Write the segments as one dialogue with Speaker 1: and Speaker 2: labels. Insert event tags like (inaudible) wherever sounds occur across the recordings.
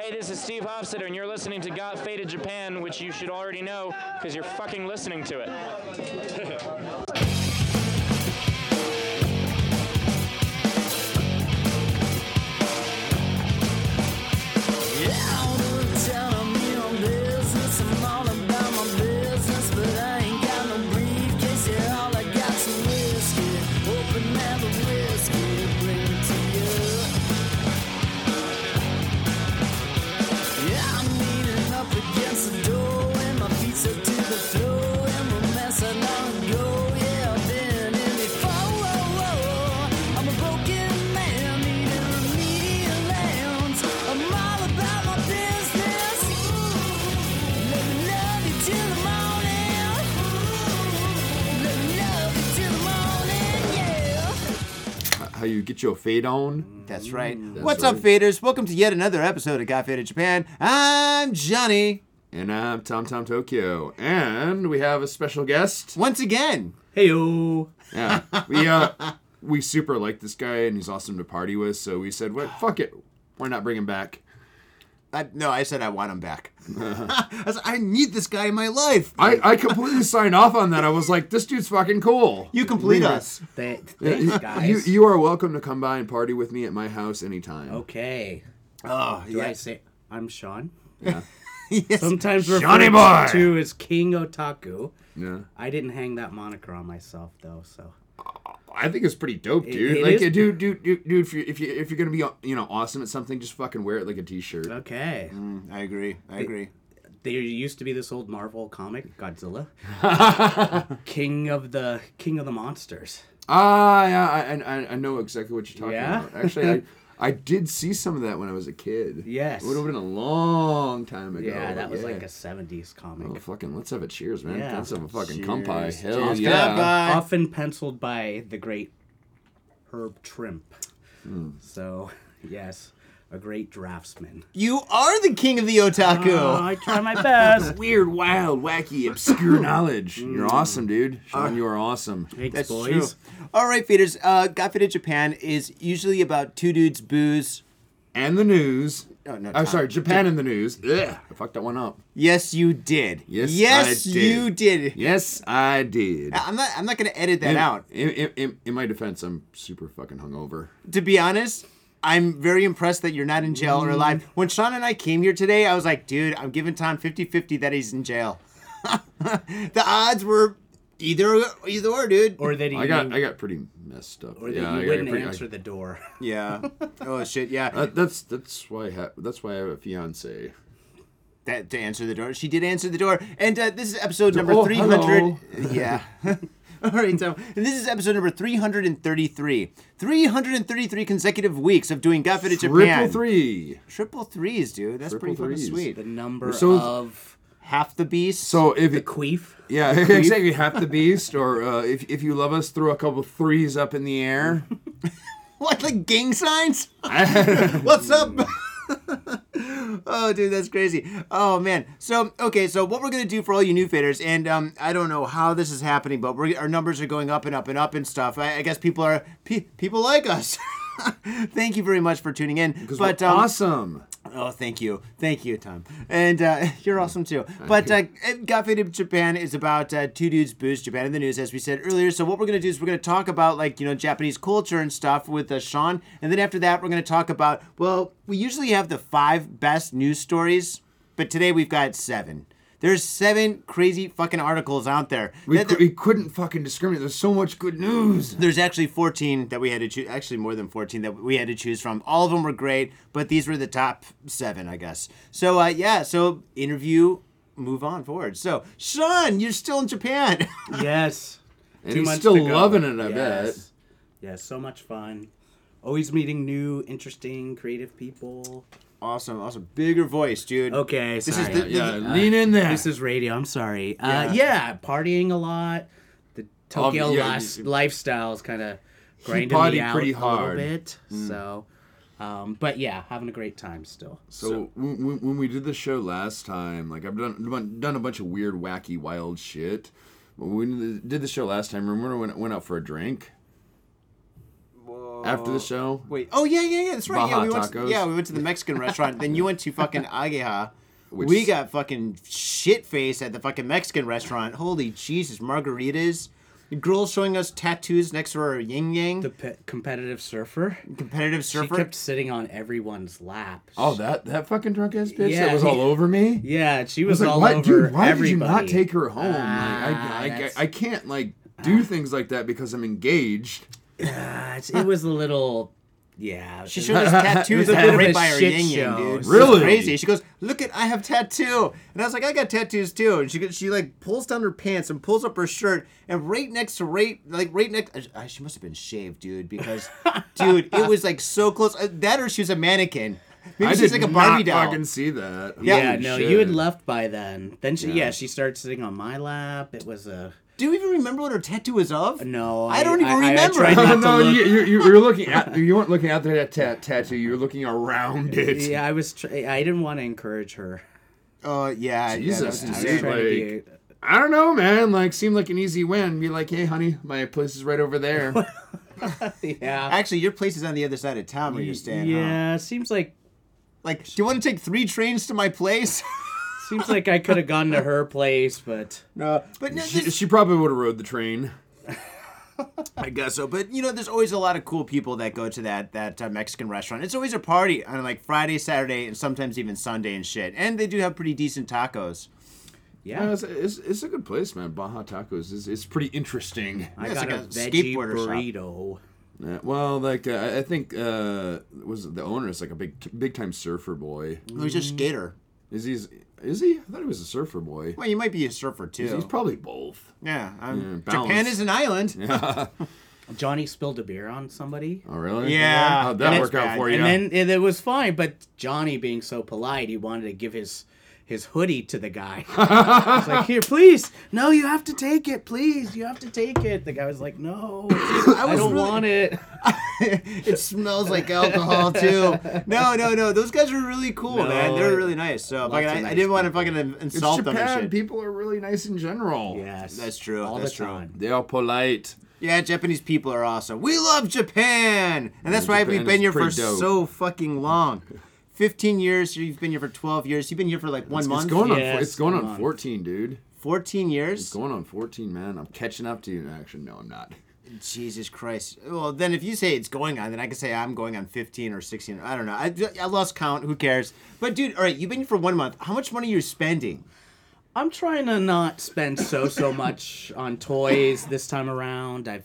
Speaker 1: Hey, this is Steve Hofstadter, and you're listening to Got Faded Japan, which you should already know because you're fucking listening to it.
Speaker 2: How you get your fade on?
Speaker 3: That's right.
Speaker 2: That's
Speaker 3: What's up,
Speaker 2: right.
Speaker 3: faders? Welcome to yet another episode of Got Faded Japan. I'm Johnny
Speaker 2: And I'm Tom Tom uh, Tokyo, and we have a special guest.
Speaker 3: once again.
Speaker 4: Heyo.
Speaker 2: Yeah, we uh, (laughs) we super like this guy, and he's awesome to party with. So we said, "What? Fuck it, why not bring him back?"
Speaker 3: I, no, I said I want him back. I, was, I need this guy in my life.
Speaker 2: I I completely (laughs) signed off on that. I was like, "This dude's fucking cool."
Speaker 3: You complete us.
Speaker 2: (laughs)
Speaker 4: Th-
Speaker 2: You-
Speaker 4: thanks, guys.
Speaker 2: You you are welcome to come by and party with me at my house anytime.
Speaker 4: okay.
Speaker 3: Oh,
Speaker 4: Do I
Speaker 3: yes.
Speaker 4: say
Speaker 2: (laughs)
Speaker 4: I'm Sean?
Speaker 3: yes.
Speaker 4: Sometimes
Speaker 2: Johnny
Speaker 4: referred
Speaker 2: boy.
Speaker 4: to as King Otaku.
Speaker 2: Yeah,
Speaker 4: I didn't hang that moniker on myself though, so
Speaker 2: I think it's pretty dope,
Speaker 4: It-
Speaker 2: dude.
Speaker 4: it
Speaker 2: like,
Speaker 4: is-
Speaker 2: dude, dude, dude, dude, if you if you if you're gonna be you know awesome at something, just fucking wear it like a t-shirt.
Speaker 4: okay.
Speaker 3: Mm, I agree. I agree.
Speaker 4: There used to be this old Marvel comic,
Speaker 2: (laughs)
Speaker 4: Godzilla, King of the King of the Monsters.
Speaker 2: Ah, yeah, I, and I, I know exactly what you're talking
Speaker 4: Yeah?
Speaker 2: about. Actually,
Speaker 4: (laughs)
Speaker 2: I, I did see some of that when I was a kid.
Speaker 4: Yes.
Speaker 2: It would have been a long time ago.
Speaker 4: Yeah,
Speaker 2: but
Speaker 4: that was
Speaker 2: Oh, yeah.
Speaker 4: like a '70s comic,
Speaker 2: Oh, fucking, let's have a cheers, man.
Speaker 4: Yeah.
Speaker 2: Let's have a fucking cum pie.
Speaker 3: Cheers.
Speaker 2: Hell
Speaker 3: Cheers.
Speaker 2: yeah.
Speaker 3: Goodbye.
Speaker 4: Uh, often penciled by the great Herb Trimp.
Speaker 2: Hmm.
Speaker 4: So, (laughs) yes, a great draftsman.
Speaker 3: You are the king of the otaku.
Speaker 4: Oh,
Speaker 2: Ah.
Speaker 3: (laughs)
Speaker 4: I try my best.
Speaker 2: (laughs) Weird, wild, wacky,
Speaker 4: (clears throat)
Speaker 2: obscure knowledge.
Speaker 4: Mm.
Speaker 2: You're awesome, dude.
Speaker 4: Ah.
Speaker 2: Sean, you are awesome.
Speaker 4: Thanks,
Speaker 3: That's
Speaker 4: boys.
Speaker 3: true. All right, faders. Uh, Got Faded Japan is usually about two dudes, booze.
Speaker 2: And the news.
Speaker 4: Oh,
Speaker 3: No, no,
Speaker 2: I'm
Speaker 3: Tom.
Speaker 2: sorry, Japan in the news. Ugh, I fucked that one up.
Speaker 3: Yes, you did.
Speaker 2: Yes, I did.
Speaker 3: you did.
Speaker 2: Yes, I did.
Speaker 3: I- I'm not. I'm not gonna edit that
Speaker 2: In-
Speaker 3: out.
Speaker 2: In, in, in, in my defense, I'm super fucking hungover.
Speaker 3: To be honest, I'm very impressed that you're not in jail or alive.
Speaker 2: Mm.
Speaker 3: When Sean and I came here today, I was like, dude, I'm giving Tom 50-50 that he's in jail. (laughs) the odds were either either or, dude.
Speaker 4: Or that he
Speaker 2: I got I got pretty messed up.
Speaker 4: or that
Speaker 2: yeah, I
Speaker 4: you
Speaker 2: got
Speaker 4: wouldn't
Speaker 2: pretty- I-
Speaker 4: answer the door.
Speaker 3: (laughs)
Speaker 4: (laughs)
Speaker 3: yeah. Oh shit. Yeah.
Speaker 2: Uh, that's that's why I ha- that's why I have a fiance.
Speaker 3: that to answer the door. She did answer the door, and uh, this is episode number
Speaker 2: Oh,
Speaker 3: three hundred.
Speaker 2: hello.
Speaker 3: Yeah. (laughs) All right, so this is episode number 333. 333 consecutive weeks of doing Got Fit at
Speaker 2: Triple
Speaker 3: Japan.
Speaker 2: three.
Speaker 3: Triple threes, dude. That's
Speaker 2: Triple
Speaker 3: pretty
Speaker 2: threes.
Speaker 3: fucking sweet.
Speaker 4: The number
Speaker 2: So-
Speaker 4: of
Speaker 3: Half the beast.
Speaker 2: So if
Speaker 4: the
Speaker 2: it,
Speaker 4: queef.
Speaker 2: yeah, (laughs) exactly half the beast, or uh, if if you love us, throw a couple threes up in the air.
Speaker 4: (laughs)
Speaker 3: (laughs) What, like gang signs? (laughs) What's up? (laughs) oh, dude, that's crazy. Oh, man. So, okay, so what we're going to do for all you new faders, and um, I don't know how this is happening, but we're, our numbers are going up and up and up and stuff. I, I guess people are, pe- people like us. (laughs) thank you very much for tuning in.
Speaker 2: But
Speaker 3: But, um,
Speaker 2: awesome.
Speaker 3: Oh, thank you, thank you, Tom, and uh, (laughs) you're awesome too. But uh, Got Faded Japan is about uh, two dudes booze Japan in the news, as we said earlier. So what we're gonna do is we're gonna talk about like you know Japanese culture and stuff with uh, Sean, and then after that we're gonna talk about well, we usually have the five best news stories, but today we've got seven. There's seven crazy fucking articles out there.
Speaker 2: We,
Speaker 3: That-
Speaker 2: cou- we couldn't fucking discriminate. There's so much good news.
Speaker 3: there's actually 14 that we had to choose actually more than 14 that we had to choose from all of them were great but these were the top seven i guess so uh, yeah so interview move on forward so sean you're still in japan (laughs)
Speaker 4: Yes.
Speaker 2: And he's still loving it, I bet.
Speaker 4: yes. Yes, so much fun. Always meeting new, interesting, creative people.
Speaker 3: awesome awesome bigger voice dude
Speaker 4: Okay,
Speaker 3: this
Speaker 4: sorry.
Speaker 3: is the,
Speaker 2: Yeah,
Speaker 3: the-
Speaker 2: lean in there.
Speaker 4: uh, This is radio. I'm sorry. Uh, yeah, partying a lot. The Tokyo
Speaker 2: Um, yeah,
Speaker 4: lifestyles
Speaker 2: you-
Speaker 4: lifestyle is kind of grinding
Speaker 2: partied
Speaker 4: me out
Speaker 2: pretty
Speaker 4: pretty
Speaker 2: hard. Mm.
Speaker 4: hard. a little bit. So, um, but yeah, having a great time still.
Speaker 2: So, when, when- when we did the show last time, like I've done done- done a bunch of weird, wacky, wild shit. But when we did the show last time, remember when I went out for a drink? after the show.
Speaker 3: Wait. Oh yeah, yeah, yeah. That's right.
Speaker 2: Baja
Speaker 3: yeah, we went. To,
Speaker 2: tacos.
Speaker 3: yeah, we went to the Mexican restaurant. Then you went to
Speaker 4: (laughs)
Speaker 3: fucking Ageha.
Speaker 2: Which-
Speaker 3: we got fucking shit faced at the fucking Mexican restaurant. Holy Jesus, margaritas. The girl showing us tattoos next to her yin yang.
Speaker 4: The pe- competitive surfer.
Speaker 3: competitive surfer.
Speaker 4: She kept sitting on everyone's lap.
Speaker 2: Oh, that that fucking drunk ass bitch
Speaker 4: Yeah.
Speaker 2: that was all over me.
Speaker 4: Yeah, she
Speaker 2: I was
Speaker 4: was,
Speaker 2: like,
Speaker 4: all
Speaker 2: what,
Speaker 4: over
Speaker 2: dude? Why did
Speaker 4: everybody.
Speaker 2: you not take her home?
Speaker 4: Ah,
Speaker 2: like, I, I, I,
Speaker 4: that's-
Speaker 2: I can't like do things like that because I'm engaged.
Speaker 4: Ah, it's- it was a little. Yeah.
Speaker 2: (laughs)
Speaker 3: She showed us tattoos
Speaker 4: (laughs) It was a
Speaker 3: that
Speaker 4: bit
Speaker 3: were
Speaker 4: of
Speaker 3: right
Speaker 4: a
Speaker 3: by her
Speaker 4: shit
Speaker 3: yin yang,
Speaker 4: show.
Speaker 3: dude. It's
Speaker 2: Really?
Speaker 3: crazy. She goes, "Look at, I have tattoo," and I was like, "I got tattoos too." And she goes- she like pulls down her pants and pulls up her shirt, and right next to right like right next, uh, she must have been shaved, dude, because dude, it was like so close. Uh, That or she was a mannequin. Maybe
Speaker 2: I
Speaker 3: she's
Speaker 2: did
Speaker 3: like a
Speaker 2: not
Speaker 3: Barbie doll.
Speaker 2: fucking see that.
Speaker 4: yeah,
Speaker 2: Holy
Speaker 4: no,
Speaker 2: shit.
Speaker 4: you had left by then. Then she, yeah. she started sitting on my lap. It was a
Speaker 3: Do you even remember what her tattoo was of?
Speaker 4: Uh, no.
Speaker 3: I don't even
Speaker 2: (laughs)
Speaker 3: remember.
Speaker 4: tried
Speaker 2: No,
Speaker 4: not to
Speaker 2: Oh, no,
Speaker 4: look.
Speaker 2: you, you, you were looking at you weren't looking at that ta- tattoo. You were looking around it.
Speaker 4: Yeah, I was. Tr- I didn't want to encourage her.
Speaker 3: Oh yeah, yeah,
Speaker 2: Jesus,
Speaker 3: that
Speaker 2: dude.
Speaker 3: was nice.
Speaker 4: I was
Speaker 2: Dude,
Speaker 4: trying to be.
Speaker 2: I don't know, man. Like, seemed like an easy win. Be like, hey, honey, my place is right over there.
Speaker 4: Yeah.
Speaker 3: Actually, your place is on the other side of town where you're staying. huh?
Speaker 4: Yeah, seems like
Speaker 3: Like, do you want to take three trains to my place? (laughs)
Speaker 4: seems like I could have gone to her place, but
Speaker 3: no, but no,
Speaker 2: she,
Speaker 3: this-
Speaker 2: she probably would have rode the train.
Speaker 3: I guess so, but you know, there's always a lot of cool people that go to that that uh, Mexican restaurant. It's always a party on like Friday, Saturday, and sometimes even Sunday and shit. And they do have pretty decent tacos.
Speaker 2: Yeah,
Speaker 4: yeah.
Speaker 2: Uh, it's, it's, it's a good place, man. Baja Tacos is it's pretty interesting.
Speaker 4: I
Speaker 3: it's
Speaker 4: got
Speaker 3: like
Speaker 4: a,
Speaker 3: a
Speaker 4: veggie
Speaker 3: skateboarder shop.
Speaker 4: burrito.
Speaker 2: Uh, well, like uh, I- I think uh, was it the owner is like a big big time surfer boy.
Speaker 3: He's a skater.
Speaker 2: Is he? Is he? I thought he was a surfer boy.
Speaker 3: Well, you might be a surfer too.
Speaker 2: He's probably both.
Speaker 3: yeah, um,
Speaker 2: Yeah,
Speaker 3: Japan
Speaker 2: balance.
Speaker 3: is an island.
Speaker 4: Johnny spilled a beer on somebody.
Speaker 2: Oh, really?
Speaker 3: Yeah.
Speaker 2: How'd
Speaker 3: And
Speaker 2: that
Speaker 3: it's
Speaker 2: work out
Speaker 3: bad.
Speaker 2: for you?
Speaker 4: And then it, it was fine, but Johnny being so polite, he wanted to give his his hoodie to the guy. I was like, "Here, please. No, you have to take it. Please, you have to take it." The guy was like, "No, I,
Speaker 3: was
Speaker 4: don't
Speaker 3: really-
Speaker 4: want it."
Speaker 3: (laughs) it smells like alcohol
Speaker 4: (laughs)
Speaker 3: too. No, no, no. Those guys are really cool,
Speaker 4: No,
Speaker 3: man. They're really nice. So fucking,
Speaker 4: of
Speaker 3: I, I
Speaker 4: nice
Speaker 3: didn't want to
Speaker 4: people.
Speaker 3: fucking in-
Speaker 2: it's
Speaker 3: insult them and
Speaker 2: Japan.
Speaker 3: shit.
Speaker 2: People are really nice in general.
Speaker 4: Yes,
Speaker 3: That's true,
Speaker 4: All
Speaker 3: that's
Speaker 4: the
Speaker 3: true.
Speaker 4: time.
Speaker 2: They are polite.
Speaker 3: Yeah, Japanese people are awesome. We love Japan, and that's why we've
Speaker 2: Japan
Speaker 3: been
Speaker 2: is
Speaker 3: here for
Speaker 2: pretty dope.
Speaker 3: so
Speaker 2: (laughs)
Speaker 3: fucking long. Fifteen years. You've been here for twelve years. You've been here for like one
Speaker 2: It's, it's
Speaker 3: month.
Speaker 2: going on.
Speaker 4: Yes,
Speaker 2: it's going
Speaker 4: come
Speaker 2: on,
Speaker 4: on.
Speaker 2: 14, dude.
Speaker 3: Fourteen
Speaker 2: It's
Speaker 3: years.
Speaker 2: going on 14, man. I'm catching up to you. Actually, no, I'm not.
Speaker 3: Jesus Christ. Well, then if you say it's going on, then I can say I'm going on fifteen or sixteen. I don't know. I, I lost count. Who cares? But dude, all right, you've been here for one month. How much money are you spending?
Speaker 4: I'm trying to not spend so so much on toys this time around. I've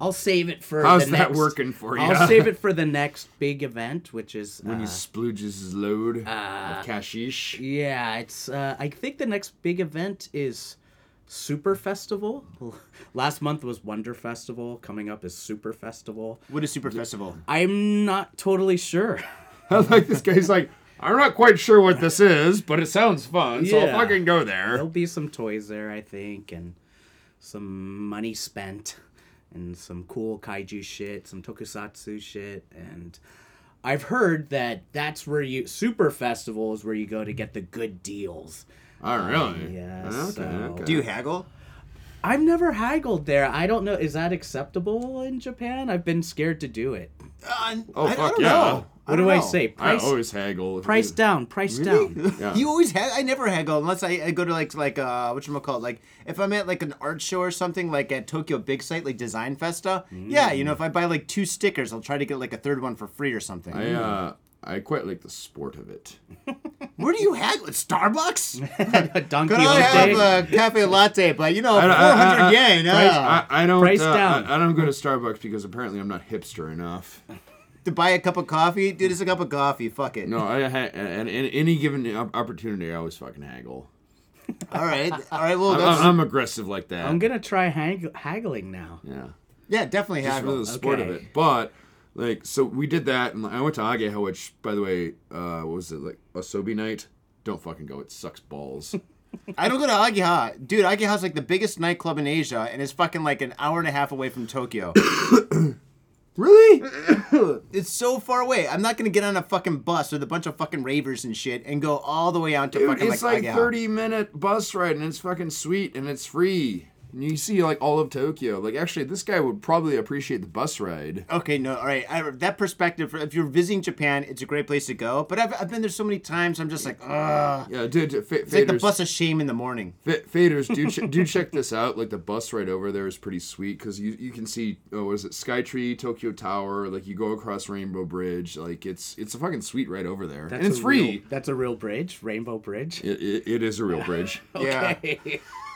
Speaker 4: I'll save it for
Speaker 2: How's
Speaker 4: the
Speaker 2: that
Speaker 4: next,
Speaker 2: working for you?
Speaker 4: I'll save it for the next big event, which is
Speaker 2: When
Speaker 4: uh,
Speaker 2: he splooges his load of cashish.
Speaker 4: (laughs) Yeah, it's. Uh, I think the next big event is Super Festival. (laughs) Last month was Wonder Festival. Coming up is Super Festival.
Speaker 3: What is Super Festival?
Speaker 4: I'm not totally sure. (laughs)
Speaker 2: I like this guy's like, I'm not quite sure what this is, but it sounds fun, so
Speaker 4: Yeah.
Speaker 2: I'll fucking go there.
Speaker 4: There'll be some toys there, I think, and some money spent, and some cool kaiju shit, some tokusatsu shit, and. I've heard that that's where you Super Festival is where you go to get the good deals.
Speaker 2: Oh, really?
Speaker 4: Uh, Yeah,
Speaker 2: Okay,
Speaker 4: so-
Speaker 2: okay.
Speaker 3: Do you haggle?
Speaker 4: I've never haggled there. I don't know. Is that acceptable in Japan? I've been scared to do it.
Speaker 3: Uh,
Speaker 2: Oh,
Speaker 3: I, I
Speaker 2: fuck
Speaker 3: don't
Speaker 2: yeah.
Speaker 3: know.
Speaker 4: What
Speaker 3: don't
Speaker 4: do I
Speaker 3: know.
Speaker 4: say?
Speaker 2: I
Speaker 4: Price,
Speaker 2: always haggle.
Speaker 4: price down,
Speaker 3: (laughs)
Speaker 4: price down.
Speaker 2: (laughs)
Speaker 4: (laughs)
Speaker 2: Yeah.
Speaker 3: You always haggle. I never haggle unless I, I go to like like uh what call it like if I'm at like an art show or something like at Tokyo Big Sight like Design Festa.
Speaker 2: Mm.
Speaker 3: Yeah, you know if I buy like two stickers, I'll try to get like a third one for free or something.
Speaker 2: I, uh, I quite like the sport of it.
Speaker 3: Where do you haggle?
Speaker 2: (laughs)
Speaker 3: At Starbucks?
Speaker 4: A donkey
Speaker 3: Could
Speaker 4: all
Speaker 3: I
Speaker 4: day.
Speaker 3: have a cafe latte? But you know, four
Speaker 2: I- I- I-
Speaker 3: hundred
Speaker 2: I-
Speaker 3: yen. Uh,
Speaker 2: I, I don't.
Speaker 4: Price
Speaker 2: uh,
Speaker 4: down.
Speaker 2: I, I don't go to Starbucks because apparently I'm not hipster enough.
Speaker 3: to buy a cup of coffee, dude. It's a cup of coffee. Fuck it.
Speaker 2: No, I ha- at, at any given op- opportunity, I always fucking haggle. (laughs)
Speaker 3: All right, all right. Well,
Speaker 2: I'm,
Speaker 3: that's,
Speaker 2: I'm aggressive like that.
Speaker 4: I'm gonna try hang- haggling now.
Speaker 2: yeah,
Speaker 3: yeah, definitely
Speaker 2: just for
Speaker 3: haggle.
Speaker 2: the sport of
Speaker 4: Okay.
Speaker 2: it. But like, so we did that, and I went to Ageha, which, by the way, uh, what was it like Osobi night? Don't fucking go. It sucks
Speaker 3: (laughs)
Speaker 2: balls.
Speaker 3: I don't go to Agiha. Dude, Agiha's like the biggest nightclub in Asia and it's fucking like an hour and a half away from Tokyo.
Speaker 2: really?
Speaker 3: it's so far away. I'm not gonna get on a fucking bus with a bunch of fucking ravers and shit and go all the way out to
Speaker 2: Dude,
Speaker 3: fucking
Speaker 2: it's
Speaker 3: like,
Speaker 2: like
Speaker 3: Agiha.
Speaker 2: 30 minute bus ride, and it's fucking sweet, and it's free. And you see like all of Tokyo. Like actually, this guy would probably appreciate the bus ride.
Speaker 3: Okay, no, all right. I, that perspective, if you're visiting Japan, it's a great place to go. But I've, I've been there so many times, I'm just like, ugh.
Speaker 2: Yeah, dude. F-
Speaker 3: It's like the bus of shame in the morning.
Speaker 2: Fa- Faders, do ch- do check this out. Like the bus ride over there is pretty sweet because you you can see oh what is it Skytree, Tokyo Tower. Like you go across Rainbow Bridge. Like it's it's a fucking sweet ride over there,
Speaker 4: That's
Speaker 2: and it's
Speaker 4: a
Speaker 2: free.
Speaker 4: Real, that's a real bridge, Rainbow Bridge.
Speaker 2: It, it, it is a real bridge.
Speaker 3: Yeah.
Speaker 2: (laughs)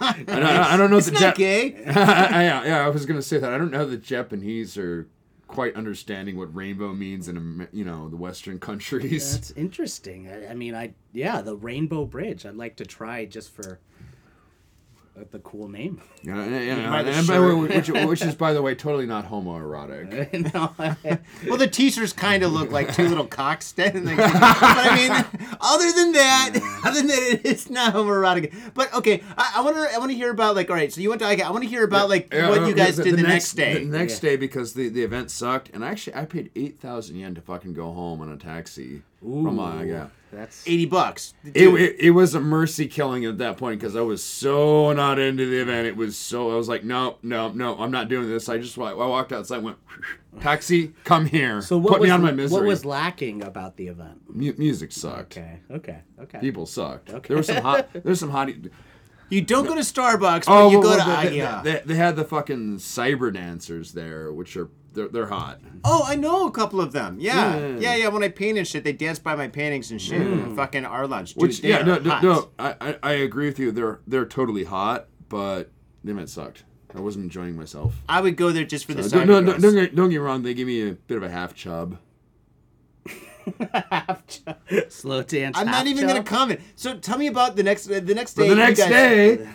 Speaker 2: I, don't, I don't know if the
Speaker 3: Oh, It's
Speaker 2: Jap-
Speaker 3: not gay.
Speaker 2: yeah, yeah, (laughs) I was gonna say that. I don't know the Japanese are quite understanding what rainbow means in Am- you know the Western (laughs) countries.
Speaker 4: That's interesting. I, I mean, I yeah, the Rainbow Bridge. I'd like to try just for uh, the cool name. (laughs)
Speaker 2: Yeah, yeah, yeah,
Speaker 3: buy the
Speaker 2: and by the way,
Speaker 3: shirt.
Speaker 2: which, which is by the way totally not homoerotic.
Speaker 4: no,
Speaker 3: Well, the t-shirts kind of look like two little cocks.
Speaker 2: (laughs)
Speaker 3: standing there. but I mean, other than that, other than that, it's not homoerotic. But okay, I want to I want to hear about like all right. So you went to Ikea. I want to hear about like
Speaker 2: Yeah,
Speaker 3: what
Speaker 2: uh,
Speaker 3: you guys did the, next,
Speaker 2: The
Speaker 3: day.
Speaker 2: next day because the, the event sucked, and actually I paid eight thousand yen to fucking go home on a taxi from Aga.
Speaker 4: (laughs) that's
Speaker 3: Eighty bucks.
Speaker 2: It,
Speaker 3: Dude,
Speaker 2: it, it was a mercy killing at that point because I was so not into the event. It was so I was like, no, no, no, I'm not doing this. I just wa- I walked outside, and went (laughs) taxi, come here,
Speaker 4: so. What
Speaker 2: put
Speaker 4: was
Speaker 2: me on my misery.
Speaker 4: what was lacking about the event?
Speaker 2: Mu- music sucked.
Speaker 4: Okay, okay, okay. (laughs)
Speaker 2: People sucked. There was some hot. There's some hot.
Speaker 3: you don't go to Starbucks, but you
Speaker 2: Oh, well,
Speaker 3: go to E uh,
Speaker 2: well, they,
Speaker 3: Ikea.
Speaker 2: they, they had the fucking cyber dancers there, which are they're, they're hot.
Speaker 3: Oh, I know a couple of them. Yeah.
Speaker 2: Yeah. Mm.
Speaker 3: Yeah, yeah. When I paint and shit, they dance by my paintings and shit. And fucking our lunch. Dude,
Speaker 2: Which
Speaker 3: they
Speaker 2: yeah,
Speaker 3: are
Speaker 2: no, no,
Speaker 3: hot.
Speaker 2: no I, I I agree with you. They're they're totally hot, but the event sucked. I wasn't enjoying myself.
Speaker 3: I would go there just for the
Speaker 2: Uh,
Speaker 3: cyber
Speaker 2: don't, no, no,
Speaker 3: girls.
Speaker 2: don't, get, don't get me wrong. They give me a bit of a half chub.
Speaker 4: (laughs) Slow dance.
Speaker 3: I'm not
Speaker 4: half
Speaker 3: even gonna
Speaker 4: chop.
Speaker 3: comment. So tell me about the next uh, the next day.
Speaker 2: But the
Speaker 3: you
Speaker 2: next
Speaker 3: guys-
Speaker 2: day,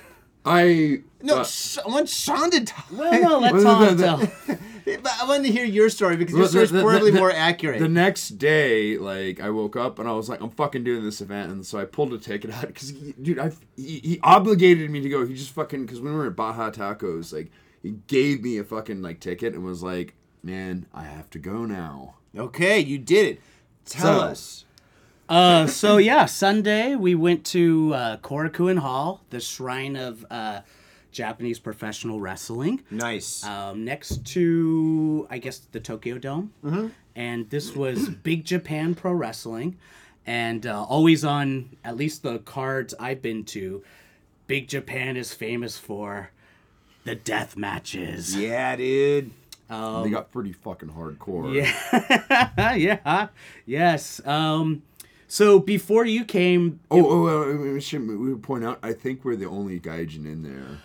Speaker 2: I
Speaker 3: No,
Speaker 2: uh,
Speaker 3: Sh- I want
Speaker 2: (laughs)
Speaker 3: Sean to talk.
Speaker 4: Well, no, let's
Speaker 2: Well,
Speaker 4: all
Speaker 2: the- the-
Speaker 4: tell.
Speaker 3: But I wanted to hear your story because your
Speaker 2: Well,
Speaker 3: story's
Speaker 2: the- the-
Speaker 3: probably
Speaker 2: the-
Speaker 3: more accurate.
Speaker 2: The next day, like I woke up and I was like, I'm fucking doing this event, and so I pulled a ticket out because, dude, I he, he obligated me to go. He just fucking because when we were at Baja Tacos, like he gave me a fucking like ticket and was like, man, I have to go now.
Speaker 3: okay, you did it. Tell
Speaker 2: So-
Speaker 3: us.
Speaker 4: Uh, so yeah, Sunday we went to uh, Korakuen Hall, the shrine of uh, Japanese professional wrestling,
Speaker 3: Nice.
Speaker 4: um, next to I guess the Tokyo Dome, and this was (clears throat) Big Japan Pro Wrestling, and uh, always on at least the cards I've been to, Big Japan is famous for the death matches.
Speaker 3: yeah, dude.
Speaker 4: Um,
Speaker 2: they got pretty fucking hardcore.
Speaker 4: Yeah, (laughs) yeah, yes. Um, so before you came,
Speaker 2: Oh, oh, oh, we should we would point out. I think we're the only gaijin in there.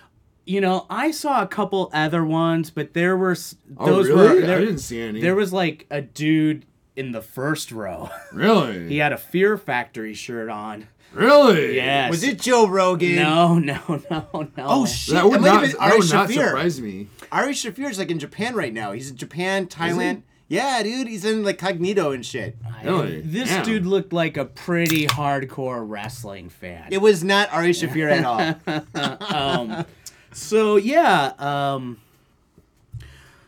Speaker 4: you know, I saw a couple other ones, but there were s-
Speaker 2: Oh,
Speaker 4: those
Speaker 2: really?
Speaker 4: were there,
Speaker 2: I didn't see any.
Speaker 4: there was like a dude in the first row. (laughs)
Speaker 2: really,
Speaker 4: he had a Fear Factory shirt on.
Speaker 2: really.
Speaker 4: Yes.
Speaker 3: Was it Joe Rogan?
Speaker 4: No, (laughs) no, no, no.
Speaker 3: Oh shit!
Speaker 2: That would
Speaker 3: it might
Speaker 2: not,
Speaker 3: have been
Speaker 2: that
Speaker 3: Ari
Speaker 2: would not
Speaker 3: Shaffir.
Speaker 2: surprise me.
Speaker 3: Ari Shafir is like in Japan right now. He's in Japan, Thailand. Yeah, dude, he's in like Cognito and shit.
Speaker 2: Really?
Speaker 4: This
Speaker 2: Damn.
Speaker 4: dude looked like a pretty hardcore wrestling fan.
Speaker 3: It was not Ari Shafir at
Speaker 2: (laughs)
Speaker 3: all.
Speaker 4: So yeah, um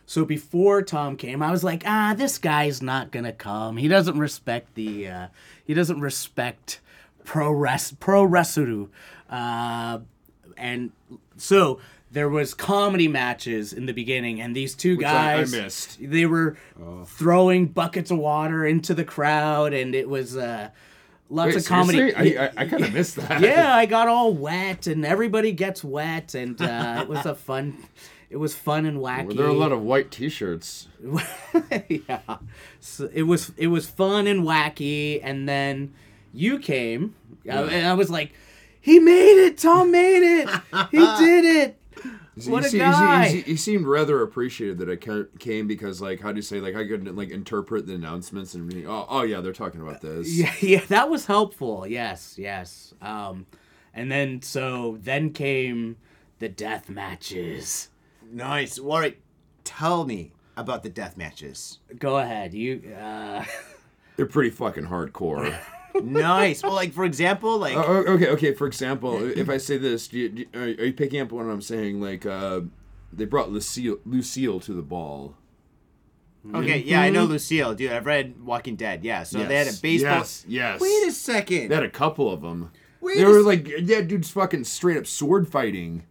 Speaker 4: so before Tom came, I was like, ah, this guy's not gonna come. He doesn't respect the uh he doesn't respect pro res pro wrestler. Uh and so there was comedy matches in the beginning and these two
Speaker 2: I- I
Speaker 4: guys
Speaker 2: missed. Oh.
Speaker 4: they were throwing buckets of water into the crowd and it was uh lots
Speaker 2: Wait,
Speaker 4: of comedy
Speaker 2: seriously? I, I, I kind of missed that. (laughs)
Speaker 4: yeah, I got all wet, and everybody gets wet, and uh, it was a fun, it was fun and wacky.
Speaker 2: Were there a lot of white T-shirts?
Speaker 4: (laughs) yeah, so it was it was fun and wacky, and then you came, I- and I was like, he made it, Tom made
Speaker 2: (laughs)
Speaker 4: it, he did it. What a
Speaker 2: he, se- he se-
Speaker 4: guy.
Speaker 2: He, se- he seemed rather appreciative that I ca- came because, like, how do you say, like, I could like interpret the announcements and be, oh, oh yeah, they're talking about this.
Speaker 4: Yeah, (laughs) yeah, that was helpful. Yes, yes. Um, and then so then came the death matches.
Speaker 3: nice. All right, tell me about the death matches.
Speaker 4: Go ahead, you. Uh,
Speaker 2: They're pretty fucking hardcore.
Speaker 4: (laughs)
Speaker 3: nice. Well, like for example, like
Speaker 2: Uh, o- okay, okay. For example, if I say this, do you, do, are are you picking up what I'm saying? Like, uh, they brought Lucille Lucille to the ball.
Speaker 3: okay, yeah, I know Lucille, dude. I've read Walking Dead. Yeah, so they had
Speaker 2: mm-hmm.
Speaker 3: a
Speaker 2: Yes,
Speaker 3: baseball.
Speaker 2: Yes, yes.
Speaker 3: Wait a second.
Speaker 2: They had a (laughs) couple of them.
Speaker 3: Wait
Speaker 2: they
Speaker 3: a
Speaker 2: were
Speaker 3: s-
Speaker 2: like, yeah, dude's fucking straight up sword fighting.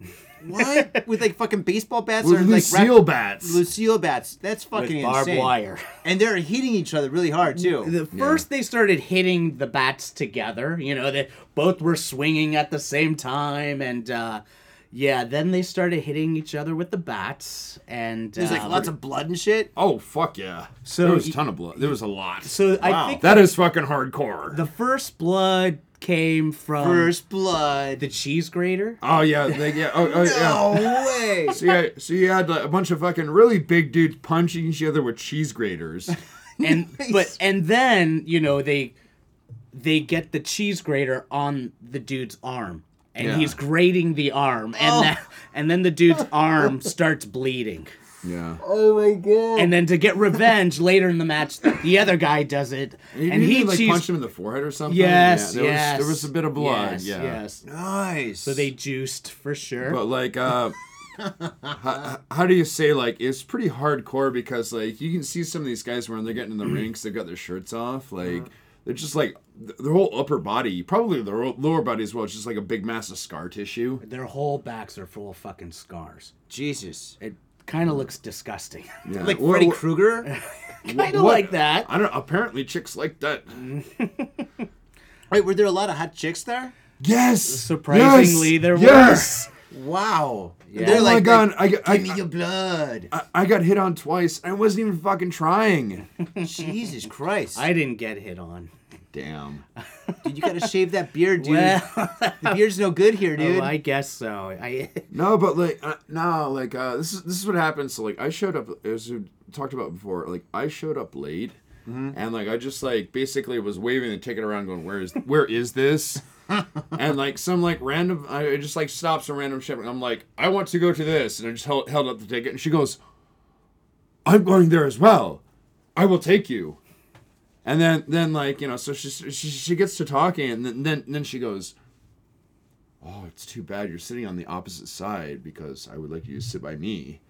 Speaker 3: What? With like fucking baseball bats
Speaker 2: With
Speaker 3: or like rap-
Speaker 2: Lucille bats.
Speaker 3: Lucille bats. That's
Speaker 4: with
Speaker 3: fucking
Speaker 4: barbed
Speaker 3: insane.
Speaker 4: wire.
Speaker 3: And they're hitting each other really hard too.
Speaker 4: The first they started hitting the bats together, you know, that both were swinging at the same time and uh yeah, then they started hitting each other with the bats and
Speaker 3: There's like
Speaker 4: uh,
Speaker 3: lots of blood and shit.
Speaker 2: oh fuck yeah!
Speaker 4: So
Speaker 2: there was a
Speaker 4: you-
Speaker 2: ton of blood. There was a lot.
Speaker 4: So I think
Speaker 2: that is fucking hardcore.
Speaker 4: the first blood came
Speaker 2: Um,
Speaker 4: from
Speaker 3: First blood.
Speaker 4: the cheese
Speaker 3: (laughs)
Speaker 4: grater.
Speaker 2: oh yeah, they, yeah, oh, oh, yeah.
Speaker 3: No way.
Speaker 2: (laughs) So yeah, so you had like, a bunch of fucking really big dudes punching each other with cheese (laughs) graters.
Speaker 4: and
Speaker 3: Nice.
Speaker 4: but and then you know they they get the cheese grater on the dude's arm and
Speaker 2: Yeah.
Speaker 4: he's grating the arm and
Speaker 3: Oh.
Speaker 4: that, and then
Speaker 3: (laughs)
Speaker 4: the dude's arm starts bleeding
Speaker 2: Yeah.
Speaker 3: Oh my god.
Speaker 4: and then to get revenge later in the match the other guy does it and
Speaker 2: Didn't
Speaker 4: he
Speaker 2: like
Speaker 4: cheese
Speaker 2: punched him in the forehead or something.
Speaker 4: yes
Speaker 2: yeah, there
Speaker 4: yes
Speaker 2: Was, there was a bit of blood.
Speaker 4: yes,
Speaker 2: yeah.
Speaker 4: yes
Speaker 3: nice.
Speaker 4: so they juiced for sure
Speaker 2: But like,
Speaker 4: (laughs)
Speaker 2: uh, how, how do you say like it's pretty hardcore because like you can see some of these guys when they're getting in the
Speaker 4: Mm.
Speaker 2: ring because they've got their shirts off,
Speaker 4: Uh-huh.
Speaker 2: like. They're just like th- their whole upper body, probably their whole lower body as well. It's just like a big mass of scar tissue.
Speaker 4: their whole backs are full of fucking scars
Speaker 3: Jesus.
Speaker 4: it kind of looks disgusting (laughs)
Speaker 2: Yeah.
Speaker 3: Like
Speaker 2: What-
Speaker 3: Freddy
Speaker 2: what-
Speaker 3: Krueger?
Speaker 4: kind of
Speaker 2: what-
Speaker 4: like that
Speaker 2: I don't. Apparently, chicks like that.
Speaker 3: (laughs) Wait, were there a lot of hot chicks there?
Speaker 2: Yes.
Speaker 4: Surprisingly,
Speaker 2: yes,
Speaker 4: there were.
Speaker 2: Yes.
Speaker 3: Wow.
Speaker 2: oh my god! I, got-
Speaker 3: give me
Speaker 2: I,
Speaker 3: your blood.
Speaker 2: I, I got hit on twice. I wasn't even fucking trying.
Speaker 3: (laughs) Jesus Christ.
Speaker 4: i didn't get hit on
Speaker 2: Damn.
Speaker 3: dude, you gotta shave that beard, dude.
Speaker 4: well
Speaker 3: the beard's no good (laughs) here, dude.
Speaker 4: Oh, I guess so. I (laughs)
Speaker 2: No, but like uh, no, like uh, this is this is what happens. So like I showed up as we talked about before. Like I showed up late, and like I just like basically was waving the ticket around, going, "Where is where is this?" and like some like random, I I just like stops some random ship, and I'm like, "I want to go to this," and I just held, held up the ticket, and she goes, "I'm going there as well. I will take you." And then then like you know, so she she, she gets to talking, and then then, then she goes. Oh, it's too bad you're sitting on the opposite side because I would like you to sit by me.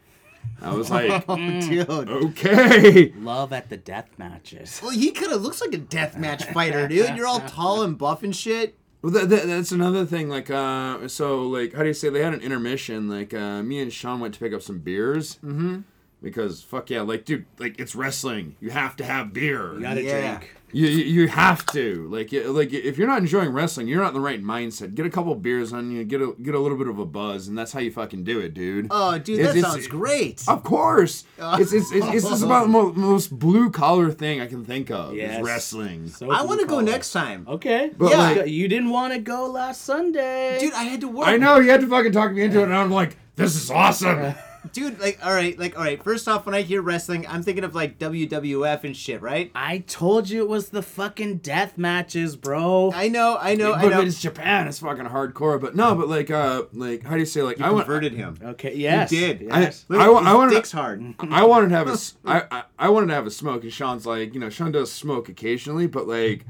Speaker 2: I was like,
Speaker 3: dude.
Speaker 2: okay.
Speaker 4: love at the death matches.
Speaker 3: Well, he kind of looks like a deathmatch fighter, dude. You're all tall and buff and shit.
Speaker 2: Well, that, that, that's another thing. Like, uh, so, like, how do you say they had an intermission? Like, uh, me and Sean went to pick up some beers. Mm-hmm. Because fuck yeah, like, dude, like it's wrestling. You have to have beer.
Speaker 4: You gotta
Speaker 3: Yeah.
Speaker 4: drink.
Speaker 2: You, you you have to like you- like if you're not enjoying wrestling, you're not in the right mindset. Get a couple beers on you, get a get a little bit of a buzz, and that's how you fucking do it, dude.
Speaker 3: Oh, dude,
Speaker 2: It's-
Speaker 3: that
Speaker 2: it's-
Speaker 3: sounds great.
Speaker 2: Of course, it's it's it's, it's just about the mo- most blue collar thing I can think of.
Speaker 4: Yes.
Speaker 2: Is wrestling.
Speaker 4: So
Speaker 3: I want to go
Speaker 4: blue-collar.
Speaker 3: next time.
Speaker 4: Okay.
Speaker 2: But,
Speaker 3: Yeah. like-
Speaker 4: you didn't want to go last Sunday.
Speaker 3: Dude, I had to work.
Speaker 2: I know you had to fucking talk me into it, and I'm like, this is awesome.
Speaker 3: Dude, like, all right, like, all right. First off, when I hear wrestling, I'm thinking of, like, WWF and shit, right?
Speaker 4: I told you it was the fucking death matches, bro.
Speaker 3: I know, I know,
Speaker 2: but,
Speaker 3: I know.
Speaker 2: but it's Japan. It's fucking hardcore. But no, but like uh, like how do you say like I want
Speaker 3: converted him.
Speaker 4: okay. Yes.
Speaker 3: did.
Speaker 2: I,
Speaker 4: Yes.
Speaker 2: I, wa- I
Speaker 3: His
Speaker 2: wanted
Speaker 3: dick's hard.
Speaker 2: I wanted to have a s- I, I I wanted to have a smoke, and Sean's like, you know, Sean does smoke occasionally, but like,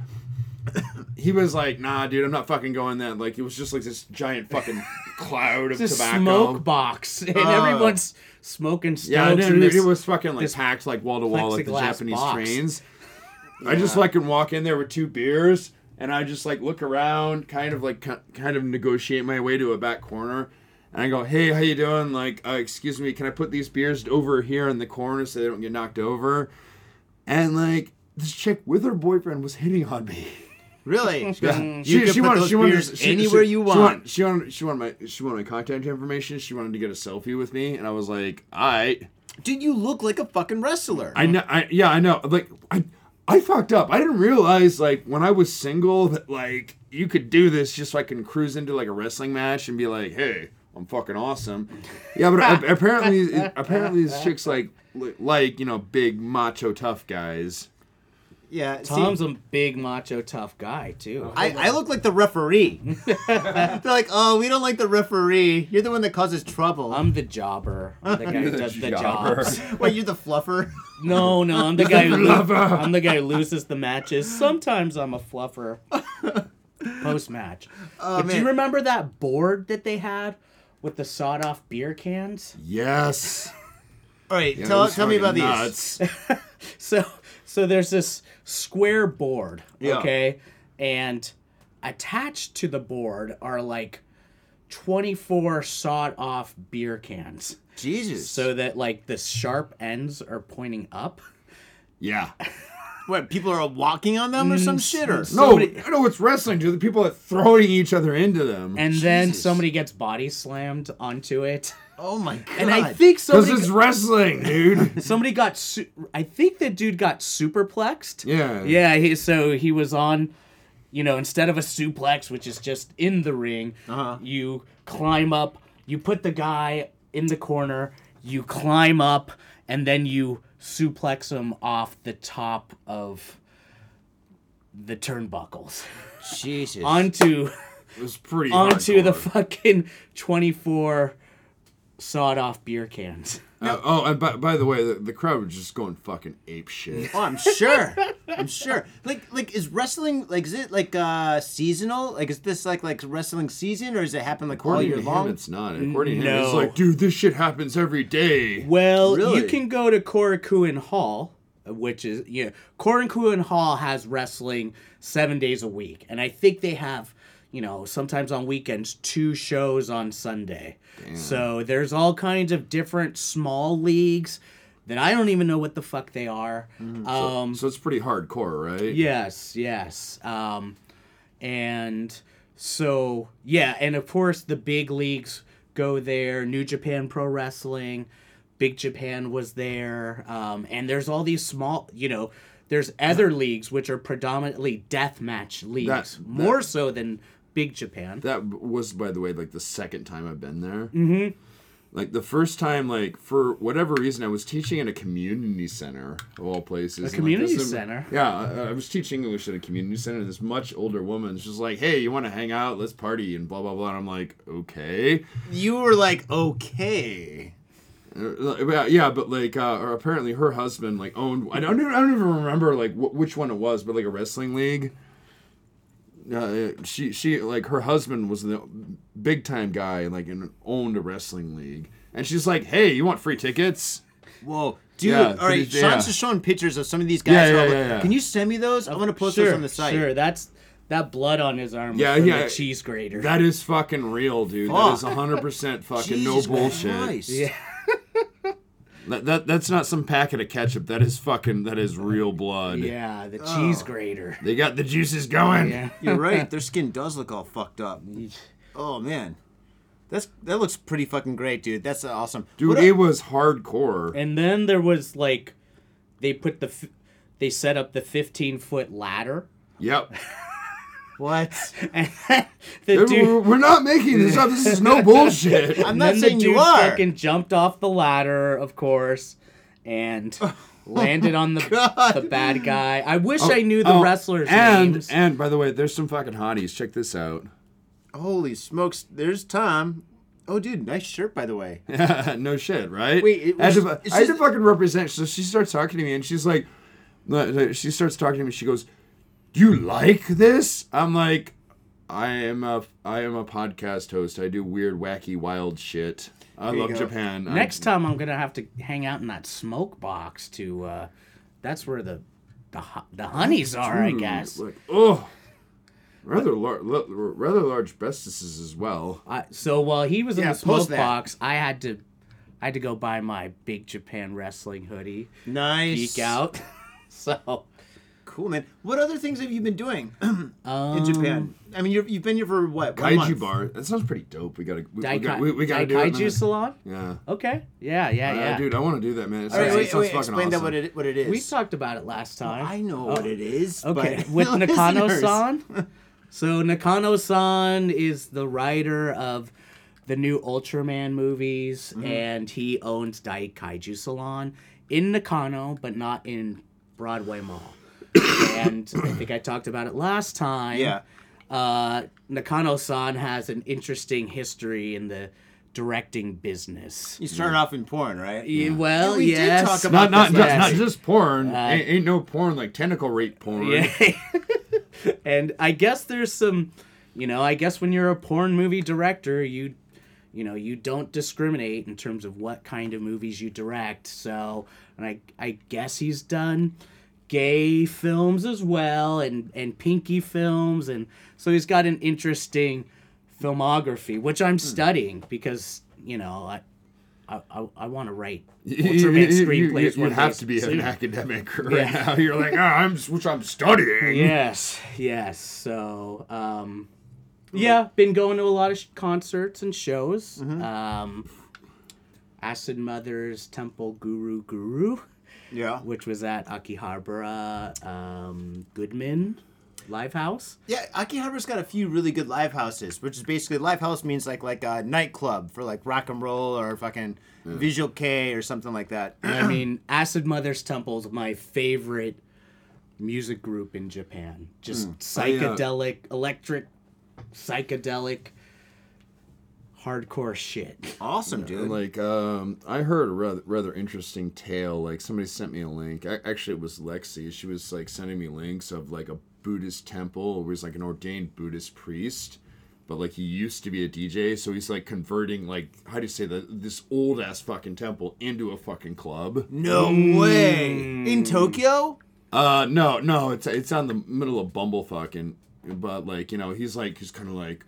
Speaker 2: he was like, nah, dude, I'm not fucking going then. Like, it was just like this giant fucking cloud of
Speaker 4: It's a
Speaker 2: tobacco.
Speaker 4: smoke box, (laughs) and
Speaker 3: Oh.
Speaker 4: everyone's smoking stokes.
Speaker 2: Yeah,
Speaker 4: and
Speaker 2: dude,
Speaker 4: this-
Speaker 2: it was fucking like
Speaker 4: this
Speaker 2: packed like wall to wall like the
Speaker 4: plexiglass
Speaker 2: Japanese
Speaker 4: box.
Speaker 2: trains. I just fucking walk in there with two beers, and I just like look around, kind of like ki- kind of negotiate my way to a back corner, and I go, "Hey, how you doing? Like, uh, excuse me, can I put these beers over here in the corner so they don't get knocked over?" And like this chick with her boyfriend was hitting on me.
Speaker 3: Really?
Speaker 2: (laughs)
Speaker 3: She goes, Mm, you
Speaker 2: She,
Speaker 3: can
Speaker 2: she
Speaker 3: put
Speaker 2: wanted
Speaker 3: those
Speaker 2: she wanted
Speaker 3: beers
Speaker 2: she-
Speaker 3: anywhere
Speaker 2: she-
Speaker 3: you
Speaker 2: she
Speaker 3: want.
Speaker 2: She wanted she wanted my she wanted my contact information. She wanted to get a selfie with me, and I was like, "All right."
Speaker 3: Dude, you look like a fucking wrestler.
Speaker 2: I know. I, yeah, I know. Like, I, I fucked up. I didn't realize like when I was single that like you could do this just so I can cruise into like a wrestling match and be like, hey, I'm fucking awesome. Yeah, but a- apparently,
Speaker 4: (laughs)
Speaker 2: apparently these chicks like li- like you know big macho tough guys.
Speaker 3: yeah. see,
Speaker 4: Tom's a big macho tough guy too.
Speaker 3: I, I look like the referee. They're like, oh, we don't like the referee. You're the one that causes trouble. (laughs)
Speaker 4: I'm the jobber. I'm the guy who does the
Speaker 2: (laughs) Jobber.
Speaker 4: jobs.
Speaker 3: Wait, you're the fluffer?
Speaker 4: No, no, I'm
Speaker 2: (laughs)
Speaker 4: the guy who lo-
Speaker 2: fluffer.
Speaker 4: I'm the guy who loses the matches. Sometimes I'm
Speaker 2: (laughs)
Speaker 4: a fluffer. Post match.
Speaker 2: Oh,
Speaker 4: but do
Speaker 3: man.
Speaker 4: you remember that board that they had with the sawed off beer cans?
Speaker 2: Yes.
Speaker 3: All right,
Speaker 2: Yeah,
Speaker 3: tell,
Speaker 2: those
Speaker 3: tell me about
Speaker 2: fucking
Speaker 3: these.
Speaker 2: nuts.
Speaker 4: So so there's this square board,
Speaker 2: Yeah.
Speaker 4: okay? And attached to the board are like 24 sawed off beer cans
Speaker 3: Jesus.
Speaker 4: so that like the sharp ends are pointing up. (laughs)
Speaker 2: Yeah.
Speaker 3: what? People are walking on them or some shit or
Speaker 2: No, I know it's wrestling, dude. The people are throwing each other into them.
Speaker 4: And then
Speaker 3: Jesus.
Speaker 4: somebody gets body slammed onto it.
Speaker 3: Oh my god.
Speaker 4: And I think
Speaker 2: Because
Speaker 4: somebody
Speaker 2: it's wrestling,
Speaker 4: (laughs)
Speaker 2: dude.
Speaker 4: somebody got su- I think the dude got superplexed.
Speaker 2: Yeah.
Speaker 4: Yeah, he, so he was on, you know, instead of a suplex, which is just in the ring,
Speaker 3: Uh-huh.
Speaker 4: you climb up, you put the guy in the corner, you climb up, and then you suplex him off the top of the turnbuckles
Speaker 2: (laughs)
Speaker 3: Jesus.
Speaker 4: onto
Speaker 2: It was pretty
Speaker 4: onto the
Speaker 2: hardcore.
Speaker 4: fucking 24 sawed off beer cans.
Speaker 2: Uh, oh, and by, by the way, the, the crowd was just going fucking ape shit.
Speaker 3: Oh, I'm sure. I'm sure. Like, like is wrestling like is it like uh seasonal? Like, is this like like wrestling season or does it happen like all
Speaker 2: According
Speaker 3: year
Speaker 2: to him,
Speaker 3: long?
Speaker 2: it's not. According to him, it's
Speaker 4: No.
Speaker 2: like, dude, this shit happens every day.
Speaker 4: Well,
Speaker 3: Really?
Speaker 4: you can go to Korakuen Hall, which is yeah, Korakuen Hall has wrestling seven days a week, and I think they have, you know, sometimes on weekends two shows on Sunday. So there's all kinds of different small leagues that I don't even know what the fuck they are.
Speaker 3: Mm,
Speaker 4: Um,
Speaker 2: So it's pretty hardcore, right?
Speaker 4: Yes, yes. Um, and so, yeah, and of course the big leagues go there. New Japan Pro Wrestling, Big Japan was there, um, and there's all these small, you know, there's other leagues which are predominantly deathmatch leagues,
Speaker 2: that-
Speaker 4: more so than Big Japan.
Speaker 2: That was, by the way, like the second time I've been there. Mm-hmm. Like the first time, like for whatever reason, I was teaching in a community center of all places. A
Speaker 4: community center?
Speaker 2: Yeah, I, I was teaching English at a community center, and this much older woman, she's like, "Hey, you want to hang out? Let's party and blah blah blah." And I'm like, "Okay."
Speaker 3: You were like okay.
Speaker 2: Uh, yeah, yeah, but like, uh, or apparently her husband like owned. I don't, even- I don't even remember like wh- which one it was, but like a wrestling league. Uh, she, she, like her husband was the big time guy, like and owned a wrestling league, and she's like, "Hey, you want free tickets?"
Speaker 3: Whoa, dude!
Speaker 2: Yeah,
Speaker 3: all right,
Speaker 2: pretty-
Speaker 3: Sean's
Speaker 2: yeah.
Speaker 3: just showing pictures of some of these guys.
Speaker 2: Yeah,
Speaker 3: They're all
Speaker 2: yeah,
Speaker 3: like,
Speaker 2: yeah, yeah.
Speaker 3: Can you send me those? I'm gonna post
Speaker 4: sure,
Speaker 3: those on the site.
Speaker 4: Sure, that's that blood on his arm.
Speaker 2: Yeah,
Speaker 4: Yeah, from
Speaker 2: yeah.
Speaker 4: The cheese grater.
Speaker 2: That is fucking real, dude. That is
Speaker 3: Fuck.
Speaker 2: hundred
Speaker 3: (laughs)
Speaker 2: percent fucking
Speaker 3: Jesus
Speaker 2: no bullshit.
Speaker 3: Christ.
Speaker 4: yeah.
Speaker 2: That, that that's not some packet of ketchup. That is fucking that is real blood.
Speaker 4: Yeah, the
Speaker 3: Oh.
Speaker 4: cheese grater.
Speaker 2: They got the juices going.
Speaker 4: Yeah.
Speaker 2: (laughs)
Speaker 3: You're right. Their skin does look all fucked up. Oh man, that's that looks pretty fucking great, dude. That's awesome.
Speaker 2: Dude,
Speaker 3: What a-
Speaker 2: it was hardcore.
Speaker 4: And then there was like, they put the, f- they set up the fifteen foot ladder, (laughs)
Speaker 2: Yep.
Speaker 3: what?
Speaker 4: and the
Speaker 2: Dude,
Speaker 4: dude.
Speaker 2: we're, we're not making this up. This is
Speaker 3: (laughs)
Speaker 2: no bullshit.
Speaker 3: I'm
Speaker 4: and
Speaker 3: not
Speaker 4: then the
Speaker 3: saying
Speaker 4: dude
Speaker 3: you are.
Speaker 4: fucking jumped off the ladder, of course, and landed on the the bad guy. I wish I knew the
Speaker 2: Oh,
Speaker 4: wrestlers'
Speaker 2: and,
Speaker 4: names.
Speaker 2: And by the way, there's some fucking hotties. Check this out. (laughs)
Speaker 3: Holy smokes! There's Tom. Oh, dude, nice shirt by the
Speaker 4: (laughs)
Speaker 3: way.
Speaker 2: no shit, right?
Speaker 3: Wait, it
Speaker 2: I had, to,
Speaker 3: was-
Speaker 2: fu- I had to
Speaker 3: it's-
Speaker 2: fucking represent. So she starts talking to me, and she's like, uh, she starts talking to me. She goes, "Do you like this?" I'm like, "I am a, I am a podcast host. I do weird, wacky, wild shit. I
Speaker 3: you
Speaker 2: love
Speaker 3: go.
Speaker 2: Japan.
Speaker 4: Next time I'm gonna have to hang out in that smoke box to. uh That's where the the ho- the honeys are, I
Speaker 2: Ooh,
Speaker 4: guess.
Speaker 2: Like, oh, rather large, rather large bestesses as well.
Speaker 4: I, so while he was in
Speaker 3: Yeah,
Speaker 4: the
Speaker 3: post
Speaker 4: smoke
Speaker 3: that.
Speaker 4: box, I had to, I had to go buy my Big Japan Wrestling hoodie,
Speaker 3: Nice.
Speaker 4: geek out. (laughs) so
Speaker 3: Cool, man. What other things have you been doing (clears throat)
Speaker 4: um,
Speaker 3: in Japan? I mean, you're, you've been here for what? one
Speaker 2: Kaiju
Speaker 3: month?
Speaker 2: bar. That sounds pretty dope. We gotta, we, we
Speaker 4: Daikai,
Speaker 2: gotta, we, we gotta do it.
Speaker 4: Daikaiju
Speaker 2: man.
Speaker 4: salon.
Speaker 2: Yeah.
Speaker 4: Okay. Yeah. Yeah.
Speaker 2: Uh,
Speaker 4: Yeah.
Speaker 2: dude, I want to do that, man. It
Speaker 3: All
Speaker 2: sounds,
Speaker 3: right,
Speaker 2: it
Speaker 3: wait,
Speaker 2: sounds
Speaker 3: wait,
Speaker 2: fucking
Speaker 3: explain that
Speaker 2: awesome.
Speaker 3: what it what it is.
Speaker 4: we talked about it last time.
Speaker 3: I know
Speaker 4: Oh,
Speaker 3: what it is. (laughs)
Speaker 4: Okay.
Speaker 3: but-
Speaker 4: (laughs) With
Speaker 3: Listeners.
Speaker 4: Nakano-san. (laughs) so Nakano-san is the writer of the new Ultraman movies,
Speaker 3: Mm-hmm.
Speaker 4: and he owns Daikaiju Salon in Nakano, but not in Broadway Mall. (coughs) and I think I talked about it last time.
Speaker 3: Yeah.
Speaker 4: Uh, Nakano-san has an interesting history in the directing business.
Speaker 3: You started off in porn, right?
Speaker 4: Y- Well,
Speaker 3: we did
Speaker 4: yes.
Speaker 3: talk about
Speaker 2: Not not
Speaker 3: this
Speaker 2: just,
Speaker 4: last-
Speaker 2: not just porn.
Speaker 3: Uh,
Speaker 2: ain't, ain't no porn like tentacle rape porn.
Speaker 4: Yeah. (laughs) and I guess there's some, you know, I guess when you're a porn movie director, you, you know, you don't discriminate in terms of what kind of movies you direct. So, and I, I guess he's done gay films as well and and pinky films and so he's got an interesting filmography, which
Speaker 2: Hmm.
Speaker 4: I'm studying because you know I I, I, I want to write
Speaker 2: (laughs) You,
Speaker 4: Ultraman
Speaker 2: you,
Speaker 4: screenplays.
Speaker 2: you
Speaker 4: one day
Speaker 2: have to be an
Speaker 4: soon.
Speaker 2: academic (laughs) right now. You're like, oh, I'm just, which I'm studying.
Speaker 4: Yes, yes. So, um, yeah, been going to a lot of sh- concerts and shows. Um, Acid Mother's Temple Guru Guru,
Speaker 3: Yeah.
Speaker 4: which was at Akihabara um, Goodman Livehouse.
Speaker 3: Yeah, Akihaba's got a few really good live houses, which is basically live house means like like a nightclub for like rock and roll or fucking Visual K or something like that.
Speaker 4: I mean, Acid Mother's Temple is my favorite music group in Japan. Just psychedelic, electric, psychedelic, hardcore shit.
Speaker 3: awesome, dude.
Speaker 2: And, like um, I heard a rather, rather interesting tale. Like somebody sent me a link. A actually, it was Lexi. She was like sending me links of like a Buddhist temple where he's like an ordained Buddhist priest, but like he used to be a DJ, so he's like converting like how do you say that this old ass fucking temple into a fucking club.
Speaker 3: no way.
Speaker 2: Hmm.
Speaker 3: In Tokyo?
Speaker 2: Uh, no, no, it's it's on the middle of bumblefuck and but like you know he's like he's kind of like.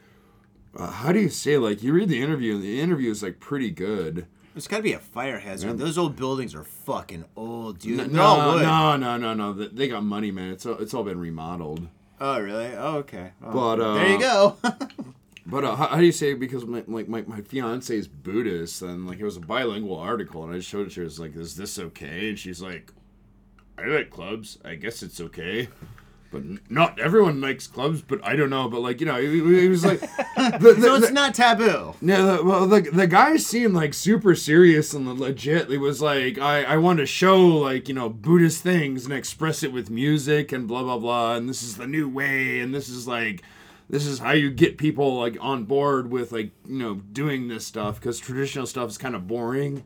Speaker 2: Uh, how do you say like you read the interview and the interview is like pretty good
Speaker 3: It's got to be a fire hazard. Those old buildings are fucking old, dude. They're all
Speaker 2: No,
Speaker 3: wood.
Speaker 2: no, no, no, no. They- They got money, man. It's all, it's all been remodeled.
Speaker 3: Oh, really? Oh, okay. Oh,
Speaker 2: But, uh,
Speaker 3: there you go. (laughs)
Speaker 2: But uh, how, how do you say? Because my like my, my fiance is Buddhist, and like it was a bilingual article, and I showed it to her. It's like, is this okay? And she's like, I like clubs. I guess it's okay. But n- not everyone likes clubs. But I don't know. But like you know, it, it was
Speaker 3: (laughs)
Speaker 2: like, the, the-
Speaker 3: so it's
Speaker 2: the-
Speaker 3: not taboo.
Speaker 2: No, the, well, the, the guy seemed like super serious and legit. He was like, I, I want to show like you know Buddhist things and express it with music and blah blah blah. And this is the new way. And this is like, this is how you get people like on board with like you know doing this stuff because traditional stuff is kind of boring.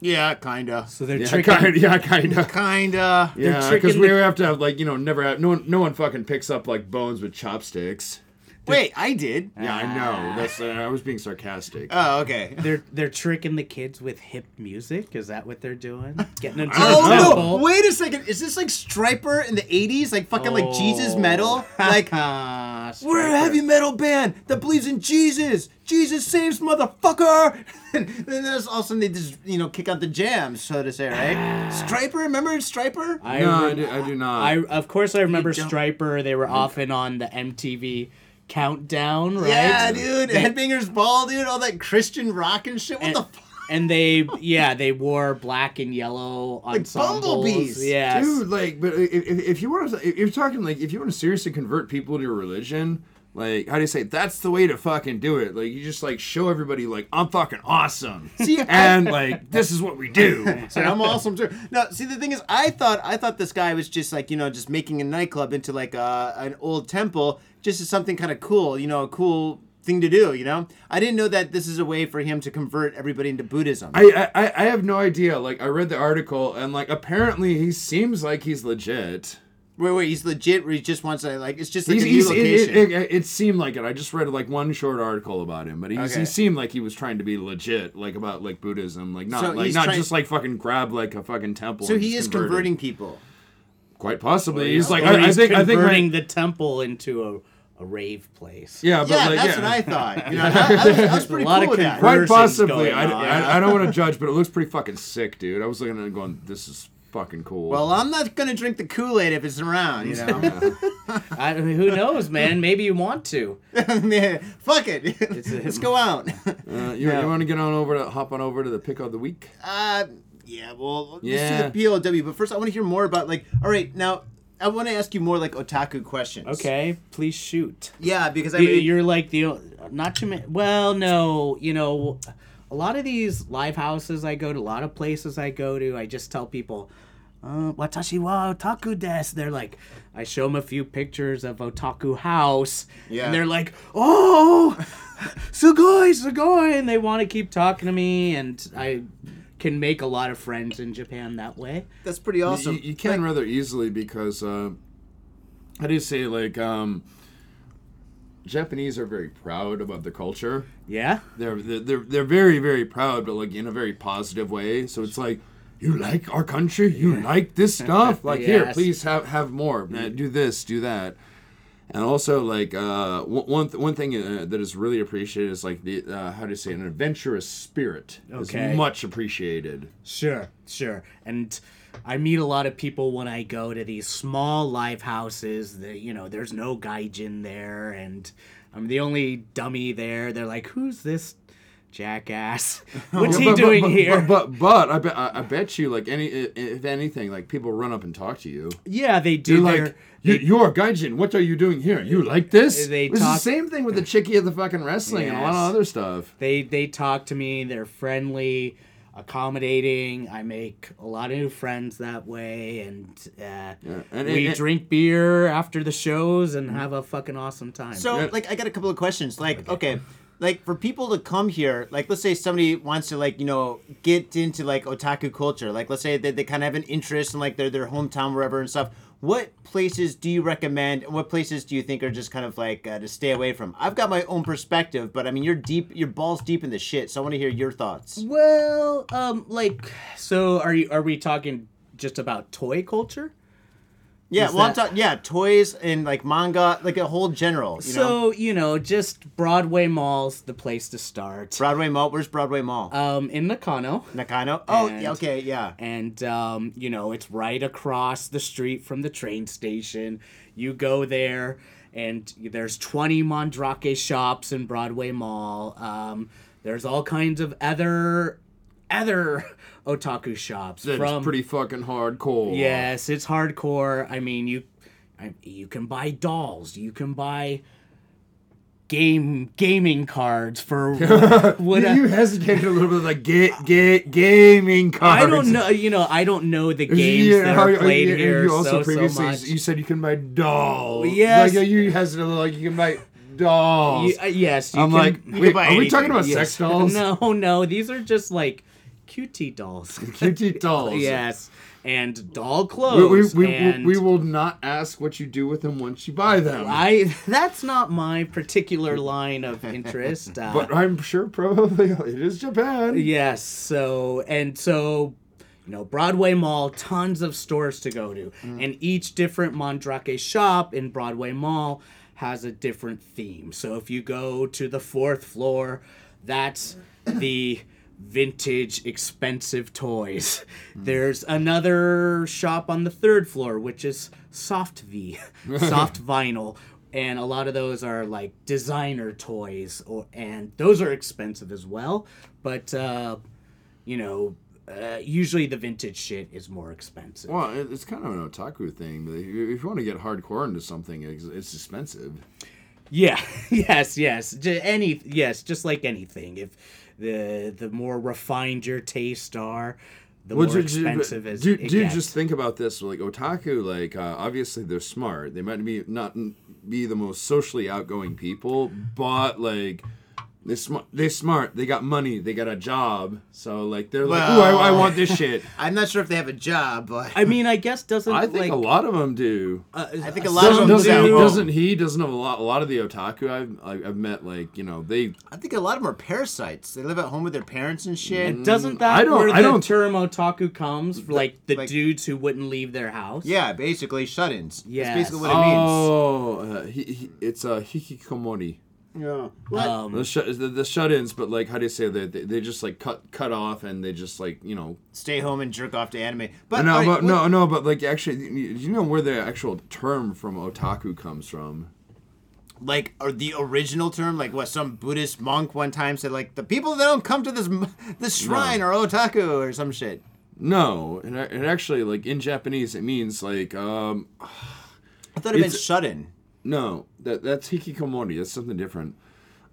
Speaker 3: Yeah, kinda.
Speaker 4: So they're
Speaker 2: Yeah, (laughs)
Speaker 4: tricking.
Speaker 2: kind of. Yeah, kind of.
Speaker 3: Kinda.
Speaker 2: Yeah,
Speaker 4: tricking
Speaker 2: because we
Speaker 4: the-
Speaker 2: have to have like you know never have no one no one fucking picks up like bones with chopsticks.
Speaker 3: Wait, I did.
Speaker 2: Yeah, I
Speaker 4: Ah.
Speaker 2: know. That's uh, I was being sarcastic. (laughs)
Speaker 3: Oh, okay.
Speaker 4: They're they're tricking the kids with hip music. Is that what they're doing?
Speaker 2: (laughs)
Speaker 4: Getting into the
Speaker 3: Oh no!
Speaker 4: temple.
Speaker 3: Wait a second. Is this like Striper in the '80s, like fucking like Jesus metal?
Speaker 2: Oh. (laughs)
Speaker 3: Like
Speaker 4: Ah,
Speaker 3: we're a
Speaker 4: striker.
Speaker 3: heavy metal band that believes in Jesus. Jesus saves, motherfucker. (laughs) and then there's all of a sudden they just you know kick out the jams, so to say, (sighs) right? Striper, remember Striper?
Speaker 4: I
Speaker 2: no, I
Speaker 4: rem-
Speaker 2: do, I do not.
Speaker 4: I of course I remember
Speaker 3: don't- Mm.
Speaker 4: Striper. They were often on the MTV Countdown, right?
Speaker 3: Yeah, dude. Headbangers Ball, dude. All that Christian rock and shit. What
Speaker 4: And,
Speaker 3: the (laughs) fuck?
Speaker 4: and they yeah they wore black and yellow ensembles.
Speaker 3: bumblebees,
Speaker 4: Yes.
Speaker 2: Dude, like, but uh, if, if if you want to, if you're talking like, if you want to seriously convert people to your religion, like, how do you say? That's the way to fucking do it. Like, you just like show everybody, like, I'm fucking awesome,
Speaker 3: (laughs) See,
Speaker 2: and like, this is what we do.
Speaker 3: (laughs) So I'm awesome too. No, see the thing is, I thought I thought this guy was just like you know just making a nightclub into like a, an old temple, just as something kind of cool, you know, a cool thing to do. You know, I didn't know that this is a way for him to convert everybody into Buddhism.
Speaker 2: I, I I have no idea. Like, I read the article, and like, apparently he seems like he's legit.
Speaker 3: wait, wait, he's legit. Where he just wants to like it's just like
Speaker 2: He's,
Speaker 3: a new
Speaker 2: he's, it,
Speaker 3: location.
Speaker 2: it, it, it seemed like it. I just read like one short article about him, but he's,
Speaker 3: Okay.
Speaker 2: he seemed like he was trying to be legit, like about like Buddhism, like not
Speaker 3: So
Speaker 2: like
Speaker 3: he's
Speaker 2: not
Speaker 3: trying-
Speaker 2: just like fucking grab like a fucking temple.
Speaker 3: so
Speaker 2: and
Speaker 3: he
Speaker 2: just
Speaker 3: is
Speaker 2: convert it.
Speaker 3: converting people.
Speaker 2: Quite possibly. He's like,
Speaker 4: Or
Speaker 2: I, I
Speaker 4: he's
Speaker 2: think, I think,
Speaker 4: converting
Speaker 2: my,
Speaker 4: the temple into a, a rave place.
Speaker 2: yeah, Uh, but
Speaker 3: Yeah,
Speaker 2: like,
Speaker 3: that's
Speaker 2: yeah.
Speaker 3: what I thought.
Speaker 2: (laughs)
Speaker 3: You know, I, I was, I was pretty
Speaker 4: A lot
Speaker 3: cool
Speaker 4: of
Speaker 3: with that.
Speaker 4: convert-
Speaker 2: Quite
Speaker 4: Versions
Speaker 2: possibly.
Speaker 4: going
Speaker 2: I,
Speaker 4: on.
Speaker 2: I, I don't
Speaker 3: (laughs)
Speaker 2: want to judge, but it looks pretty fucking sick, dude. I was looking at it going, this is fucking cool.
Speaker 3: Well, I'm not gonna drink the Kool Aid if it's around. You know,
Speaker 2: (laughs)
Speaker 3: (laughs)
Speaker 4: I, mean, who knows, man? Maybe you want to.
Speaker 3: Man, fuck it. (laughs) Let's go out.
Speaker 2: uh, you, you want to get on over to hop on over to the pick of the week?
Speaker 3: (laughs) Uh, yeah, well,
Speaker 2: Yeah.
Speaker 3: let's do the POW. But first, I want to hear more about like. All right, now I want to ask you more like otaku questions.
Speaker 4: Okay, please shoot.
Speaker 3: Yeah, because I
Speaker 4: You-
Speaker 3: mean,
Speaker 4: you're like the o- not too many. Well, no, you know, a lot of these live houses I go to, a lot of places I go to, I just tell people, uh, "Watashi wa otaku des." They're like, I show them a few pictures of otaku house,
Speaker 3: Yeah.
Speaker 4: and they're like, "Oh, sugoi, sugoi," and they want to keep talking to me, and I can make a lot of friends in Japan that way.
Speaker 3: that's pretty awesome.
Speaker 2: you, you can rather easily because, uh, how do you say, like, um, Japanese are very proud about their culture.
Speaker 4: Yeah.
Speaker 2: they're they're they're, they're very very proud, but like in a very positive way. So it's like. You like our
Speaker 4: (laughs)
Speaker 2: country? You like this stuff? Like here,
Speaker 4: Yes.
Speaker 2: please have have more. Man, do this, do that. And also, like uh, one one th- one thing uh, that is really appreciated is like the uh, how do you say an adventurous spirit
Speaker 4: Okay.
Speaker 2: is much appreciated.
Speaker 4: Sure, sure. And I meet a lot of people when I go to these small live houses that, you know, there's no gaijin there and I'm the only dummy there. They're like, who's this
Speaker 2: (laughs)
Speaker 4: jackass?
Speaker 2: Yeah,
Speaker 4: What's he
Speaker 2: but- but-
Speaker 4: doing
Speaker 2: but-
Speaker 4: here?
Speaker 2: But but, but I, bet I, I bet you like any i- if anything like people run up and talk to you.
Speaker 4: yeah, they do.
Speaker 2: You're
Speaker 4: They're-
Speaker 2: like you, you're a gaijin. What are you doing here? You like this?
Speaker 4: They
Speaker 2: it's the
Speaker 4: talk-
Speaker 2: same thing with the chickie of the fucking wrestling and a lot
Speaker 4: Yes.
Speaker 2: of other stuff.
Speaker 4: They they talk to me. They're friendly, accommodating. I make a lot of new friends that way, and uh,
Speaker 2: and-
Speaker 4: we
Speaker 2: and-
Speaker 4: drink beer after the shows and have a fucking awesome time.
Speaker 3: So, like, I got a couple of questions. Like, okay. like for people to come here, like, let's say somebody wants to, like, you know, get into like otaku culture. Like, let's say that they kind of have an interest in like their their hometown, wherever and stuff. What places do you recommend, and what places do you think are just kind of like uh, to stay away from? I've got my own perspective, but I mean, you're deep, you're balls deep in the shit, so I want to hear your thoughts.
Speaker 4: Mm-hmm. well, um, like, so are you? Are we talking just about toy culture?
Speaker 3: Yeah,
Speaker 4: Is
Speaker 3: well, I'm
Speaker 4: that-
Speaker 3: talking. Yeah, toys and like manga, like a whole general. You know,
Speaker 4: so you know, just Broadway malls, the place to start.
Speaker 3: Broadway Mall. Where's Broadway Mall?
Speaker 4: Um, in Nakano.
Speaker 3: Nakano. Oh,
Speaker 4: and-
Speaker 3: yeah, okay, yeah.
Speaker 4: and um, you know it's right across the street from the train station. You go there, and there's 20 Mandrake shops in Broadway Mall. Um, there's all kinds of other other (laughs) otaku shops
Speaker 2: That's
Speaker 4: from
Speaker 2: pretty fucking hardcore.
Speaker 4: Yes, it's hardcore. I mean, you, I, you can buy dolls. You can buy game gaming
Speaker 2: (laughs)
Speaker 4: cards for what, what
Speaker 2: You, you hesitated a little bit, like get get gaming cards.
Speaker 4: I don't know. You know, I don't know the games that
Speaker 2: how
Speaker 4: are
Speaker 2: you-
Speaker 4: played
Speaker 2: you-
Speaker 4: here
Speaker 2: You also
Speaker 4: so, so
Speaker 2: previously
Speaker 4: much.
Speaker 2: you said you can buy dolls.
Speaker 4: Yes.
Speaker 2: like, you hesitated a little, like you can buy dolls.
Speaker 4: You- uh, yes, you
Speaker 2: I'm
Speaker 4: can- (laughs)
Speaker 2: like, (laughs) wait,
Speaker 3: buy
Speaker 2: are we talking
Speaker 3: anything.
Speaker 2: about
Speaker 4: yes. (laughs)
Speaker 2: sex dolls?
Speaker 4: No, no, these are just like cutie dolls.
Speaker 2: (laughs)
Speaker 4: (laughs)
Speaker 2: Cutie dolls.
Speaker 4: yes, and doll
Speaker 2: We, we,
Speaker 4: clothes.
Speaker 2: we,
Speaker 4: and
Speaker 2: we will not ask what you do with them once you buy them.
Speaker 4: I (laughs) that's not my particular line of interest.
Speaker 2: (laughs)
Speaker 4: Uh,
Speaker 2: but I'm sure probably (laughs) it is Japan.
Speaker 4: Yes. So and so, you know, Broadway Mall, tons of stores to go to, and each different Mandrake shop in Broadway Mall has a different theme. So if you go to the fourth floor, that's the vintage expensive toys. There's another shop on the third floor which is soft V, soft vinyl, and a lot of those are like designer toys or and those are expensive as well but uh you know uh, usually the vintage shit is more expensive
Speaker 2: Well, it- it's kind of an otaku thing. But if you if you want to get hardcore into something, it's, it's expensive.
Speaker 4: yeah (laughs) yes yes J- any yes just like anything if the the more refined your taste are the more
Speaker 2: ju- ju-
Speaker 4: expensive is
Speaker 2: uh, do,
Speaker 4: it
Speaker 2: do
Speaker 4: gets.
Speaker 2: just think about this like otaku like uh, obviously they're smart they might be not n- be the most socially outgoing people but like they smart they smart they got money they got a job so like they're like ooh I, I want (laughs) this shit
Speaker 3: I'm not sure if they have a job, but
Speaker 4: i mean i guess doesn't
Speaker 2: I think
Speaker 4: like uh,
Speaker 2: a lot of them do
Speaker 4: i
Speaker 3: think a lot
Speaker 2: Doesn't-
Speaker 3: of them
Speaker 2: doesn't,
Speaker 3: do.
Speaker 2: doesn't he doesn't have a lot a lot of the otaku I've I've I've met like you know they
Speaker 3: I think a lot of them are parasites. They live at home with their parents and shit.
Speaker 4: uh, doesn't that
Speaker 2: I don't-
Speaker 4: where
Speaker 2: I
Speaker 4: the
Speaker 2: don't-
Speaker 4: term otaku comes like the
Speaker 3: like-
Speaker 4: dudes who wouldn't leave their house
Speaker 3: yeah, basically shut-ins.
Speaker 4: Yes.
Speaker 3: That's basically what
Speaker 2: oh uh, he, he, it's a uh, hikikomori
Speaker 3: it means. Yeah. What?
Speaker 4: um
Speaker 2: The, shut the, the shut-ins, but like, how do you say that? They, they just like cut cut off, and they just like you know.
Speaker 3: Stay home and jerk off to anime. But
Speaker 2: no,
Speaker 3: all right,
Speaker 2: but
Speaker 3: what-
Speaker 2: no, no, but like actually, you you know where the actual term from otaku comes from?
Speaker 3: like or the original term, like what some Buddhist monk one time said, like the people that don't come to this m- this shrine are otaku or some shit.
Speaker 2: No, and it actually like in Japanese it means like um
Speaker 3: I thought it meant
Speaker 2: It's-
Speaker 3: shut-in.
Speaker 2: no that that's hikikomori. That's something different.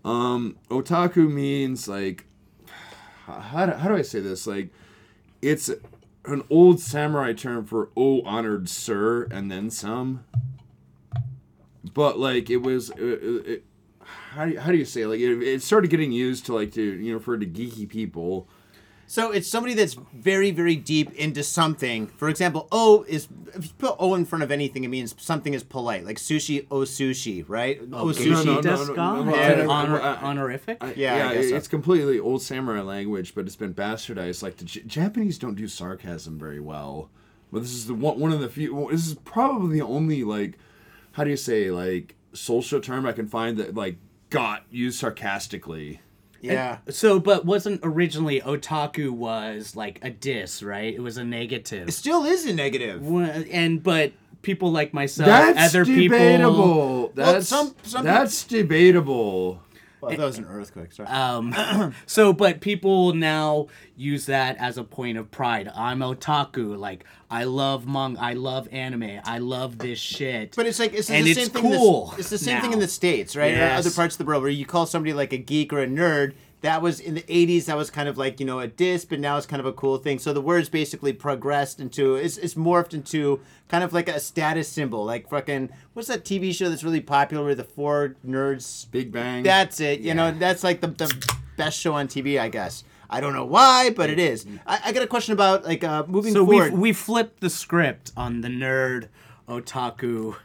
Speaker 2: Um, otaku means like how do, how do I say this? Like it's an old samurai term for "oh honored sir" and then some. But like it was, it, it, it- how do you, how do you say it? like it, it started getting used to like to you know refer to geeky people.
Speaker 3: So it's somebody that's very, very deep into something. For example, O is if you put O in front of anything, it means something is polite, like sushi, O sushi, right? O
Speaker 4: okay.
Speaker 3: sushi.
Speaker 2: Oh, No, no, no,
Speaker 4: Desu
Speaker 2: no,
Speaker 4: ga?
Speaker 2: no, no,
Speaker 4: Is it
Speaker 2: I- I-
Speaker 4: honor-
Speaker 2: I-
Speaker 4: honorific
Speaker 3: Uh, Yeah, I
Speaker 2: yeah,
Speaker 3: guess so.
Speaker 2: it's completely old samurai language, but it's been bastardized. Like the J- Japanese don't do sarcasm very well. But this is the one, one of the few. This is probably the only like, how do you say like social term I can find that like got used sarcastically.
Speaker 3: Yeah.
Speaker 4: So, but wasn't originally otaku was like a diss, right? It was a negative.
Speaker 3: Still is a negative.
Speaker 4: Wha- And but people like myself,
Speaker 2: That's
Speaker 4: Uh, other people,
Speaker 2: debatable. That's
Speaker 3: some- some-
Speaker 2: that's debatable.
Speaker 3: Well, that was an earthquake. Sorry.
Speaker 4: Um, so, but people now use that as a point of pride. I'm otaku. Like, I love manga. I love anime. I love this shit.
Speaker 3: But it's like it's
Speaker 4: And
Speaker 3: the
Speaker 4: it's
Speaker 3: same thing. in the-
Speaker 4: cool
Speaker 3: it's the same
Speaker 4: now.
Speaker 3: thing in the states, right? Or
Speaker 4: Yes.
Speaker 3: other parts of the world where you call somebody like a geek or a nerd. That was in the '80s. That was kind of like you know a diss, but now it's kind of a cool thing. So the word's basically progressed into it's, it's morphed into kind of like a status symbol. Like fucking what's that TV show that's really popular where the four nerds?
Speaker 2: Big Bang.
Speaker 3: That's it. You know that's like the, the best show on TV, I guess. I don't know why, but it is. I, I got a question about like uh, moving
Speaker 4: so we
Speaker 3: forward.
Speaker 4: we flipped the script on the nerd otaku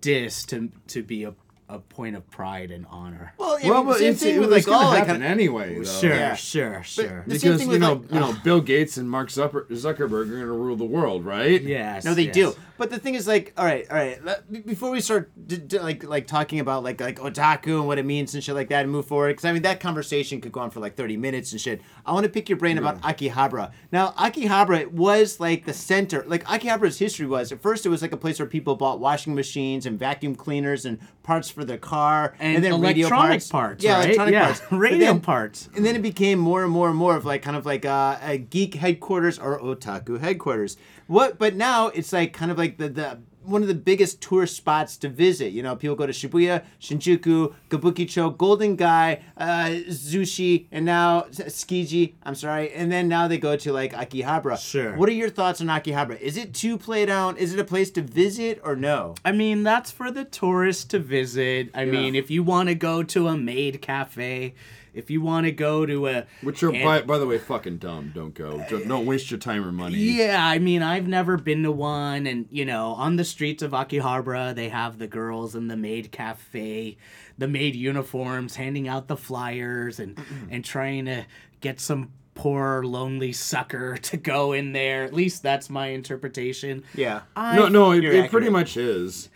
Speaker 4: diss to to be a a point of pride and honor.
Speaker 3: well, I
Speaker 2: well,
Speaker 3: mean,
Speaker 2: but
Speaker 3: same
Speaker 2: it's,
Speaker 3: thing
Speaker 2: it
Speaker 3: with
Speaker 2: was
Speaker 3: like
Speaker 2: gonna
Speaker 3: all like
Speaker 2: happen anyway. Though.
Speaker 4: Sure,
Speaker 3: Yeah.
Speaker 4: sure, sure.
Speaker 3: the same
Speaker 2: Because
Speaker 3: thing
Speaker 2: you
Speaker 3: with,
Speaker 2: know,
Speaker 3: like,
Speaker 2: you know, Bill Gates and Mark Zucker- Zuckerberg are gonna rule the world, right?
Speaker 4: Yes.
Speaker 3: No, they
Speaker 4: yes.
Speaker 3: do. But the thing is, like, all right, all right. let- be- Before we start, d- d- like, like talking about like like otaku and what it means and shit like that, and move forward, because I mean that conversation could go on for like thirty minutes and shit. I want to pick your brain about Akihabara. Now, Akihabara was like the center. Like Akihabara's history was at first it was like a place where people bought washing machines and vacuum cleaners and parts for their car
Speaker 4: And, electronic parts,
Speaker 3: yeah,
Speaker 4: right?
Speaker 3: electronic
Speaker 4: yeah. (laughs)
Speaker 3: parts, But
Speaker 4: radio
Speaker 3: then-
Speaker 4: parts.
Speaker 3: and then it became more and more and more of like kind of like uh, a geek headquarters or otaku headquarters. What? But now it's like kind of like the the one of the biggest tourist spots to visit. You know, people go to Shibuya, Shinjuku, Kabukicho, Golden Guy, uh, Zushi, and now Tsukiji. I'm sorry, and then now they go to like Akihabara.
Speaker 4: Sure.
Speaker 3: What are your thoughts on Akihabara? Is it too played out? Is it a place to visit or no?
Speaker 4: I mean, that's for the tourists to visit. I mean, if you want to go to a maid cafe, if you want to go to a
Speaker 2: Which are,
Speaker 4: and- Uh,
Speaker 2: by, by the way, fucking dumb. Don't go. Don't, don't waste your time or money.
Speaker 4: yeah, I mean, I've never been to one, and you know, on the streets of Akihabara, they have the girls in the maid cafe, the maid uniforms, handing out the flyers and and trying to get some poor lonely sucker (laughs) to go in there. At least that's my interpretation.
Speaker 3: Yeah.
Speaker 4: I
Speaker 2: No, no, it,
Speaker 3: You're
Speaker 2: it pretty
Speaker 3: accurate.
Speaker 2: much is.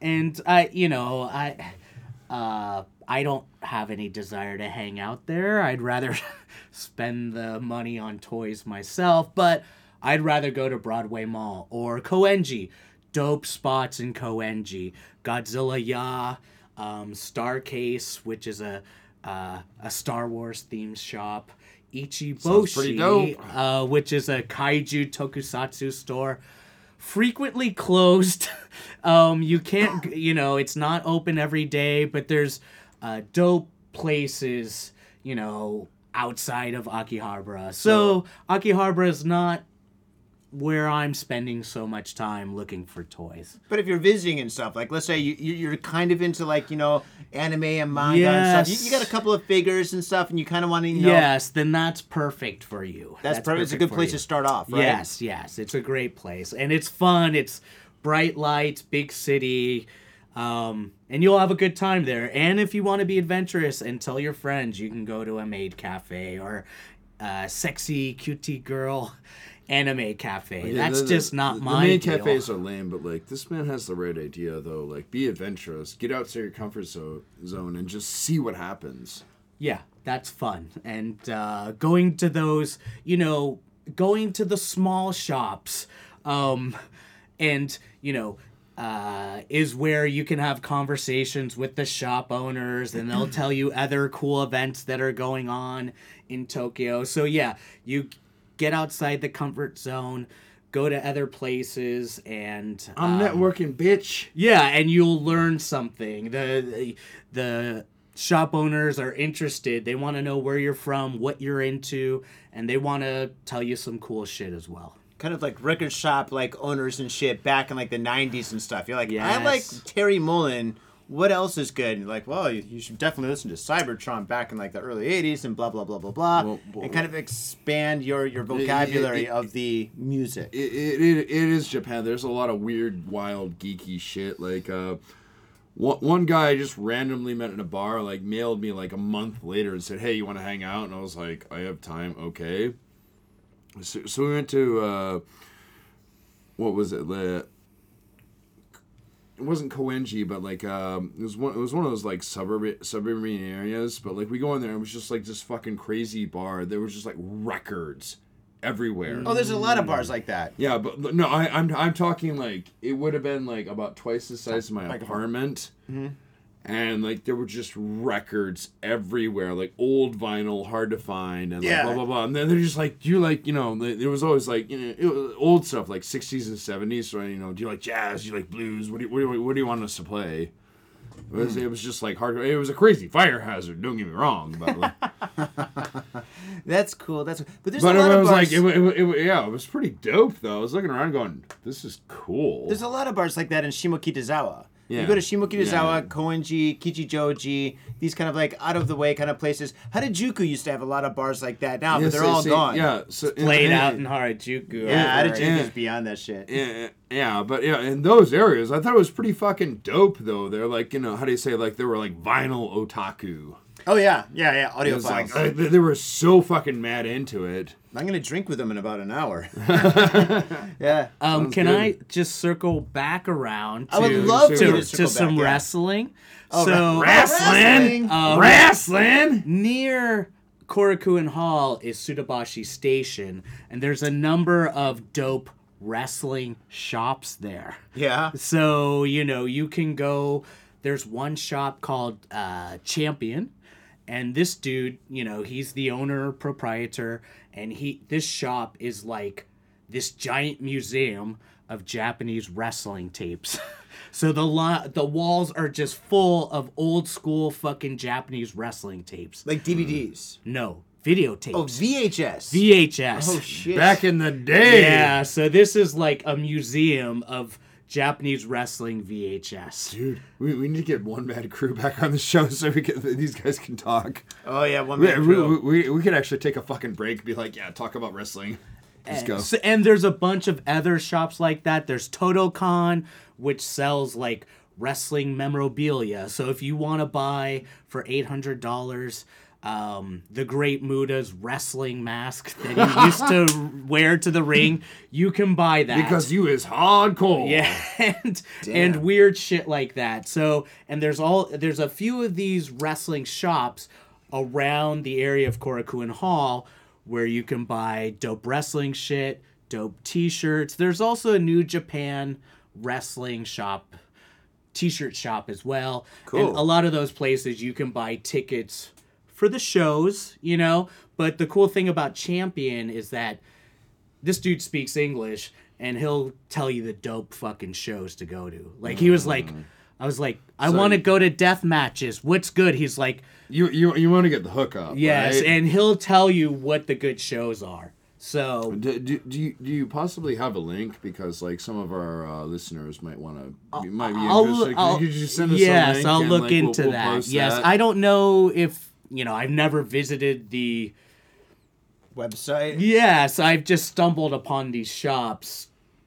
Speaker 4: and I, you know, I, uh, I don't have any desire to hang out there. I'd rather (laughs) spend the money on toys myself, but I'd rather go to Broadway Mall or Koenji. Dope spots in Koenji, Godzilla Ya, um, Starcase, which is a uh, a Star Wars themed shop.
Speaker 2: pretty
Speaker 4: Ichiboshi,
Speaker 2: dope.
Speaker 4: uh, which is a kaiju tokusatsu store frequently closed. (laughs) um, you can't, you know, it's not open every day, but there's uh, dope places, you know, outside of Akihabara. So Akihabara is not where I'm spending so much time looking for toys.
Speaker 3: But if you're visiting and stuff, like let's say you, you- you're kind of into like you know anime and manga and stuff,
Speaker 4: Yes.
Speaker 3: you, you got a couple of figures and stuff, and you kind of want to you know
Speaker 4: Yes, then that's perfect for you.
Speaker 3: that's, perfect. It's a good
Speaker 4: for
Speaker 3: place to
Speaker 4: you.
Speaker 3: start off. Right?
Speaker 4: Yes, yes, it's a great place, and it's fun. It's bright lights, big city, um, and you'll have a good time there. And if you want to be adventurous and tell your friends, you can go to a maid cafe or uh, sexy cutie girl (laughs) anime cafe.
Speaker 2: Yeah,
Speaker 4: That's
Speaker 2: the- the-
Speaker 4: just not
Speaker 2: the,
Speaker 4: my
Speaker 2: The main
Speaker 4: deal.
Speaker 2: cafes are lame, but like this man has the right idea though. Like, be adventurous, get outside your comfort zo- zone, and just see what happens.
Speaker 4: Yeah, that's fun. And uh, going to those, you know, going to the small shops, um, and you know, uh, is where you can have conversations with the shop owners, and they'll tell you other cool events that are going on in Tokyo. So yeah, you get outside the comfort zone, go to other places, and
Speaker 3: Um,
Speaker 2: I'm networking, bitch.
Speaker 4: yeah, and you'll learn something. The the, the shop owners are interested. They want to know where you're from, what you're into, and they want to tell you some cool shit as well.
Speaker 3: kind of like record shop like owners and shit back in like the '90s and stuff. You're like, I
Speaker 4: Yes.
Speaker 3: like Terry Mullen. What else is good? And you're like, well, you, you should definitely listen to Cybertron back in like the early '80s and blah blah blah blah blah,
Speaker 2: Well, well,
Speaker 3: and kind of expand your your vocabulary of the music.
Speaker 2: It, it, it, it is Japan. There's a lot of weird, wild, geeky shit. Like, uh, one, one guy I just randomly met in a bar, like, mailed me like a month later and said, Hey, you want to hang out? And I was like, I have time. Okay. So, so we went to, uh, what was it? The it wasn't Koenji, but like um, it was one it was one of those like suburban suburban areas. But like we go in there, and it was just like this fucking crazy bar. There was just like records everywhere.
Speaker 3: Oh, there's a lot of bars like that.
Speaker 2: Yeah, but but no, I, I'm I'm talking like it would have been like about twice the size of my apartment,
Speaker 3: Mm-hmm.
Speaker 2: and like there were just records everywhere, like old vinyl, hard to find, and like
Speaker 3: Yeah.
Speaker 2: blah blah blah. And then they're just like, do you like you know? like, There was always like you know it was old stuff like '60s and '70s. So you know, do you like jazz? Do you like blues? What do you what do you, what do you want us to play? It
Speaker 3: Hmm.
Speaker 2: was, it was just like hard. It was a crazy fire hazard. Don't get me wrong, but
Speaker 3: (laughs)
Speaker 2: like,
Speaker 3: That's cool. That's but there's
Speaker 2: but
Speaker 3: a lot
Speaker 2: it
Speaker 3: of
Speaker 2: was
Speaker 3: bars.
Speaker 2: like it, wa- it, wa- it, wa- yeah, it was pretty dope though. I was looking around, going, this is cool.
Speaker 3: There's a lot of bars like that in Shimokitazawa. You
Speaker 2: Yeah.
Speaker 3: go to Shimokitazawa,
Speaker 2: Yeah.
Speaker 3: Koenji, Kichijoji, these kind of like out of the way kind of places. Harajuku used to have a lot of bars like that now,
Speaker 2: Yes,
Speaker 3: but they're
Speaker 2: they
Speaker 3: all
Speaker 2: say-
Speaker 3: gone.
Speaker 2: Yeah, so
Speaker 4: Played
Speaker 2: and-
Speaker 4: out in Harajuku.
Speaker 3: Yeah,
Speaker 4: or-
Speaker 3: Harajuku's
Speaker 2: Yeah.
Speaker 3: beyond that shit.
Speaker 2: yeah, yeah, but yeah, in those areas, I thought it was pretty fucking dope though. They're like, you know, how do you say? Like, they were like vinyl otaku.
Speaker 3: Oh yeah, yeah, yeah. Audio
Speaker 2: It was
Speaker 3: files.
Speaker 2: like uh, they they were so fucking mad into it.
Speaker 3: I'm gonna drink with them in about
Speaker 2: (laughs)
Speaker 3: an hour. yeah.
Speaker 4: Um,
Speaker 2: Sounds
Speaker 4: can
Speaker 2: good.
Speaker 4: I just circle back around? To,
Speaker 3: I would love
Speaker 4: to,
Speaker 2: to
Speaker 4: to,
Speaker 3: circle
Speaker 4: some
Speaker 3: back, yeah. Oh,
Speaker 4: wrestling. so
Speaker 2: Oh, Wrestling, Uh,
Speaker 3: Wrestling!
Speaker 4: Um,
Speaker 2: wrestling.
Speaker 4: near Korakuen Hall is Sutabashi Station, and there's a number of dope wrestling shops there.
Speaker 3: Yeah.
Speaker 4: So, you know, you can go. There's one shop called uh, Champion, and this dude, you know, he's the owner, proprietor, and he this shop is like this giant museum of Japanese wrestling tapes. (laughs) so the lo- the walls are just full of old school fucking Japanese wrestling tapes.
Speaker 3: Like DVDs.
Speaker 4: No, videotapes.
Speaker 3: Oh, VHS.
Speaker 4: VHS.
Speaker 3: oh shit.
Speaker 2: Back in the day,
Speaker 4: Yeah, so this is like a museum of Japanese wrestling VHS.
Speaker 2: dude, we, we need to get one bad crew back on the show so we can, (laughs) these guys can talk.
Speaker 3: Oh yeah, one
Speaker 2: We,
Speaker 3: man
Speaker 2: we,
Speaker 3: crew.
Speaker 2: we, we, we could actually take a fucking break. and Be like, yeah, talk about wrestling. Let's go.
Speaker 4: So- and there's a bunch of other shops like that. There's Totocon, which sells like wrestling memorabilia. So if you want to buy for $800, um, the Great Muda's wrestling mask that he used
Speaker 2: (laughs)
Speaker 4: to wear to the ring, you can buy that.
Speaker 2: Because you is hardcore.
Speaker 4: Yeah, (laughs) and and weird shit like that. So and there's all there's a few of these wrestling shops around the area of Korakuen Hall where you can buy dope wrestling shit, dope T-shirts. There's also a New Japan wrestling shop, T-shirt shop as well. And
Speaker 3: Cool.
Speaker 4: a lot of those places you can buy tickets for the shows, you know. But the cool thing about Champion is that this dude speaks English and he'll tell you the dope fucking shows to go to. Like he was like,
Speaker 2: Mm.
Speaker 4: I was like, I want to go to death matches. What's good? He's like,
Speaker 2: You you you want to get the hook up?
Speaker 4: yes,
Speaker 2: right?
Speaker 4: and he'll tell you what the good shows are. So
Speaker 2: Do, do, do you do you possibly have a link because like some of our uh, listeners might want to might be
Speaker 4: I'll,
Speaker 2: interested.
Speaker 4: I'll-
Speaker 2: Could you send us
Speaker 4: yes,
Speaker 2: a link
Speaker 4: I'll
Speaker 2: and,
Speaker 4: look
Speaker 2: like, we'll-
Speaker 4: into
Speaker 2: we'll
Speaker 4: that.
Speaker 2: post
Speaker 4: yes,
Speaker 2: that?
Speaker 4: I don't know if you know. I've never visited the.
Speaker 3: Website.
Speaker 4: Yes, I've just stumbled upon these shops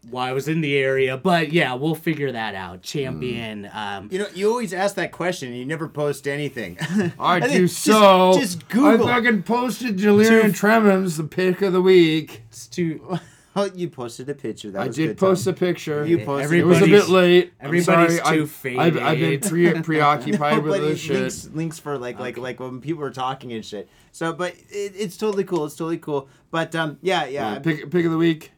Speaker 4: while I was in the area, but yeah, we'll figure that out. Champion.
Speaker 2: Mm.
Speaker 4: Um,
Speaker 3: You know, you always ask that question and you never post anything. (laughs)
Speaker 2: I
Speaker 3: think
Speaker 2: do
Speaker 3: just-
Speaker 2: so.
Speaker 3: just Google.
Speaker 2: I fucking posted Delirium Tremens the pick of the week.
Speaker 4: it's too.
Speaker 3: oh, you posted a picture. That
Speaker 2: I
Speaker 3: was
Speaker 2: did
Speaker 3: good, Tom.
Speaker 2: post a picture.
Speaker 3: You posted.
Speaker 2: It was a
Speaker 4: Everybody's-
Speaker 2: bit late. I'm
Speaker 4: everybody's
Speaker 2: sorry.
Speaker 4: too
Speaker 2: I, I've, I've been
Speaker 4: faded. (laughs)
Speaker 2: pre- preoccupied
Speaker 3: but
Speaker 2: with this
Speaker 3: it's
Speaker 2: shit.
Speaker 3: links, links for like like like when people are talking and shit. So, but it, it's totally cool. It's totally cool. But um, yeah, yeah.
Speaker 2: Uh, pick pick of the week.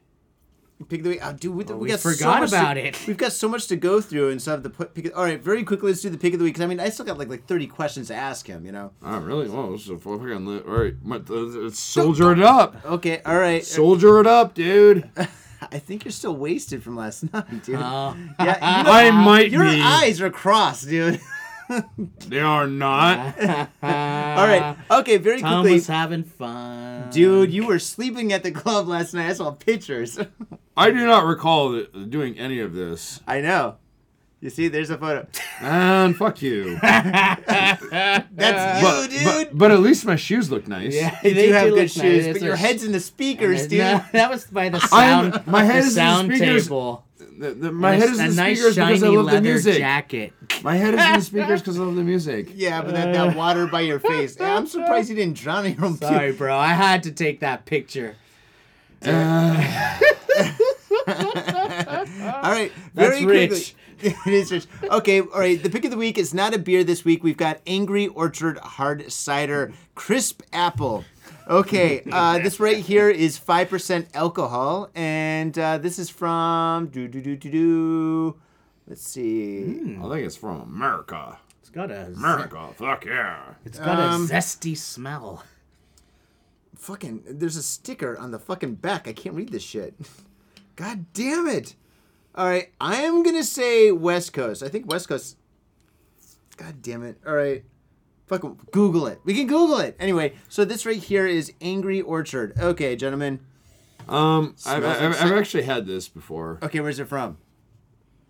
Speaker 3: pick the week. Oh, dude, we, we,
Speaker 4: we
Speaker 3: got so
Speaker 4: forgot
Speaker 3: much to-
Speaker 4: about it.
Speaker 3: We've got so much to go through and stuff. The pu- pick. All right, very quickly, let's do the pick of the week. 'cause I mean, I still got like like thirty questions to ask him. You know.
Speaker 2: Oh really? Well, so fucking li- all right. My- uh, uh, Soldier it up.
Speaker 3: Okay. All right.
Speaker 2: Soldier it up, dude.
Speaker 3: I think you're still wasted from last (laughs) night, dude.
Speaker 2: Uh, (laughs)
Speaker 4: Oh.
Speaker 3: yeah. You know,
Speaker 2: I might
Speaker 3: your
Speaker 2: be.
Speaker 3: eyes are crossed, dude. (laughs)
Speaker 2: They are not.
Speaker 3: All right. Okay. Very
Speaker 4: Tom
Speaker 3: quickly.
Speaker 4: was having fun.
Speaker 3: Dude, you were sleeping at the club last night. I saw pictures. (laughs)
Speaker 2: I do not recall th- doing any of this.
Speaker 3: I know. You see, there's a photo.
Speaker 2: And fuck you.
Speaker 3: That's
Speaker 2: Uh, but,
Speaker 3: you, dude.
Speaker 2: but, but at least my shoes look nice.
Speaker 3: you do have good shoes, but
Speaker 4: It's
Speaker 3: your
Speaker 4: a-
Speaker 3: head's in the speakers,
Speaker 4: (laughs)
Speaker 3: dude. (laughs)
Speaker 4: No, that was
Speaker 2: (laughs)
Speaker 4: by the
Speaker 2: I'm-
Speaker 4: sound.
Speaker 2: my head
Speaker 4: the
Speaker 2: is in the
Speaker 4: sound
Speaker 2: speakers.
Speaker 4: table.
Speaker 2: The- the- my
Speaker 4: And
Speaker 2: head
Speaker 4: a-
Speaker 2: is
Speaker 4: a
Speaker 2: in the
Speaker 4: nice
Speaker 2: speakers because I
Speaker 4: shiny
Speaker 2: love the
Speaker 4: leather
Speaker 2: music. (laughs)
Speaker 4: Jacket.
Speaker 2: My head is in the speakers because I love the
Speaker 3: (laughs)
Speaker 2: music.
Speaker 3: Yeah, but that, that water by your face. Yeah, I'm surprised you didn't drown in your own puke.
Speaker 4: Sorry, bro. I had to take that picture.
Speaker 3: All right.
Speaker 4: That's
Speaker 3: quickly-
Speaker 4: rich.
Speaker 3: (laughs) it is rich. Okay. All right. The pick of the week is not a beer this week. We've got Angry Orchard Hard Cider Crisp Apple.
Speaker 4: (laughs)
Speaker 3: Okay. Uh, this right here is 5% alcohol. And uh, this is from. Do, do, do, do, do. Let's see.
Speaker 2: I think it's from America.
Speaker 4: It's got a
Speaker 2: America, fuck yeah.
Speaker 4: it's got
Speaker 2: um,
Speaker 4: a zesty smell.
Speaker 3: Fucking. There's a sticker on the fucking back. I can't read this shit. (laughs) God damn it. All right. I am going to say West Coast. I think West Coast. God damn it. All right. Fuck, Google it. We can Google it. Anyway, so this right here is Angry Orchard. Okay, gentlemen.
Speaker 2: Um, I've,
Speaker 3: Smells
Speaker 2: I've,
Speaker 3: like
Speaker 2: I've
Speaker 3: sa-
Speaker 2: actually had this before.
Speaker 3: Okay, where's it from?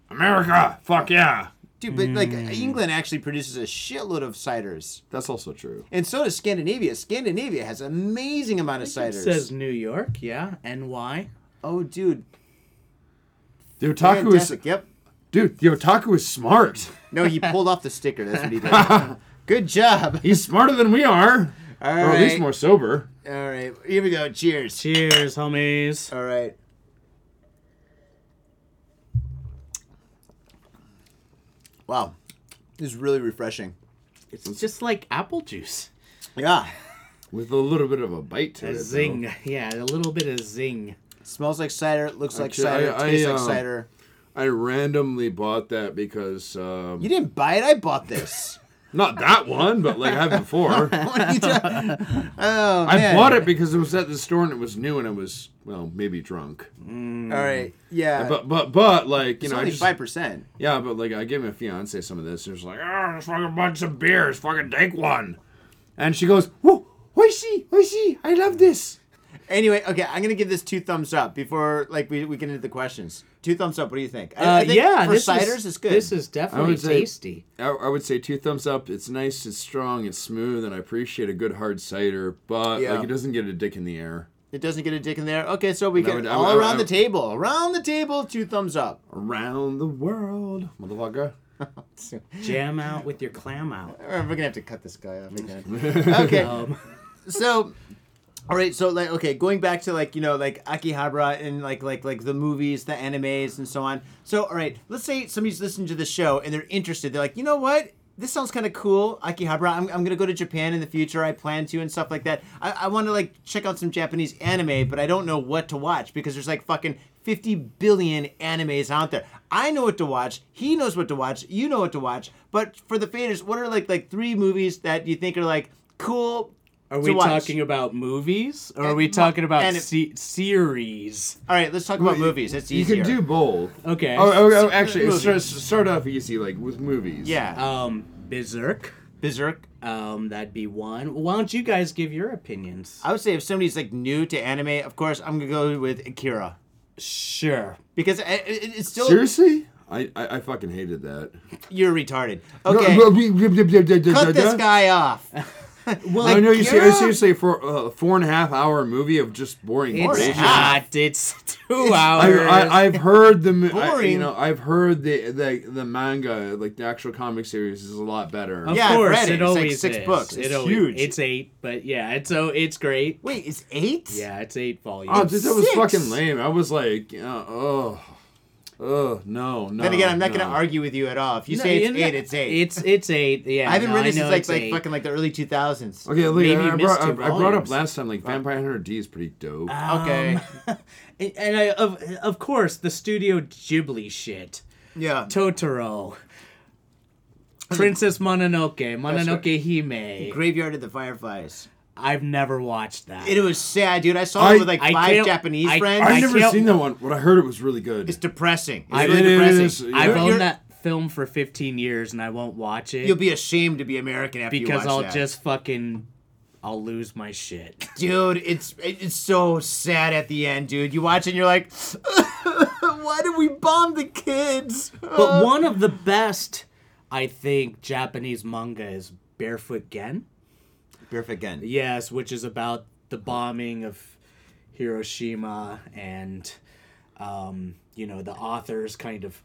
Speaker 2: America, fuck yeah.
Speaker 3: Dude, but like
Speaker 4: Hmm.
Speaker 3: England actually produces a shitload of ciders.
Speaker 2: That's also true.
Speaker 3: And so does Scandinavia. Scandinavia has an amazing amount of
Speaker 4: It
Speaker 3: ciders.
Speaker 4: says New York, yeah. NY.
Speaker 3: oh, dude.
Speaker 2: The otaku is,
Speaker 3: Fantastic. Yep.
Speaker 2: dude. The otaku is smart.
Speaker 3: No, he pulled off the sticker. That's what
Speaker 2: (laughs)
Speaker 3: he did. Good job.
Speaker 2: He's smarter than we are,
Speaker 3: All
Speaker 2: or at least
Speaker 3: right.
Speaker 2: more sober.
Speaker 3: All right. Here we go. Cheers.
Speaker 4: Cheers, homies.
Speaker 3: All right. Wow. This is really refreshing.
Speaker 4: It's just like apple juice.
Speaker 3: Yeah.
Speaker 2: With a little bit of a bite to
Speaker 4: A
Speaker 2: it. though.
Speaker 4: zing. Yeah, a little bit of zing.
Speaker 3: Smells like cider, looks like
Speaker 2: Actually,
Speaker 3: cider,
Speaker 2: I- I,
Speaker 3: tastes like
Speaker 2: um,
Speaker 3: cider.
Speaker 2: I randomly bought that because um,
Speaker 3: You didn't buy it, I bought this. (laughs)
Speaker 2: not that one, but like I have before.
Speaker 3: What are you talking- oh,
Speaker 2: I
Speaker 3: man.
Speaker 2: bought it because it was at the store and it was new and I was well maybe drunk.
Speaker 3: All right. Yeah.
Speaker 2: Mm. But but but like you
Speaker 3: it's
Speaker 2: know I
Speaker 3: only
Speaker 2: just-
Speaker 3: 5%.
Speaker 2: yeah but like I gave my fiance some of this and she was like oh there's fucking bunch of beers fucking take one, and she goes whoa oishi oishi I love this.
Speaker 3: Anyway, okay, I'm going to give this two thumbs up before like we, we get into the questions. Two thumbs up. What do you think? I- I
Speaker 4: Uh,
Speaker 3: think
Speaker 4: yeah,
Speaker 3: for
Speaker 4: this
Speaker 3: ciders,
Speaker 4: is,
Speaker 3: it's good.
Speaker 4: This is definitely
Speaker 2: would say-
Speaker 4: tasty.
Speaker 2: I, I would say two thumbs up. It's nice, it's strong, it's smooth, and I appreciate a good hard cider, but
Speaker 3: Yeah.
Speaker 2: like it doesn't get a dick in the air.
Speaker 3: It doesn't get a dick in there. Okay, so we
Speaker 2: No,
Speaker 3: get
Speaker 2: it- I-
Speaker 3: all
Speaker 2: I-
Speaker 3: around
Speaker 2: I-
Speaker 3: the table. Around the table, two thumbs up. (laughs)
Speaker 2: Around the world, motherfucker.
Speaker 4: Jam out with your clam out.
Speaker 3: We're gonna have to cut this guy off
Speaker 2: (laughs)
Speaker 3: again. okay. so, all right. So, like, okay, going back to like you know like Akihabara and like like like the movies, the animes, and so on. So, all right, let's say somebody's listening to the show and they're interested. They're like, you know what? This sounds kind of cool, Akihabara. I'm, I'm gonna go to Japan in the future. I plan to and stuff like that. I, I want to like check out some Japanese anime, but I don't know what to watch because there's like fucking 50 billion animes out there. I know what to watch. He knows what to watch. You know what to watch. But for the faders, what are like like three movies that you think are like cool?
Speaker 4: (laughs) Are
Speaker 3: to
Speaker 4: we
Speaker 3: watch?
Speaker 4: talking about movies or are we
Speaker 3: And-
Speaker 4: talking about
Speaker 3: and it-
Speaker 4: se- series?
Speaker 3: All right, let's talk about movies. That's
Speaker 2: You
Speaker 3: easier.
Speaker 2: can do both.
Speaker 4: Okay.
Speaker 2: Oh, oh, oh, actually,
Speaker 3: Movies.
Speaker 2: start, start off easy, like with movies.
Speaker 3: yeah.
Speaker 4: Um, Berserk.
Speaker 3: Berserk.
Speaker 4: Um, that'd be one. Why don't you guys give your opinions?
Speaker 3: I would say if somebody's like new to anime, of course I'm gonna go with Akira
Speaker 4: Sure.
Speaker 3: because I- it, it, it's still
Speaker 2: Seriously? I, I, I fucking hated that.
Speaker 3: you're retarded. Okay, cut
Speaker 2: Cut
Speaker 3: this
Speaker 2: (laughs)
Speaker 3: guy off.
Speaker 4: Well,
Speaker 2: I know you
Speaker 4: Akira-
Speaker 2: ser- seriously for a four and a half hour movie of just boring.
Speaker 4: It's
Speaker 2: bullshit.
Speaker 4: hot. It's
Speaker 3: (laughs)
Speaker 4: two hours.
Speaker 2: I, I, I've heard the mo- I,
Speaker 3: Boring.
Speaker 2: you know I've heard the, the the manga like the actual comic series is a lot better.
Speaker 4: of
Speaker 3: Yeah, I've
Speaker 4: course,
Speaker 3: read it.
Speaker 4: it.
Speaker 3: It's like
Speaker 4: always
Speaker 3: six
Speaker 4: is.
Speaker 3: books.
Speaker 4: It
Speaker 3: It's
Speaker 4: always-
Speaker 3: huge.
Speaker 4: It's eight, but yeah, it's so it's great.
Speaker 3: Wait, it's eight?
Speaker 4: Yeah, it's eight volumes.
Speaker 2: Oh, dude, that was
Speaker 3: Six.
Speaker 2: fucking lame. I was like, uh, oh, oh, no, no.
Speaker 3: Then again, I'm not
Speaker 2: Oh, no.
Speaker 3: gonna argue with you at all. If you
Speaker 4: No,
Speaker 3: say it's
Speaker 4: you know,
Speaker 3: eight, it's eight.
Speaker 4: It's it's eight. Yeah,
Speaker 3: I haven't
Speaker 4: no,
Speaker 3: read it
Speaker 4: know
Speaker 3: since like
Speaker 4: it's
Speaker 3: like
Speaker 4: eight.
Speaker 3: fucking like the early 2000s.
Speaker 2: Okay, look,
Speaker 4: Maybe
Speaker 2: I, I,
Speaker 4: you
Speaker 2: brought,
Speaker 4: missed
Speaker 2: I,
Speaker 4: two
Speaker 2: I brought up
Speaker 4: volumes. Ah,
Speaker 2: last time like Vampire Hunter D is pretty dope.
Speaker 3: Okay.
Speaker 4: And- and I, of of course the Studio Ghibli shit.
Speaker 3: yeah.
Speaker 4: Totoro.
Speaker 3: Hmm.
Speaker 4: Princess Mononoke, Mononoke Hime.
Speaker 3: Graveyard of the Fireflies.
Speaker 4: I've never watched that.
Speaker 3: It was sad, dude. I saw
Speaker 2: I-
Speaker 3: it with like
Speaker 4: I
Speaker 3: five
Speaker 4: can't-
Speaker 3: Japanese
Speaker 4: I-
Speaker 3: friends.
Speaker 2: I've
Speaker 4: I
Speaker 2: never
Speaker 4: can't-
Speaker 2: seen that one, but I heard it was really good.
Speaker 3: it's depressing. It's
Speaker 4: I-
Speaker 3: really
Speaker 4: It
Speaker 3: depressing.
Speaker 2: is, yeah.
Speaker 4: I've
Speaker 3: You're- you're-
Speaker 4: owned that film for 15 years and I won't watch it
Speaker 3: You'll be ashamed to be American after you
Speaker 4: because
Speaker 3: watch
Speaker 4: I'll
Speaker 3: that.
Speaker 4: just fucking I'll lose
Speaker 3: (laughs)
Speaker 4: my shit.
Speaker 3: dude. It's it- it's so sad at the end, dude. You watch it, and you're like, (laughs) why did we bomb the kids?
Speaker 4: But one of the best I think Japanese manga is Barefoot Gen.
Speaker 3: Perfect end.
Speaker 4: Yes, which is about the bombing of Hiroshima and um, you know the authors kind of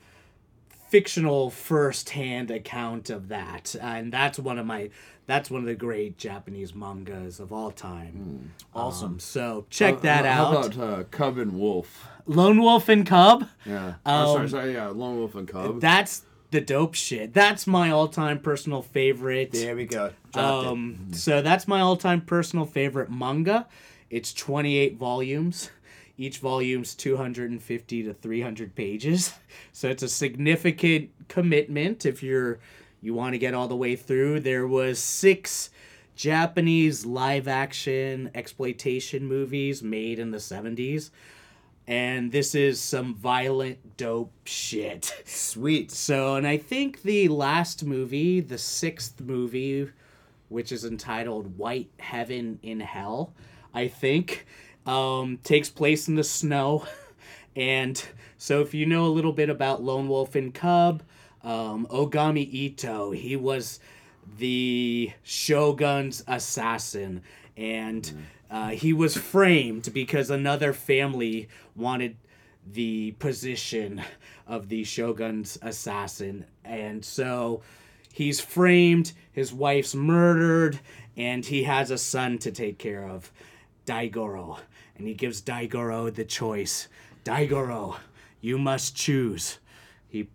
Speaker 4: fictional first-hand account of that, and that's one of my that's one of the great Japanese mangas of all time. Awesome. so check that
Speaker 2: Hmm. How
Speaker 4: out.
Speaker 2: about uh, Cub and Wolf?
Speaker 4: Lone Wolf and Cub.
Speaker 2: Yeah. Oh, sorry,
Speaker 4: Um,
Speaker 2: sorry, yeah, Lone Wolf and Cub.
Speaker 4: That's the dope shit. That's my all-time personal favorite.
Speaker 3: There we go. Dropped it. Mm-hmm.
Speaker 4: Um, so that's my all-time personal favorite manga. It's 28 volumes. Each volume's 250 to 300 pages. (laughs) So it's a significant commitment if you're you want to get all the way through. There was 6 Japanese live action exploitation movies made in the 70s. And this is some violent dope shit. (laughs)
Speaker 3: Sweet.
Speaker 4: So, and I think the last movie, the sixth movie, which is entitled White Heaven in Hell, I think, um, takes place in the snow. (laughs) And so, if you know a little bit about Lone Wolf and Cub, um, Ogami Ito, he was the shogun's assassin and uh, he was framed because another family wanted the position of the shogun's assassin and so he's framed his wife's murdered and he has a son to take care of daigoro and he gives daigoro the choice daigoro you must choose he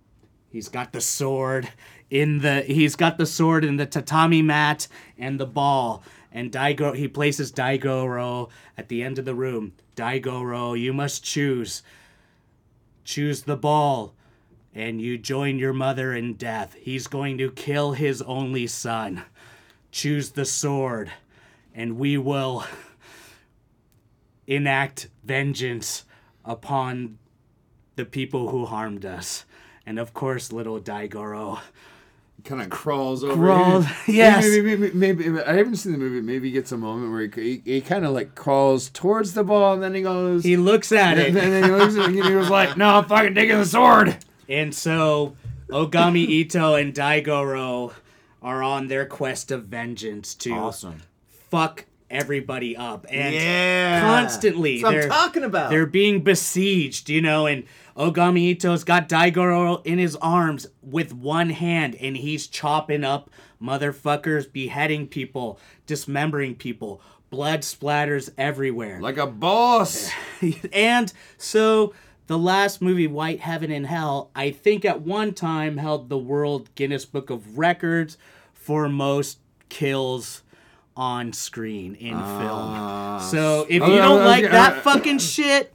Speaker 4: He's got the sword in the he's got the sword in the tatami mat and the ball. And Daigo he places Daigoro at the end of the room. Daigoro, you must choose. Choose the ball. And you join your mother in death. He's going to kill his only son. Choose the sword. And we will enact vengeance upon the people who harmed us. And of course, little Daigoro.
Speaker 2: kind of crawls over.
Speaker 4: Crawls, (laughs)
Speaker 2: Maybe-
Speaker 4: yes.
Speaker 2: Maybe, maybe, maybe, maybe- I haven't seen the movie. Maybe he gets a moment where he, he, he kind of like crawls towards the ball and then he goes.
Speaker 4: He looks at
Speaker 2: and (laughs)
Speaker 4: it.
Speaker 2: then he looks at it and he was like, "No, I'm fucking taking the
Speaker 4: (laughs)
Speaker 2: sword."
Speaker 4: And so Ogami Ito and Daigoro are on their quest of vengeance to
Speaker 3: Awesome.
Speaker 4: fuck everybody up. And
Speaker 3: Yeah.
Speaker 4: constantly.
Speaker 3: That's what I'm
Speaker 4: they're-
Speaker 3: talking about.
Speaker 4: They're being besieged, you know, and Ogami Ito's got Daigoro in his arms with one hand, and he's chopping up motherfuckers, beheading people, dismembering people. Blood splatters everywhere.
Speaker 2: Like a boss.
Speaker 4: and so the last movie white heaven and hell i think at one time held the world guinness book of records for most kills on screen in film so if
Speaker 2: Ah, Oh, I-
Speaker 4: you
Speaker 2: I-
Speaker 4: don't
Speaker 2: I-
Speaker 4: like
Speaker 2: I- (laughs)
Speaker 4: that fucking shit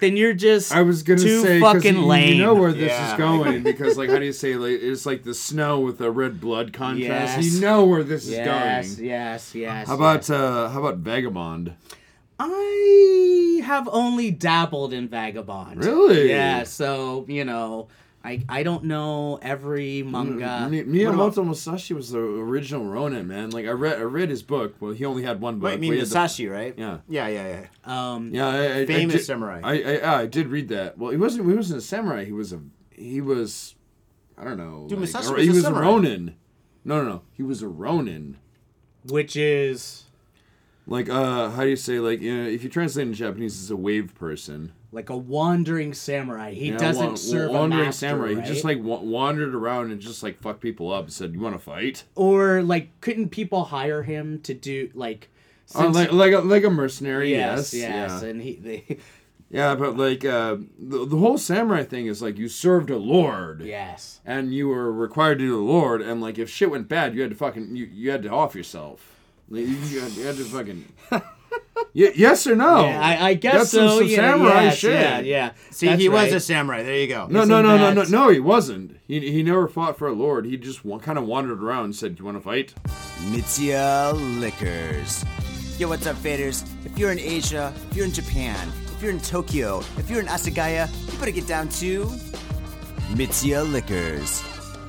Speaker 4: then you're just
Speaker 2: I was gonna
Speaker 4: too
Speaker 2: say 'cause
Speaker 4: fucking
Speaker 2: you,
Speaker 4: lame
Speaker 2: you know where this
Speaker 3: Yeah.
Speaker 2: is (laughs) going because like how do you say like it's like the snow with the red blood contrast.
Speaker 4: Yes.
Speaker 2: You know where this
Speaker 4: yes,
Speaker 2: is going.
Speaker 4: yes yes
Speaker 2: How about uh, how about Vagabond?
Speaker 4: I have only dabbled in Vagabond.
Speaker 2: Really?
Speaker 4: Yeah, so, you know, I I don't know every
Speaker 2: Mm,
Speaker 3: Uh,
Speaker 4: manga.
Speaker 2: Mi- Miyamoto Musashi was the original Ronin, man. Like I read, I read his book. Well, he only had one book.
Speaker 3: Wait, you mean
Speaker 2: We had the-
Speaker 3: Musashi, right?
Speaker 2: Yeah.
Speaker 3: Yeah, yeah, yeah.
Speaker 4: Um
Speaker 2: Yeah, I, I, I
Speaker 3: Famous
Speaker 2: did-
Speaker 3: samurai.
Speaker 2: I, I, yeah, I did read that. Well, he wasn't. He wasn't a samurai. He was a. He was. I don't know.
Speaker 3: Dude, Musashi
Speaker 2: or
Speaker 3: was
Speaker 2: he
Speaker 3: a
Speaker 2: was
Speaker 3: samurai.
Speaker 2: a Ronin. No, no, no. He was a Ronin.
Speaker 4: which is
Speaker 2: Like, uh, how do you say? Like, you know, if you translate in Japanese, it's a wave person.
Speaker 4: like a wandering samurai. He
Speaker 2: Yeah,
Speaker 4: doesn't
Speaker 2: wa-
Speaker 4: serve
Speaker 2: wandering
Speaker 4: a master,
Speaker 2: samurai. He
Speaker 4: right?
Speaker 2: just like wa- wandered around and just like fucked people up. And said, "You want to fight?"
Speaker 4: or like couldn't people hire him to do like
Speaker 2: Oh,
Speaker 4: since-
Speaker 2: like, like a like a mercenary. Yes.
Speaker 4: yes, yes,
Speaker 2: Yeah.
Speaker 4: and he they,
Speaker 2: yeah, but like uh, the the whole samurai thing is like you served a lord.
Speaker 4: (laughs) yes.
Speaker 2: and you were required to do the Lord, and like if shit went bad, you had to fucking you, you had to off yourself. Like, you, you, had, you had to
Speaker 4: (laughs)
Speaker 2: fucking. Ye- yes or no?
Speaker 4: Yeah, I, I guess
Speaker 2: Oh, That's some-
Speaker 4: so.
Speaker 2: some
Speaker 4: you know,
Speaker 2: samurai
Speaker 4: yes,
Speaker 2: shit.
Speaker 4: Yeah, yeah.
Speaker 3: See,
Speaker 4: That's
Speaker 3: he
Speaker 4: right.
Speaker 3: was a samurai. There you go.
Speaker 2: No,
Speaker 4: Isn't
Speaker 2: no, no, no, no,
Speaker 4: that-
Speaker 2: no. He wasn't. He, he never fought for a lord. He just wa- kind of wandered around and said, "You want to fight?"
Speaker 5: Mitsuya Liquors. Yo, what's up, faders? If you're in Asia, if you're in Japan, if you're in Tokyo, if you're in Asagaya, you better get down to Mitsuya Liquors.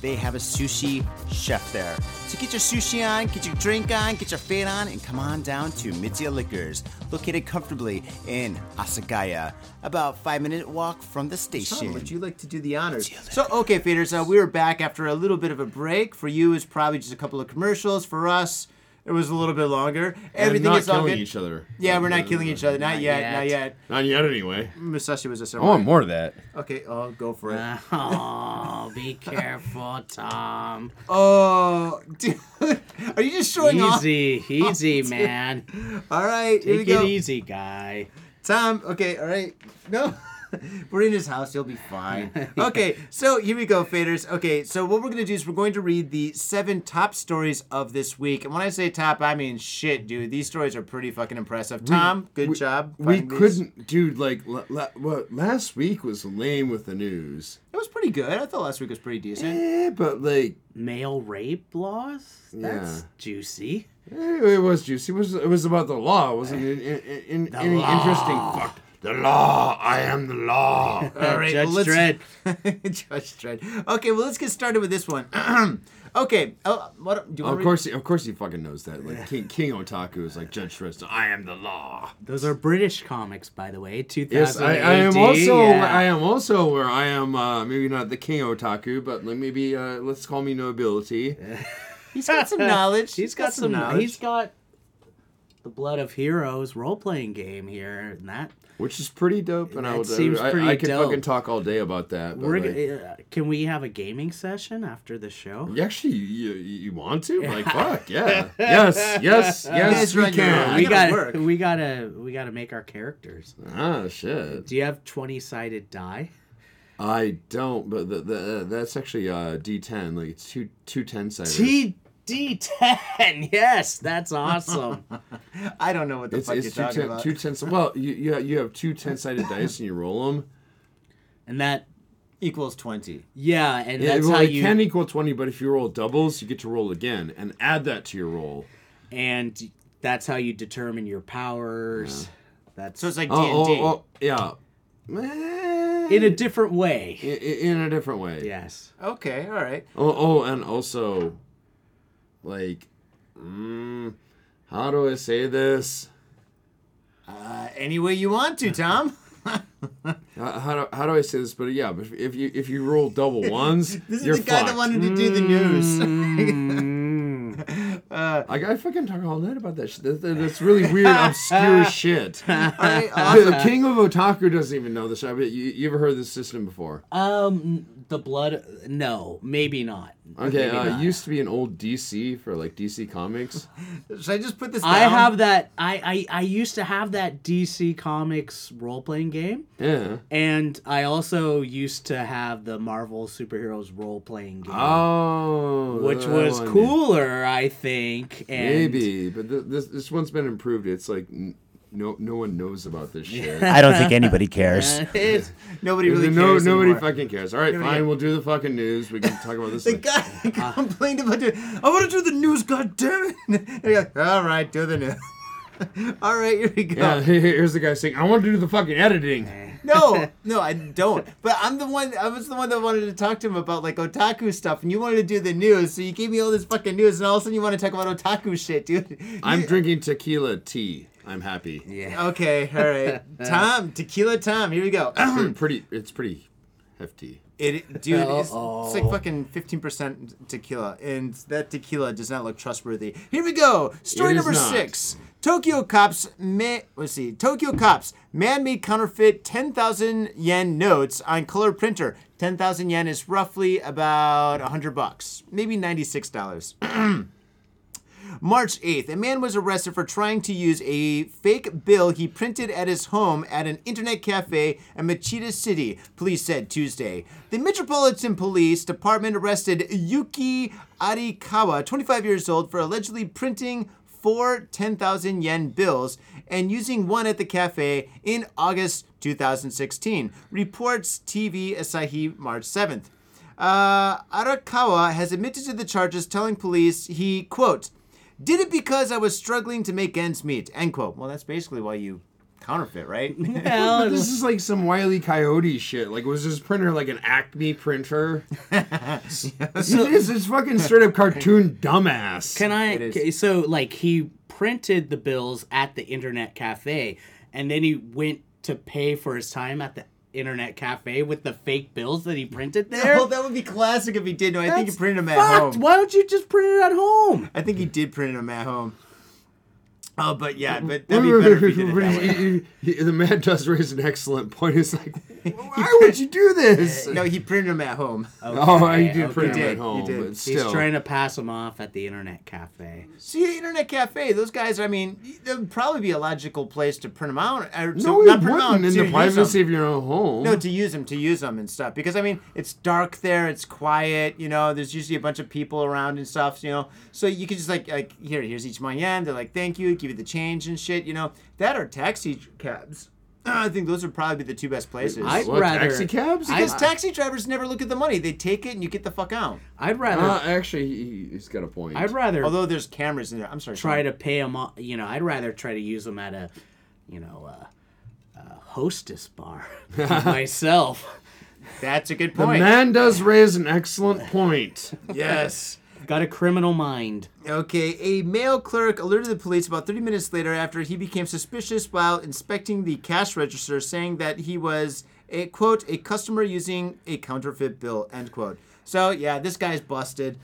Speaker 5: they have a sushi chef there. So get your sushi on, get your drink on, get your fade on, and come on down to Mitsuya Liquors, located comfortably in Asagaya, about five minute walk from the
Speaker 3: Tom,
Speaker 5: station.
Speaker 3: would you like to do the honors? So, okay, Faders, uh, we were back after a little bit of a break. For you, it's probably just a couple of commercials. For us, it was a little bit longer. Everything
Speaker 2: not
Speaker 3: is all
Speaker 2: killing
Speaker 3: good.
Speaker 2: each other.
Speaker 3: Yeah, we're not killing each other. Not,
Speaker 4: Not
Speaker 3: yet,
Speaker 4: yet.
Speaker 3: Not yet. Oh,
Speaker 2: Not yet, anyway.
Speaker 3: Musashi was a
Speaker 2: I want
Speaker 3: samurai.
Speaker 2: more of that.
Speaker 3: Okay, I'll go for it.
Speaker 4: Oh, (laughs) be careful, Tom.
Speaker 3: Oh, (laughs) dude, are you just showing off?
Speaker 4: Easy, (laughs) easy, man.
Speaker 3: All right, here we
Speaker 4: Take it
Speaker 3: go.
Speaker 4: easy, guy.
Speaker 3: Tom, okay, all right. No. (laughs) We're in his house. He'll be fine.
Speaker 2: (laughs)
Speaker 3: Okay, so here we go, faders. Okay, so what we're going to do is we're going to read the seven top stories of this week. And when I say top, I mean shit, dude. These stories are pretty fucking impressive. Tom, good
Speaker 2: we-
Speaker 3: job.
Speaker 2: We
Speaker 3: finding these.
Speaker 2: couldn't, dude. Like, la, la, what, last week was lame with the news.
Speaker 3: It was pretty good. I thought last week was pretty decent.
Speaker 2: Eh, but like,
Speaker 4: Male rape laws? That's
Speaker 2: Yeah.
Speaker 4: juicy.
Speaker 2: eh, it was juicy. It was it was about the law. It wasn't in, in, in, any interesting. Fuck the law. I am the law.
Speaker 3: (laughs) All right,
Speaker 4: Judge
Speaker 3: well, let's-
Speaker 4: Dredd.
Speaker 3: (laughs) Judge Dredd. Okay, well, let's get started with this one. (clears throat) okay, oh, what, do you want
Speaker 2: of
Speaker 3: to
Speaker 2: course, he, of course, he fucking knows that. Like King, King Otaku is like Judge Dredd. I am the law.
Speaker 4: Those are British comics, by the way. 2018.
Speaker 2: Yes, I, I am also I am also where I am uh, maybe not the king otaku, but like maybe uh, let's call me nobility.
Speaker 3: He's got some knowledge.
Speaker 4: (laughs) He's got, some. He's got the Blood of Heroes role playing game here, and that.
Speaker 2: Which is pretty dope, and I
Speaker 4: That
Speaker 2: would
Speaker 4: seems
Speaker 2: I,
Speaker 4: pretty
Speaker 2: I could
Speaker 4: dope.
Speaker 2: fucking talk all day about that. But
Speaker 4: We're,
Speaker 2: like,
Speaker 4: g- uh, can we have a gaming session after the show?
Speaker 2: you actually, you, you want to? Like, fuck, yeah, yes, yes, yes,
Speaker 3: guys
Speaker 2: we
Speaker 3: run your own.
Speaker 2: can.
Speaker 3: I
Speaker 4: we
Speaker 2: We-
Speaker 3: gotta
Speaker 4: gotta,
Speaker 3: work.
Speaker 4: we gotta, we gotta make our characters.
Speaker 2: Ah, shit.
Speaker 4: Do you have twenty sided die?
Speaker 2: I don't, but the, the, uh, that's actually uh, D10, like it's two two ten sided.
Speaker 4: T D ten. (laughs) Yes,
Speaker 2: (laughs)
Speaker 4: that's awesome.
Speaker 3: I don't know what the
Speaker 2: it's,
Speaker 3: fuck
Speaker 2: it's
Speaker 3: you're
Speaker 2: two,
Speaker 3: talking
Speaker 2: ten,
Speaker 3: about.
Speaker 2: two ten. Well, you you have, you have two ten sided dice and you roll them.
Speaker 4: and that,
Speaker 3: Equals 20.
Speaker 4: yeah, and
Speaker 2: Yeah,
Speaker 4: that's
Speaker 2: well,
Speaker 4: how
Speaker 2: it
Speaker 4: you
Speaker 2: can equal 20, but if you roll doubles, you get to roll again and add that to your roll.
Speaker 4: and that's how you determine your powers. That's
Speaker 3: So it's like D&D.
Speaker 2: Oh, oh, oh, yeah. Eh,
Speaker 4: in a different way.
Speaker 2: i- i- in a different way.
Speaker 4: Yes.
Speaker 3: Okay, all right.
Speaker 2: Oh, oh, and also, like, mm, how do I say this?
Speaker 3: Uh, any way you want to, Tom.
Speaker 2: Uh, How, how, do, how do I say this? But yeah, but if- if you if you roll double
Speaker 4: (laughs)
Speaker 2: ones,
Speaker 3: This
Speaker 2: (laughs)
Speaker 3: is
Speaker 2: you're
Speaker 3: the guy
Speaker 2: fucked.
Speaker 3: that
Speaker 2: Mm.
Speaker 3: wanted to do the (laughs) news.
Speaker 2: Like, I fucking talk all night about that shit. That- that- that's really weird,
Speaker 4: (laughs)
Speaker 2: obscure shit.
Speaker 3: all right,
Speaker 2: (laughs)
Speaker 3: awesome.
Speaker 2: The king of otaku doesn't even know this. I bet you, you ever heard this system before?
Speaker 4: Um, the blood. No, maybe not.
Speaker 2: Okay,
Speaker 4: Maybe
Speaker 2: uh,
Speaker 4: not.
Speaker 2: used to be an old DC for like DC Comics.
Speaker 3: Should I just put this down?
Speaker 4: I have that. I, I I used to have that DC Comics role playing game,
Speaker 2: Yeah.
Speaker 4: and I also used to have the Marvel superheroes role playing game,
Speaker 2: Oh,
Speaker 4: which
Speaker 2: that
Speaker 4: was
Speaker 2: one.
Speaker 4: cooler, I think. And (laughs)
Speaker 2: Maybe, but th- this this one's been improved. It's like n- no no one knows about this shit.
Speaker 5: I don't think anybody
Speaker 3: (laughs)
Speaker 5: cares.
Speaker 4: It's-
Speaker 3: Nobody really
Speaker 2: no
Speaker 3: cares
Speaker 2: nobody
Speaker 3: anymore.
Speaker 2: fucking cares. All right, fine. We'll do the fucking news. We can talk about this.
Speaker 3: (laughs) The
Speaker 2: later.
Speaker 3: guy
Speaker 2: Ah.
Speaker 3: complained about it. I want to do the news, God damn it! (laughs) They're like, all right, do the news. (laughs) all right, here we go.
Speaker 2: yeah, (laughs) here- here's the guy saying, "I want to do the fucking editing." (laughs)
Speaker 3: No, no, I don't. But I'm the one. I was the one that wanted to talk to him about like otaku stuff, and you wanted to do the news, so you gave me all this fucking news, and all of a sudden you want to talk about otaku shit, dude.
Speaker 2: I'm drinking tequila tea. I'm happy.
Speaker 3: (laughs)
Speaker 4: yeah.
Speaker 3: Okay,
Speaker 2: (laughs)
Speaker 3: all right. Tom, tequila Tom, here we
Speaker 2: (clears throat)
Speaker 3: go. (clears throat)
Speaker 2: Pretty, pretty. It's pretty hefty.
Speaker 3: It, dude, it's,
Speaker 4: Uh-oh.
Speaker 3: it's like fucking fifteen percent tequila, and that tequila does not look trustworthy. Here we go. Story
Speaker 2: It is
Speaker 3: number
Speaker 2: not.
Speaker 3: six. Tokyo cops ma let's see. Tokyo cops man-made counterfeit ten thousand yen notes on color printer. Ten thousand yen is roughly about hundred bucks, maybe ninety-six dollars. (clears throat) March 8th, a man was arrested for trying to use a fake bill he printed at his home at an internet cafe in Machida City, police said Tuesday. The Metropolitan Police Department arrested Yuki Arikawa, 25 years old, for allegedly printing
Speaker 6: four 10,000 yen bills and using one at the cafe in August 2016, reports TV Asahi March 7th. Uh, Arakawa has admitted to the charges, telling police he, quote, did it because I was struggling to make ends meet, end quote. Well, that's basically why you counterfeit,
Speaker 4: (laughs)
Speaker 6: right?
Speaker 4: Well,
Speaker 2: This is like some wily coyote shit. Like, was this printer like an Acme
Speaker 6: (laughs)
Speaker 2: printer? it is. It's fucking straight up cartoon dumbass.
Speaker 4: Can I? okay, So, like, he printed the bills at the internet cafe, and then he went to pay for his time at the internet cafe with the fake bills that he printed there.
Speaker 6: (laughs) Well, that would be classic if he did. No, I think he
Speaker 4: That's
Speaker 6: printed them at
Speaker 4: fucked.
Speaker 6: home.
Speaker 4: Why don't you just print it at home?
Speaker 6: I think he did print them at home. Oh, but yeah, but that'd
Speaker 2: Wait,
Speaker 6: be
Speaker 2: wait,
Speaker 6: better if he
Speaker 2: wait,
Speaker 6: did it
Speaker 2: wait, (laughs)
Speaker 6: that
Speaker 2: wait,
Speaker 6: way.
Speaker 2: he- he- he- The man does raise an excellent point. He's like,
Speaker 6: (laughs)
Speaker 2: why would you do this?
Speaker 6: No, he printed them at home.
Speaker 2: oh, I did print
Speaker 6: okay.
Speaker 2: him
Speaker 6: He
Speaker 2: at home,
Speaker 6: did.
Speaker 2: but
Speaker 4: He's
Speaker 2: still.
Speaker 4: trying to pass them off at the internet cafe.
Speaker 6: See, the internet cafe, those guys, I mean, that would probably be a logical place to print them out. Or to,
Speaker 2: no,
Speaker 6: not
Speaker 2: you
Speaker 6: print 'em out,
Speaker 2: wouldn't in
Speaker 6: to
Speaker 2: the
Speaker 6: use
Speaker 2: privacy
Speaker 6: 'em.
Speaker 2: of your own home.
Speaker 6: No, to use them, to use them and stuff. Because, I mean, it's dark there, it's quiet, you know, there's usually a bunch of people around and stuff, you know. So you could just, like, like here, here's each my yen. They're like, thank you, give you the change and shit, you know. That or taxi cabs. Uh, I think those would probably be the two best places.
Speaker 4: I'd
Speaker 2: What,
Speaker 4: rather
Speaker 2: taxi cabs?
Speaker 4: I-
Speaker 6: Because taxi drivers never look at the money. They take it and you get the fuck out.
Speaker 4: I'd rather.
Speaker 2: Uh, actually, he, he's got a point.
Speaker 4: I'd rather
Speaker 6: Although there's cameras in there. I'm sorry.
Speaker 4: try
Speaker 6: Sean.
Speaker 4: to pay them. Off, you know, I'd rather try to use them at a, you know, uh, uh, hostess bar (laughs) myself.
Speaker 6: That's a good
Speaker 2: the
Speaker 6: point.
Speaker 2: man does raise an excellent point.
Speaker 6: (laughs) yes.
Speaker 4: Got a criminal mind.
Speaker 6: Okay, a male clerk alerted the police about 30 minutes later after he became suspicious while inspecting the cash register, saying that he was a quote a customer using a counterfeit bill end quote. So yeah, this guy's busted.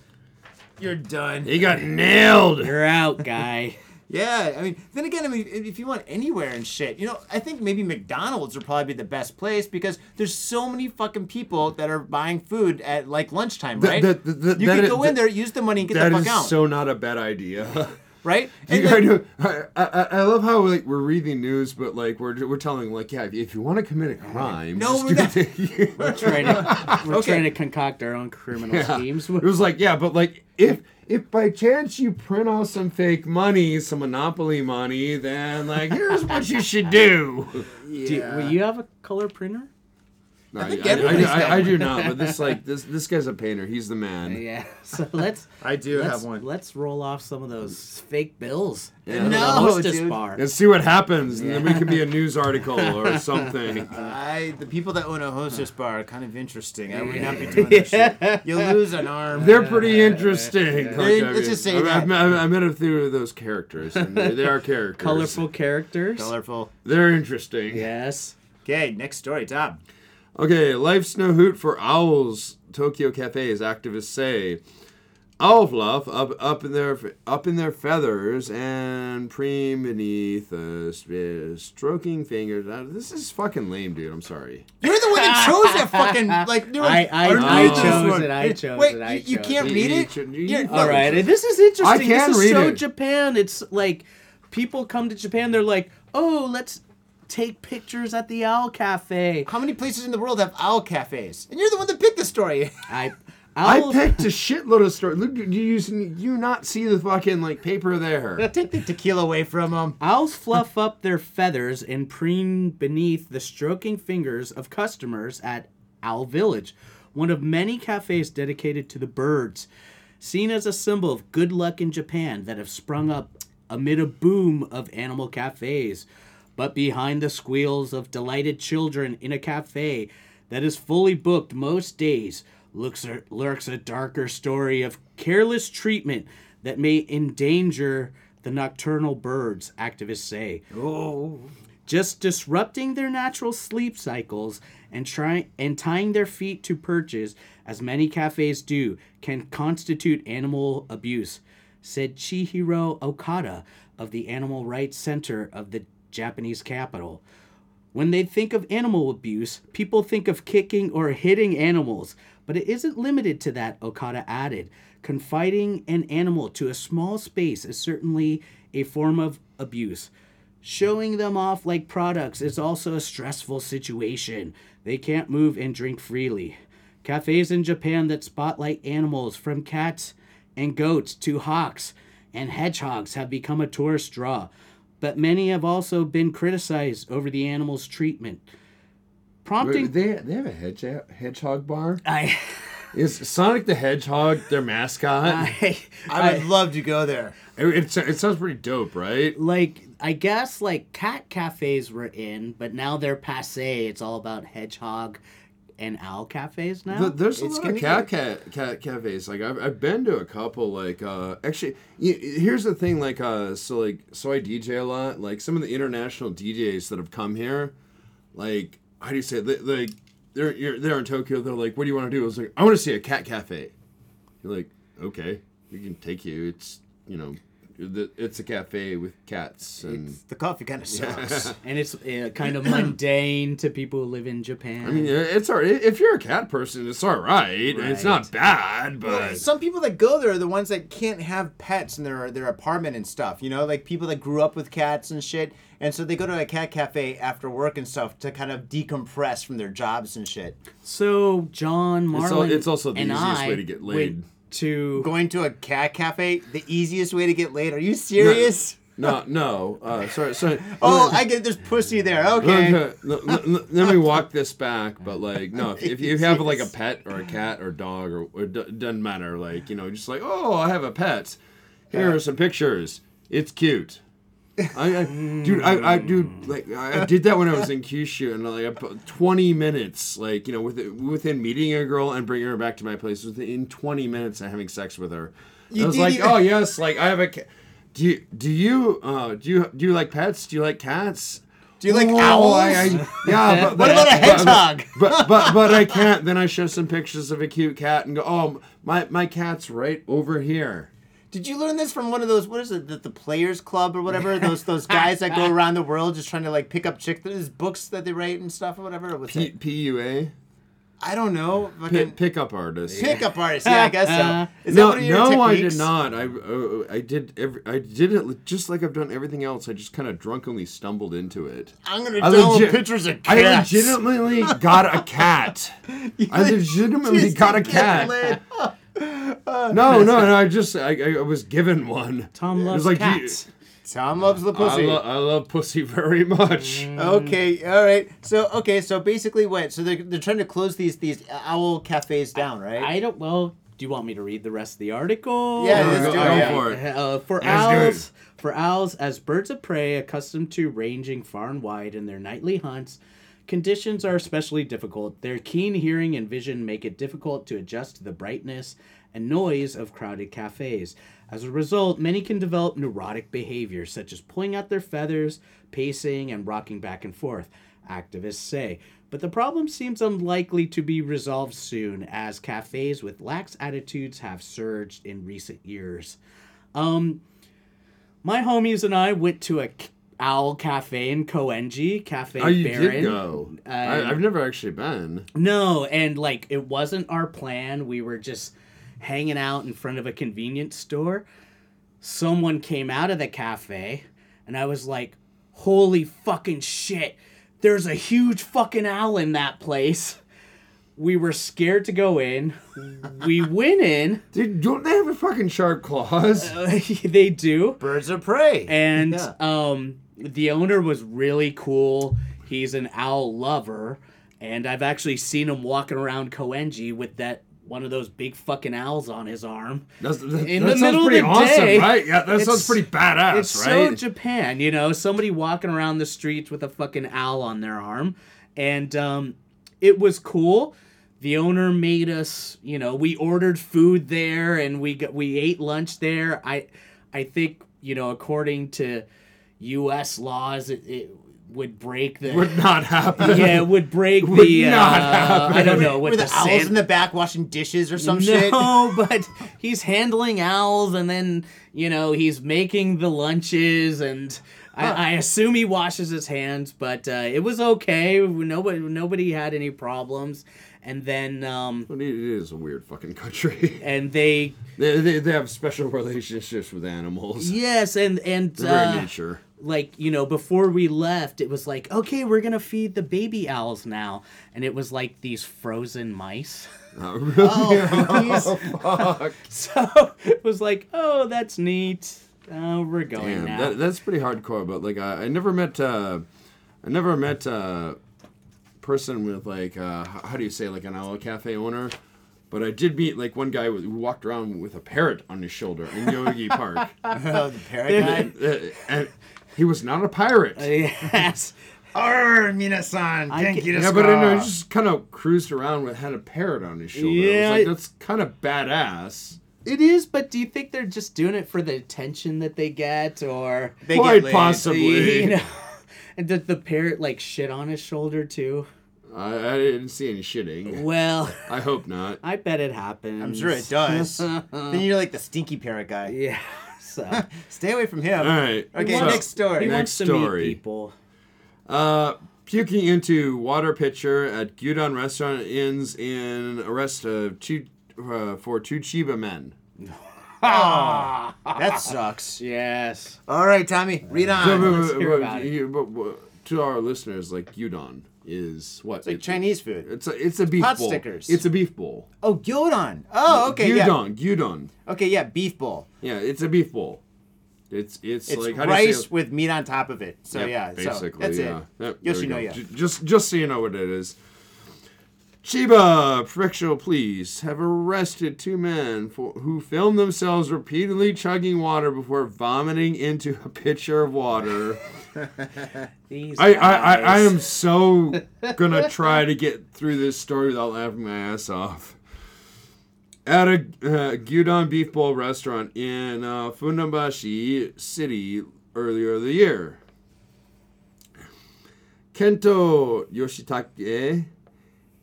Speaker 6: You're done.
Speaker 2: He got
Speaker 6: (laughs)
Speaker 2: nailed.
Speaker 4: You're out, guy.
Speaker 6: Yeah, I mean, then again, I mean, if if you want anywhere and shit, you know, I think maybe McDonald's would probably be the best place because there's so many fucking people that are buying food at like lunchtime, right?
Speaker 2: that- that- that-
Speaker 6: you
Speaker 2: that
Speaker 6: could
Speaker 2: is-
Speaker 6: go in there, use the money, and get
Speaker 2: That
Speaker 6: the fuck
Speaker 2: is
Speaker 6: out,
Speaker 2: so not a bad (laughs) idea.
Speaker 6: right?
Speaker 2: You
Speaker 6: And then-
Speaker 2: know, I, I, I love how like we're reading news, but like we're, we're telling like yeah, if, if you want to commit a crime,
Speaker 6: No,
Speaker 2: just do
Speaker 6: we're not-
Speaker 2: (laughs) the-
Speaker 4: We're trying to, we're
Speaker 6: Okay.
Speaker 4: trying to concoct our own criminal schemes.
Speaker 2: It was like yeah, but like if if by chance you print off some fake money, some monopoly money, then like here's what you should
Speaker 6: (laughs)
Speaker 2: do.
Speaker 4: Do you, will you have a color printer?
Speaker 2: No, I,
Speaker 6: think
Speaker 2: I- I-
Speaker 6: everybody's
Speaker 2: I-
Speaker 6: got
Speaker 2: I do not, but this
Speaker 6: (laughs)
Speaker 2: like this this guy's a painter. He's the man.
Speaker 4: Yeah. (laughs) So
Speaker 2: (laughs)
Speaker 4: let's.
Speaker 6: I do
Speaker 4: let's,
Speaker 6: have one.
Speaker 4: Let's roll off some of those fake bills.
Speaker 2: Yeah.
Speaker 4: The
Speaker 6: No,
Speaker 4: hostess
Speaker 6: dude.
Speaker 4: bar.
Speaker 2: Let's see what happens, and then we can
Speaker 6: (laughs)
Speaker 2: be a news article or something.
Speaker 6: I the people that own a hostess bar are kind of interesting. I would not be doing that
Speaker 3: (laughs)
Speaker 6: shit. You'll lose an arm.
Speaker 2: They're pretty interesting.
Speaker 6: They- let's just say
Speaker 2: I,
Speaker 6: that.
Speaker 2: I, I, I met a few of those characters. And they, they are characters.
Speaker 4: Colorful characters.
Speaker 6: colorful.
Speaker 2: They're interesting.
Speaker 4: Yes.
Speaker 6: Okay, next story, Tom.
Speaker 2: Okay, life's no hoot for owls. Tokyo Cafe, as activists say. Owl fluff up up in their up in their feathers and preen beneath the sp- stroking fingers. Uh, This is fucking lame, dude. I'm sorry.
Speaker 6: You're the one that chose that fucking like. Dude,
Speaker 4: I- I-
Speaker 2: I
Speaker 4: chose it, I chose
Speaker 6: Wait,
Speaker 4: it, I
Speaker 6: you, you
Speaker 4: chose
Speaker 6: can't
Speaker 2: it.
Speaker 6: read
Speaker 2: You- you
Speaker 6: it.
Speaker 2: should- you-
Speaker 6: You're-
Speaker 4: All
Speaker 2: No,
Speaker 4: right.
Speaker 2: it's-
Speaker 4: This is interesting.
Speaker 2: I can
Speaker 4: this is
Speaker 2: read
Speaker 4: so
Speaker 2: it.
Speaker 4: Japan. It's like people come to Japan. They're like, oh, let's take pictures at the Owl Cafe.
Speaker 6: How many places in the world have owl cafes? And you're the one that picked the
Speaker 3: (laughs)
Speaker 6: story.
Speaker 4: I.
Speaker 2: I
Speaker 4: Owl, (laughs)
Speaker 2: picked a shitload of stories. Look, do you you not see the fucking like paper
Speaker 6: (laughs)
Speaker 2: there?
Speaker 6: Take the tequila away from them.
Speaker 4: Owls fluff up their feathers and preen beneath the stroking fingers of customers at Owl Village, one of many cafes dedicated to the birds. Seen as a symbol of good luck in Japan that have sprung up amid a boom of animal cafes. But behind the squeals of delighted children in a cafe that is fully booked most days looks lurks a darker story of careless treatment that may endanger the nocturnal birds, activists say. Oh. Just disrupting their natural sleep cycles and trying and tying their feet to perches, as many cafes do, can constitute animal abuse, said Chihiro Okada of the Animal Rights Center of the Japanese capital. When they think of animal abuse, people think of kicking or hitting animals, but it isn't limited to that, Okada added. Confiding an animal to a small space is certainly a form of abuse. Showing them off like products is also a stressful situation. They can't move and drink freely. Cafes in Japan that spotlight animals from cats and goats to hawks and hedgehogs have become a tourist draw, but many have also been criticized over the animals' treatment. Prompting.
Speaker 2: Wait, they they have a hedge, hedgehog bar.
Speaker 4: I, (laughs)
Speaker 2: Is Sonic the Hedgehog their mascot?
Speaker 4: I,
Speaker 3: I would love to go there.
Speaker 2: it, it, it sounds pretty dope, right?
Speaker 4: like I guess like cat cafes were in, but now they're passe. It's all about hedgehog and owl cafes now.
Speaker 2: Th- there's a
Speaker 3: Oh, It's
Speaker 2: lot of
Speaker 3: gonna
Speaker 2: cat, cat cat cafes. Like I've, I've been to a couple. Like uh, actually, y- here's the thing. Like uh, so like so I DJ a lot. Like some of the international DJs that have come here, like how do you say? it? They, like they're you're, they're in Tokyo. They're like, what do you want to do? I was like, I want to see a cat cafe. You're like, okay, we can take you. It's you know, the- it's a cafe with cats and.
Speaker 3: The coffee kind of sucks.
Speaker 4: and it's uh, kind of mundane to people who live in Japan.
Speaker 2: I mean, it's all right. If you're a cat person, it's all right. It's not bad, but
Speaker 3: (laughs) Some people that go there are the ones that can't have pets in their their apartment and stuff. You know, like people that grew up with cats and shit, and so they go to a cat cafe after work and stuff to kind of decompress from their jobs and shit.
Speaker 4: so John Marlon,
Speaker 2: al- it's also the
Speaker 4: and
Speaker 2: easiest
Speaker 4: I
Speaker 2: way to get laid.
Speaker 4: went To
Speaker 3: Going to a cat cafe, the easiest way to get laid. Are you serious?
Speaker 2: No, no. Uh, sorry,
Speaker 3: (laughs)
Speaker 2: sorry.
Speaker 3: Oh, I get there's pussy there. Okay.
Speaker 4: (laughs)
Speaker 2: Okay, l- l- l- Let me walk this back, but like, no, if,
Speaker 3: (laughs)
Speaker 2: if you have like a pet or a cat or dog or, or d- doesn't matter, like you know, just like, oh, I have a pet. Here are some pictures. It's cute. I, I dude, I, I dude, like I I did that when I was in Kyushu, and like about twenty minutes, like you know, with, within meeting a girl and bringing her back to my place within twenty minutes and having sex with her. I was
Speaker 3: did
Speaker 2: like,
Speaker 3: even-
Speaker 2: oh yes, like I have a. Ca- do you do you uh, do you do you like pets? Do you like cats?
Speaker 3: Do you like
Speaker 2: Oh,
Speaker 3: owls?
Speaker 2: I- I- yeah, but,
Speaker 3: What about a hedgehog?
Speaker 2: But, but but I can't. Then I show some pictures of a cute cat and go, oh, my my cat's right over here.
Speaker 3: Did you learn this from one of those? What is it? The, the Players Club
Speaker 2: (laughs)
Speaker 3: or whatever? Those those guys that go around the world just trying to like pick up chick. Those books that they write and stuff or whatever. What's
Speaker 2: P-
Speaker 3: it?
Speaker 2: PUA,
Speaker 3: I don't know.
Speaker 2: P-
Speaker 3: Fucking
Speaker 2: pickup artist.
Speaker 3: pickup artist. Yeah, I guess so. Is that
Speaker 2: Uh-huh. no,
Speaker 3: one of your
Speaker 2: no, I
Speaker 3: techniques?
Speaker 2: did not. I uh, I did every, I did it li- just like I've done everything else. I just kind of drunkenly stumbled into it.
Speaker 3: I'm gonna
Speaker 2: I
Speaker 3: download
Speaker 2: legit-
Speaker 3: pictures of
Speaker 2: I
Speaker 3: cats. (laughs)
Speaker 2: legitimately got a cat. I legitimately
Speaker 3: Just
Speaker 2: got a
Speaker 3: get
Speaker 2: cat.
Speaker 3: laid.
Speaker 2: No, no, no. I just I, I was given one.
Speaker 4: Tom
Speaker 2: It
Speaker 4: loves
Speaker 2: was like, you-
Speaker 4: cats.
Speaker 3: Tom loves the pussy. Mm.
Speaker 2: I, lo- I love pussy very much.
Speaker 3: okay, all right. So okay, so basically, what? So they're, they're trying to close these these owl cafes down, right?
Speaker 4: I don't. Well, do you want me to read the rest of the article?
Speaker 3: Yeah,
Speaker 2: Go-
Speaker 3: let's
Speaker 2: go,
Speaker 3: do it,
Speaker 2: go
Speaker 3: yeah.
Speaker 2: for it.
Speaker 4: Uh, for
Speaker 2: Let's do it.
Speaker 4: owls, for owls, as birds of prey accustomed to ranging far and wide in their nightly hunts, conditions are especially difficult. Their keen hearing and vision make it difficult to adjust to the brightness and noise of crowded cafes. As a result, many can develop neurotic behavior, such as pulling out their feathers, pacing, and rocking back and forth, activists say. But the problem seems unlikely to be resolved soon, as cafes with lax attitudes have surged in recent years. Um, my homies and I went to a c- owl cafe in Koenji, Cafe
Speaker 2: Oh, you
Speaker 4: Baron.
Speaker 2: did go. I, I've never actually been.
Speaker 4: No, and like it wasn't our plan. We were just hanging out in front of a convenience store. Someone came out of the cafe, and I was like, "Holy fucking shit! There's a huge fucking owl in that place." We were scared to go in. we
Speaker 2: (laughs)
Speaker 4: went in. (laughs)
Speaker 2: Dude, don't they have a fucking sharp
Speaker 3: (laughs)
Speaker 2: claws?
Speaker 4: they do.
Speaker 3: Birds of prey.
Speaker 4: And
Speaker 3: Yeah.
Speaker 4: um, the owner was really cool. He's an owl lover, and I've actually seen him walking around Koenji with that one of those big fucking owls on his arm.
Speaker 2: That's, that,
Speaker 4: in
Speaker 2: that
Speaker 4: the
Speaker 2: sounds
Speaker 4: middle of
Speaker 2: pretty
Speaker 4: the
Speaker 2: awesome,
Speaker 4: day,
Speaker 2: right? Yeah, that sounds
Speaker 4: it's-
Speaker 2: pretty badass,
Speaker 4: It's so
Speaker 2: right?
Speaker 4: Japan, you know, somebody walking around the streets with a fucking owl on their arm, and um, it was cool. The owner made us, you know, we ordered food there and we got, we ate lunch there. I, I think you know, according to U.S. laws, it, it would break the
Speaker 2: (laughs) Would not happen.
Speaker 4: (laughs) yeah, it would break
Speaker 2: Would
Speaker 4: the
Speaker 2: not
Speaker 4: uh, I don't know what
Speaker 3: Were the,
Speaker 4: the
Speaker 3: owls
Speaker 4: san-
Speaker 3: in the back washing dishes or some shit?
Speaker 4: no, (laughs) but he's handling owls, and then you know he's making the lunches, and I, I assume he washes his hands. But uh, it was okay. Nobody nobody had any problems, and then um,
Speaker 2: But (laughs) it is a weird fucking country. (laughs)
Speaker 4: and they
Speaker 2: they, they, they have special (laughs) relationships with animals.
Speaker 4: yes, and and
Speaker 2: They're very
Speaker 4: uh,
Speaker 2: nature.
Speaker 4: like you know before we left, it was like okay, we're gonna feed the baby owls now, and it was like these
Speaker 2: (laughs)
Speaker 4: frozen mice.
Speaker 2: Not really.
Speaker 4: (laughs)
Speaker 2: (laughs)
Speaker 4: Oh,
Speaker 2: fuck.
Speaker 4: (laughs) so it was like oh, that's neat. Oh, we're
Speaker 2: Damn,
Speaker 4: going now.
Speaker 2: that, that's pretty hardcore. But like, I, I never met, uh, I never met a person with like, uh, h- how do you say, like an owl cafe owner. But I did meet like one guy who who walked around with a parrot on his shoulder in Yogi
Speaker 4: (laughs)
Speaker 2: Park,
Speaker 3: Oh, the parrot guy.
Speaker 2: Uh, and he was not a pirate.
Speaker 4: (laughs) yes.
Speaker 7: Arr, Minasan, thank you.
Speaker 2: yeah, but I
Speaker 3: Ah.
Speaker 2: know he just kind of cruised around with had a parrot on his shoulder. I
Speaker 4: Yeah,
Speaker 2: was
Speaker 4: I-
Speaker 2: like, that's kind of badass.
Speaker 4: It is, but do you think they're just doing it for the attention that they get, or (laughs)
Speaker 3: They get
Speaker 2: Quite
Speaker 3: laid.
Speaker 2: possibly.
Speaker 3: (laughs)
Speaker 4: you know? (laughs) And did the parrot like shit on his shoulder too?
Speaker 2: I, I didn't see any shitting.
Speaker 4: Well, (laughs)
Speaker 2: I hope not.
Speaker 4: I bet it happens.
Speaker 3: I'm sure it
Speaker 2: (laughs)
Speaker 3: does. then you're like the stinky parrot guy.
Speaker 4: Yeah. (laughs) So
Speaker 3: Stay away from him.
Speaker 2: All right.
Speaker 3: Okay,
Speaker 2: so-
Speaker 3: next
Speaker 4: he
Speaker 3: story.
Speaker 4: wants to
Speaker 2: story.
Speaker 4: meet people.
Speaker 2: Uh, puking into water pitcher at Gyudon Restaurant ends in arrest of two uh, for two Chiba men.
Speaker 3: That sucks.
Speaker 4: Yes.
Speaker 3: All right, Tommy, read
Speaker 2: So,
Speaker 3: on.
Speaker 2: but-
Speaker 4: let's
Speaker 2: but-
Speaker 4: hear
Speaker 2: but-
Speaker 4: about it.
Speaker 2: you- but- but to our listeners, like Gyudon is what
Speaker 3: It's like Chinese food.
Speaker 2: It's a it's a beef
Speaker 3: Pot
Speaker 2: bowl.
Speaker 3: stickers.
Speaker 2: It's a beef bowl.
Speaker 3: Oh, gyudon. Oh, okay, yeah.
Speaker 2: Gyudon, Gyudon.
Speaker 3: Okay, yeah, beef bowl.
Speaker 2: Yeah, it's a beef bowl. It's it's,
Speaker 3: It's
Speaker 2: like how do you say it?
Speaker 3: rice with meat on top of it. So yeah, so
Speaker 2: basically,
Speaker 3: that's
Speaker 2: yeah.
Speaker 3: it.
Speaker 2: Yep, there we go.
Speaker 3: Yoshinoya.
Speaker 2: J- just, just so you know what it is. Chiba Prefectural Police have arrested two men for, who filmed themselves repeatedly chugging water before vomiting into a (laughs) pitcher of water.
Speaker 4: These
Speaker 2: I, I, I, I
Speaker 4: guys.
Speaker 2: am so gonna try to get through this story without laughing my ass off. At a uh, gyudon beef bowl restaurant in uh, Funabashi City earlier the year, Kento Yoshitake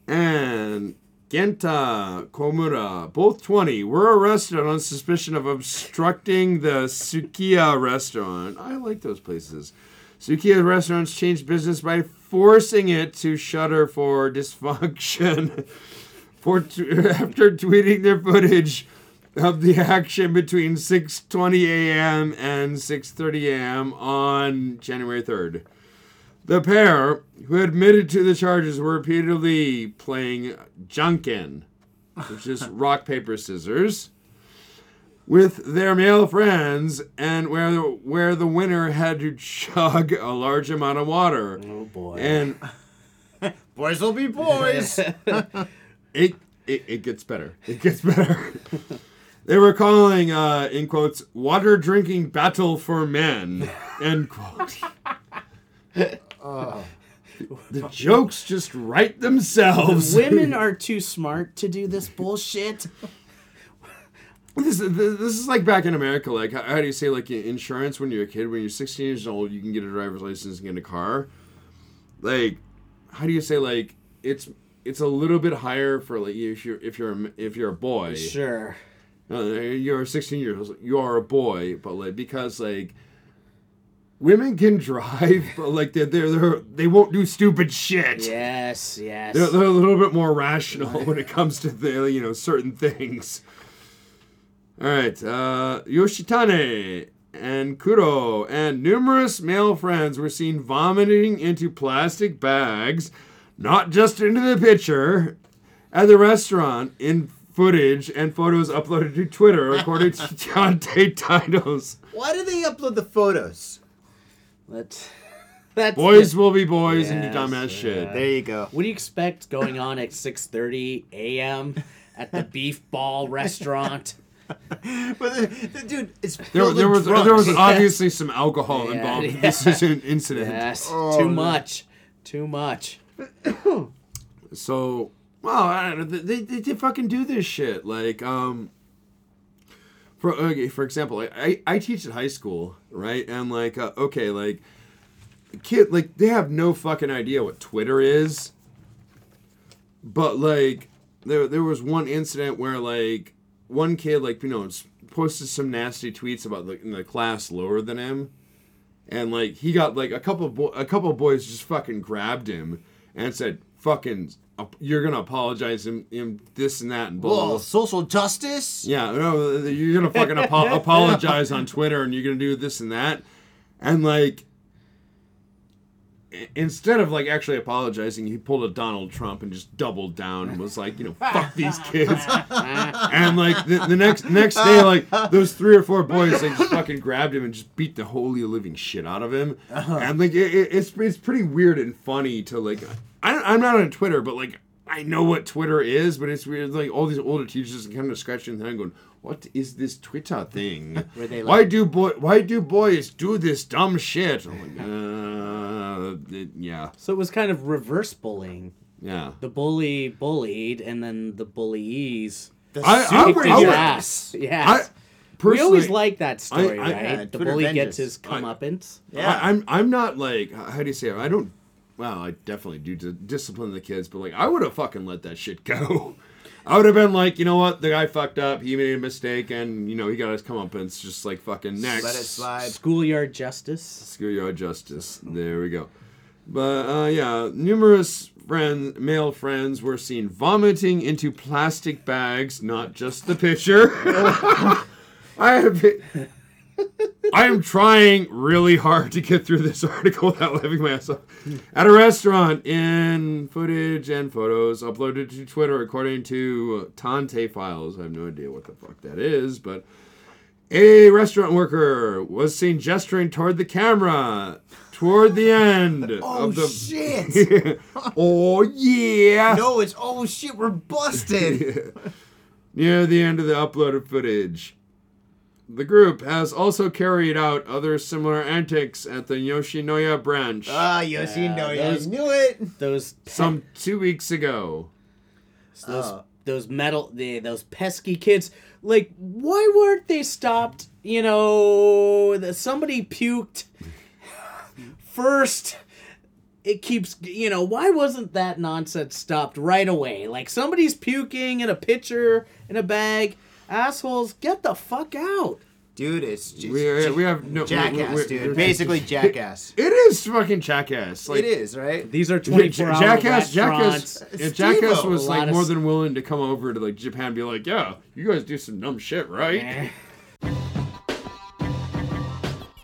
Speaker 2: and Genta Komura, both 20, were arrested on suspicion of obstructing the Sukiya restaurant. I like those places. Sukiya restaurants changed business by forcing it to shutter for dysfunction. (laughs) for t- (laughs) after tweeting their footage of the action between 6:20 a.m. and 6:30 a.m. on January 3rd. The pair, who admitted to the charges, were repeatedly playing Junkin, which is (laughs) rock, paper, scissors, with their male friends, and where the, where the winner had to chug a large amount of water.
Speaker 4: Oh boy.
Speaker 2: And
Speaker 3: Boys will be (laughs) boys.
Speaker 4: (laughs)
Speaker 2: (laughs) it, it, it gets better. It gets better. (laughs) they were calling, uh, in quotes, water drinking battle for
Speaker 4: (laughs)
Speaker 2: men, end quote.
Speaker 4: Oh.
Speaker 2: The jokes just write themselves.
Speaker 4: Women are too smart to do this bullshit.
Speaker 2: This, this, this is like back in America. Like, how, how do you say, like, in- insurance when you're a kid? When you're 16 years old, you can get a driver's license and get a car. Like, how do you say, like, it's it's a little bit higher for like if you're if you're a m- if you're a boy.
Speaker 4: Sure.
Speaker 2: Uh, you're 16 years old. You are a boy, but like because like women can (laughs) drive, but like they're they're, they're they won't do stupid shit.
Speaker 4: Yes. Yes.
Speaker 2: They're, they're a little bit more rational when it comes to the you know certain things. All right, uh, Yoshitane and Kuro and numerous male friends were seen vomiting into plastic bags, not just into the pitcher, at the restaurant in footage and photos uploaded to Twitter, according
Speaker 4: (laughs)
Speaker 2: to Dante Titles.
Speaker 3: Why do they upload the photos?
Speaker 4: Let. (laughs) That's
Speaker 2: Boys will be boys, and you
Speaker 4: Yes, uh,
Speaker 2: dumbass shit.
Speaker 3: There you go.
Speaker 4: What do you expect going on at 6:30 a.m. at the Beef Ball (laughs) restaurant?
Speaker 3: But the, the dude is (laughs)
Speaker 2: There,
Speaker 3: filled
Speaker 2: there
Speaker 3: with
Speaker 2: was
Speaker 3: drunks.
Speaker 2: there
Speaker 4: (laughs)
Speaker 2: was obviously some alcohol involved. in
Speaker 4: yeah.
Speaker 2: This is an (laughs) incident.
Speaker 4: Yes. too much. Too much.
Speaker 2: So, well, I don't know. They, they, they fucking do this shit. Like, um, for okay, for example, I, I, I teach at high school, right? And like, uh, okay, like, kid, like they have no fucking idea what Twitter is. But like, there there was one incident where like one kid, like you know, s- posted some nasty tweets about the, the class lower than him and like he got like a couple bo- a couple boys just fucking grabbed him and said fucking you're gonna apologize and, and this and that and blah, blah,
Speaker 8: Well,
Speaker 2: blah.
Speaker 8: social justice.
Speaker 2: Yeah, no, you're gonna fucking apo- apologize on Twitter and you're gonna do this and that, and like i- instead of like actually apologizing, he pulled a Donald Trump and just doubled down and was like, you know, fuck these kids, and like the, the next next day, like those three or four boys, they just fucking grabbed him and just beat the holy living shit out of him,
Speaker 4: Uh-huh.
Speaker 2: and like it, it- it's it's pretty weird and funny to like I, I'm not on Twitter, but like I know what Twitter is, but it's weird. Like all these older teachers are kind of scratching their head, going, "What is this Twitter
Speaker 4: (laughs)
Speaker 2: thing?
Speaker 8: they
Speaker 2: why do boy? Why do boys do this dumb shit?" I'm like,
Speaker 4: (laughs)
Speaker 2: uh, it- yeah,
Speaker 4: So it was kind of reverse bullying.
Speaker 2: yeah.
Speaker 4: The bully bullied, and then the bullies
Speaker 2: I, I,
Speaker 4: kicked
Speaker 2: would-
Speaker 4: in
Speaker 2: I,
Speaker 4: your
Speaker 2: would-
Speaker 4: ass.
Speaker 2: I
Speaker 4: Yes. we
Speaker 2: personally,
Speaker 4: always like that story,
Speaker 2: I- I-
Speaker 4: right?
Speaker 2: Yeah,
Speaker 4: the
Speaker 8: Twitter
Speaker 4: bully
Speaker 8: vengeance.
Speaker 4: gets his comeuppance.
Speaker 8: Yeah.
Speaker 2: I, I'm I'm not like how do you say it? I don't. Well, I definitely do dis- discipline the kids, but like I would have fucking let that shit go. (laughs) I would have been like, you know what, the guy fucked up. He made a mistake, and you know he got his comeuppance. Just like fucking next.
Speaker 9: Let it slide.
Speaker 4: Schoolyard justice.
Speaker 2: Schoolyard Justice. There we go. But uh, yeah, numerous friends, male friends, were seen vomiting into plastic bags, not just the (laughs) pitcher. I have. (laughs) I am trying really hard to get through this (laughs) article without laughing my ass off. At a restaurant, in footage and photos uploaded to Twitter, according to Tante Files. I have no idea what the fuck that is, but a restaurant worker was seen gesturing toward the camera toward the end
Speaker 9: (laughs) Oh
Speaker 2: of the.
Speaker 9: shit!
Speaker 2: (laughs) oh yeah!
Speaker 9: no, it's oh shit. We're
Speaker 2: (laughs)
Speaker 9: busted.
Speaker 2: near the end of the uploaded footage. The group has also carried out other similar antics at the Yoshinoya branch
Speaker 9: Ah, Yoshinoya,
Speaker 4: Yeah, those-
Speaker 9: you knew it.
Speaker 4: Those pe-
Speaker 2: some two weeks ago.
Speaker 4: those those metal the, those pesky kids. Like, why weren't they stopped? You know, the, somebody puked (laughs) first. It keeps, you know, why wasn't that nonsense stopped right away? Like somebody's puking in a pitcher in a bag. Assholes, get the fuck out.
Speaker 9: Dude, it's just
Speaker 2: We, we have no we- we-
Speaker 9: jackass,
Speaker 2: we-
Speaker 9: dude.
Speaker 8: Basically,
Speaker 9: (laughs)
Speaker 8: jackass.
Speaker 2: It is fucking jackass. Like,
Speaker 9: it is right.
Speaker 4: These are
Speaker 2: Yeah,
Speaker 4: 24 hour
Speaker 2: Jackass,
Speaker 4: restaurants.
Speaker 2: Jackass, yeah, Jackass
Speaker 9: Steve-O.
Speaker 2: was
Speaker 4: A
Speaker 2: like
Speaker 4: lot of
Speaker 2: more
Speaker 4: s-
Speaker 2: than willing to come over to like Japan, and be like, yeah, you guys do some dumb shit, right?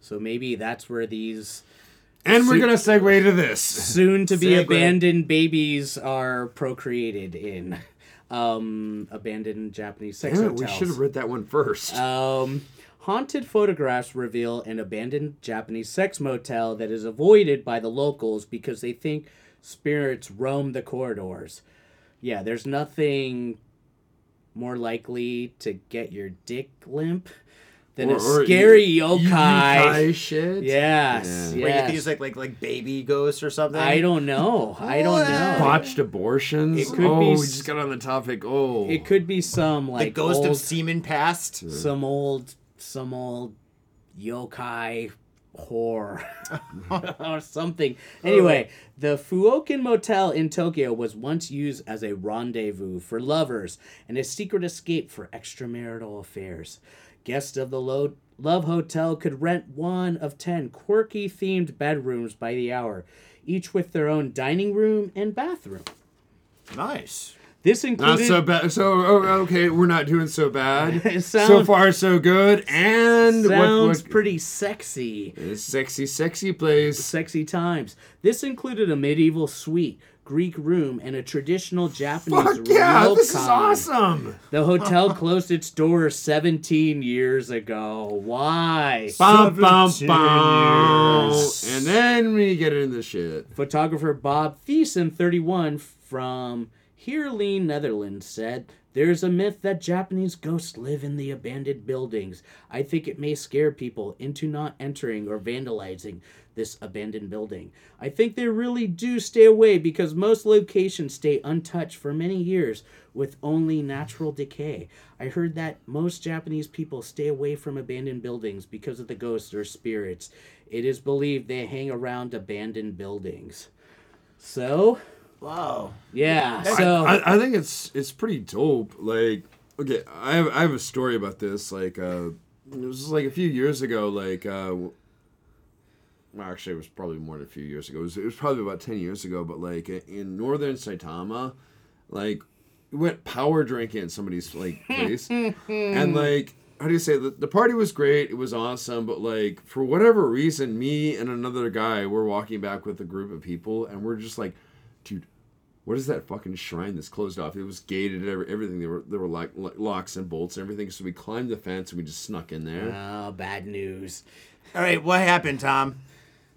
Speaker 4: So maybe that's where these
Speaker 2: and we're gonna segue to this.
Speaker 4: soon to be abandoned babies are procreated in (laughs) um, abandoned Japanese sex
Speaker 2: Damn it,
Speaker 4: hotels.
Speaker 2: we should have read that one first.
Speaker 4: Um, haunted photographs reveal an abandoned Japanese sex motel that is avoided by the locals because they think spirits roam the corridors. yeah, there's nothing more likely to get your dick limp than a
Speaker 2: Or- or
Speaker 4: scary
Speaker 2: y-
Speaker 4: yokai.
Speaker 2: yokai shit.
Speaker 4: Yes,
Speaker 2: Yeah.
Speaker 5: Where you
Speaker 4: yes.
Speaker 5: could use like like like baby ghosts or something.
Speaker 4: I don't know. I don't know.
Speaker 2: Botched abortions.
Speaker 4: It could be
Speaker 2: oh, we
Speaker 4: s-
Speaker 2: just got on the topic. Oh,
Speaker 4: It could be some
Speaker 5: the
Speaker 4: like
Speaker 5: ghost
Speaker 4: old,
Speaker 5: of semen past.
Speaker 4: some old some old yokai whore (laughs) or something. Anyway, the Fuokin Motel in Tokyo was once used as a rendezvous for lovers and a secret escape for extramarital affairs. Guests of the Lo- Love Hotel could rent one of 10 quirky themed bedrooms by the hour, each with their own dining room and bathroom.
Speaker 5: Nice.
Speaker 4: This
Speaker 2: not (laughs)
Speaker 4: included
Speaker 2: so bad. So oh, okay, we're not doing so bad.
Speaker 4: (laughs) It
Speaker 2: so
Speaker 4: sound-
Speaker 2: far, so good. And
Speaker 4: sounds
Speaker 2: what, what,
Speaker 4: pretty sexy.
Speaker 2: sexy, sexy place.
Speaker 4: sexy times. This included a medieval suite, Greek room, and a traditional Japanese
Speaker 2: Fuck yeah, this is
Speaker 4: ryokan.
Speaker 2: awesome. (laughs)
Speaker 4: The hotel closed its doors 17 years ago. Why?
Speaker 2: Bum, bum, bum. And then we get into shit.
Speaker 4: Photographer Bob Thiessen, 31, from Heerlee, Netherlands, said, There's a myth that Japanese ghosts live in the abandoned buildings. I think it may scare people into not entering or vandalizing this abandoned building. I think they really do stay away because most locations stay untouched for many years with only natural decay. I heard that most Japanese people stay away from abandoned buildings because of the ghosts or spirits. It is believed they hang around abandoned buildings. So,
Speaker 5: Wow.
Speaker 4: yeah, so
Speaker 2: I, I think it's it's pretty dope. Like, okay, I have, I have a story about this. Like, uh, it was like a few years ago. Like, uh, w- well, actually, it was probably more than a few years ago. It was, it was probably about ten years ago. But like i- in northern Saitama, like we went power drinking at somebody's like place,
Speaker 5: Mm.
Speaker 2: and like. How do you say the, the party was great, it was awesome, but like for whatever reason, me and another guy were walking back with a group of people and we're just like, dude, what is that fucking shrine that's closed off? It was gated and every- everything. There were there were like lo- locks and bolts and everything. So we climbed the fence and we just snuck in there.
Speaker 4: oh, bad news.
Speaker 5: All right, what happened, Tom?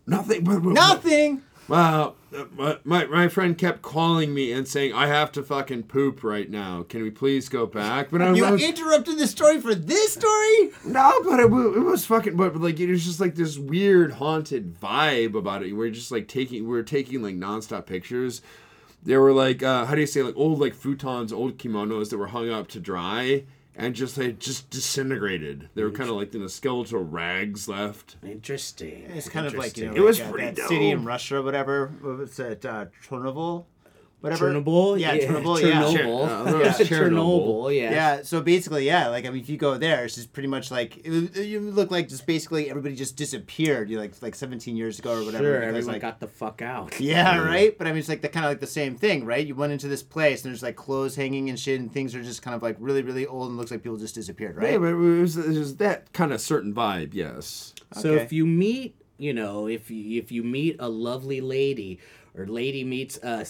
Speaker 2: Nothing. But, but-
Speaker 5: Nothing.
Speaker 2: Well, uh, my, my my friend kept calling me and saying I have to fucking poop right now. Can we please go back? But I
Speaker 5: You
Speaker 2: was
Speaker 5: interrupted the story for this story.
Speaker 2: no, but it, wa- it was fucking. But but, like it was just like this weird haunted vibe about it. We're just like taking we we're taking like nonstop pictures. There were like uh, how do you say like old like futons, old kimonos that were hung up to dry and just like just disintegrated. They were kind of like in the skeletal rags left.
Speaker 4: Interesting.
Speaker 5: It's kind of like you know,
Speaker 2: It was
Speaker 5: like, uh,
Speaker 2: pretty
Speaker 5: that city in
Speaker 2: dope.
Speaker 5: Russia or whatever. What was it, uh, Chernobyl? Whatever.
Speaker 4: Chernobyl?
Speaker 5: Yeah, Chernobyl.
Speaker 4: Chernobyl.
Speaker 5: Yeah.
Speaker 2: Yeah,
Speaker 4: (laughs)
Speaker 2: I thought it was
Speaker 4: Chernobyl, yeah.
Speaker 5: Yeah. So basically, yeah. Like I mean, if you go there, it's just pretty much like it, would- you look like just basically everybody just disappeared. You like like 17 years ago or whatever.
Speaker 4: Sure,
Speaker 5: because,
Speaker 4: everyone
Speaker 5: like-
Speaker 4: got the fuck out.
Speaker 5: Yeah, right. But I mean, it's like the kind of like the same thing, right? You went into this place and there's like clothes hanging and shit, and things are just kind of like really, really old and looks like people just disappeared, right?
Speaker 2: Yeah, but it was, it was that kind of certain vibe. Yes.
Speaker 4: So
Speaker 5: Okay.
Speaker 4: if you meet, you know, if you, if you meet a lovely lady or lady meets a,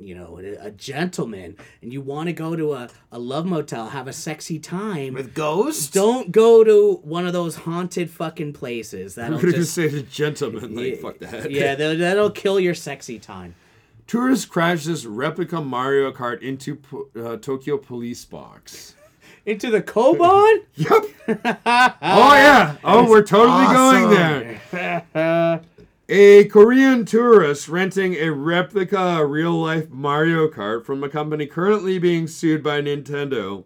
Speaker 4: you know, a a gentleman, and you want to go to a, a love motel, have a sexy time,
Speaker 5: With ghosts.
Speaker 4: don't go to one of those haunted fucking places. That'll
Speaker 2: I'm gonna
Speaker 4: just
Speaker 2: say the gentleman. Like
Speaker 4: yeah,
Speaker 2: fuck that.
Speaker 4: Yeah, that'll, that'll kill your sexy time.
Speaker 2: (laughs) Tourist crashes replica Mario Kart into po- uh, Tokyo police box.
Speaker 4: Into the (laughs) Koban?
Speaker 2: Yep. oh yeah. Oh, we're totally going there. a Korean tourist renting a replica real-life Mario Kart from a company currently being sued by Nintendo.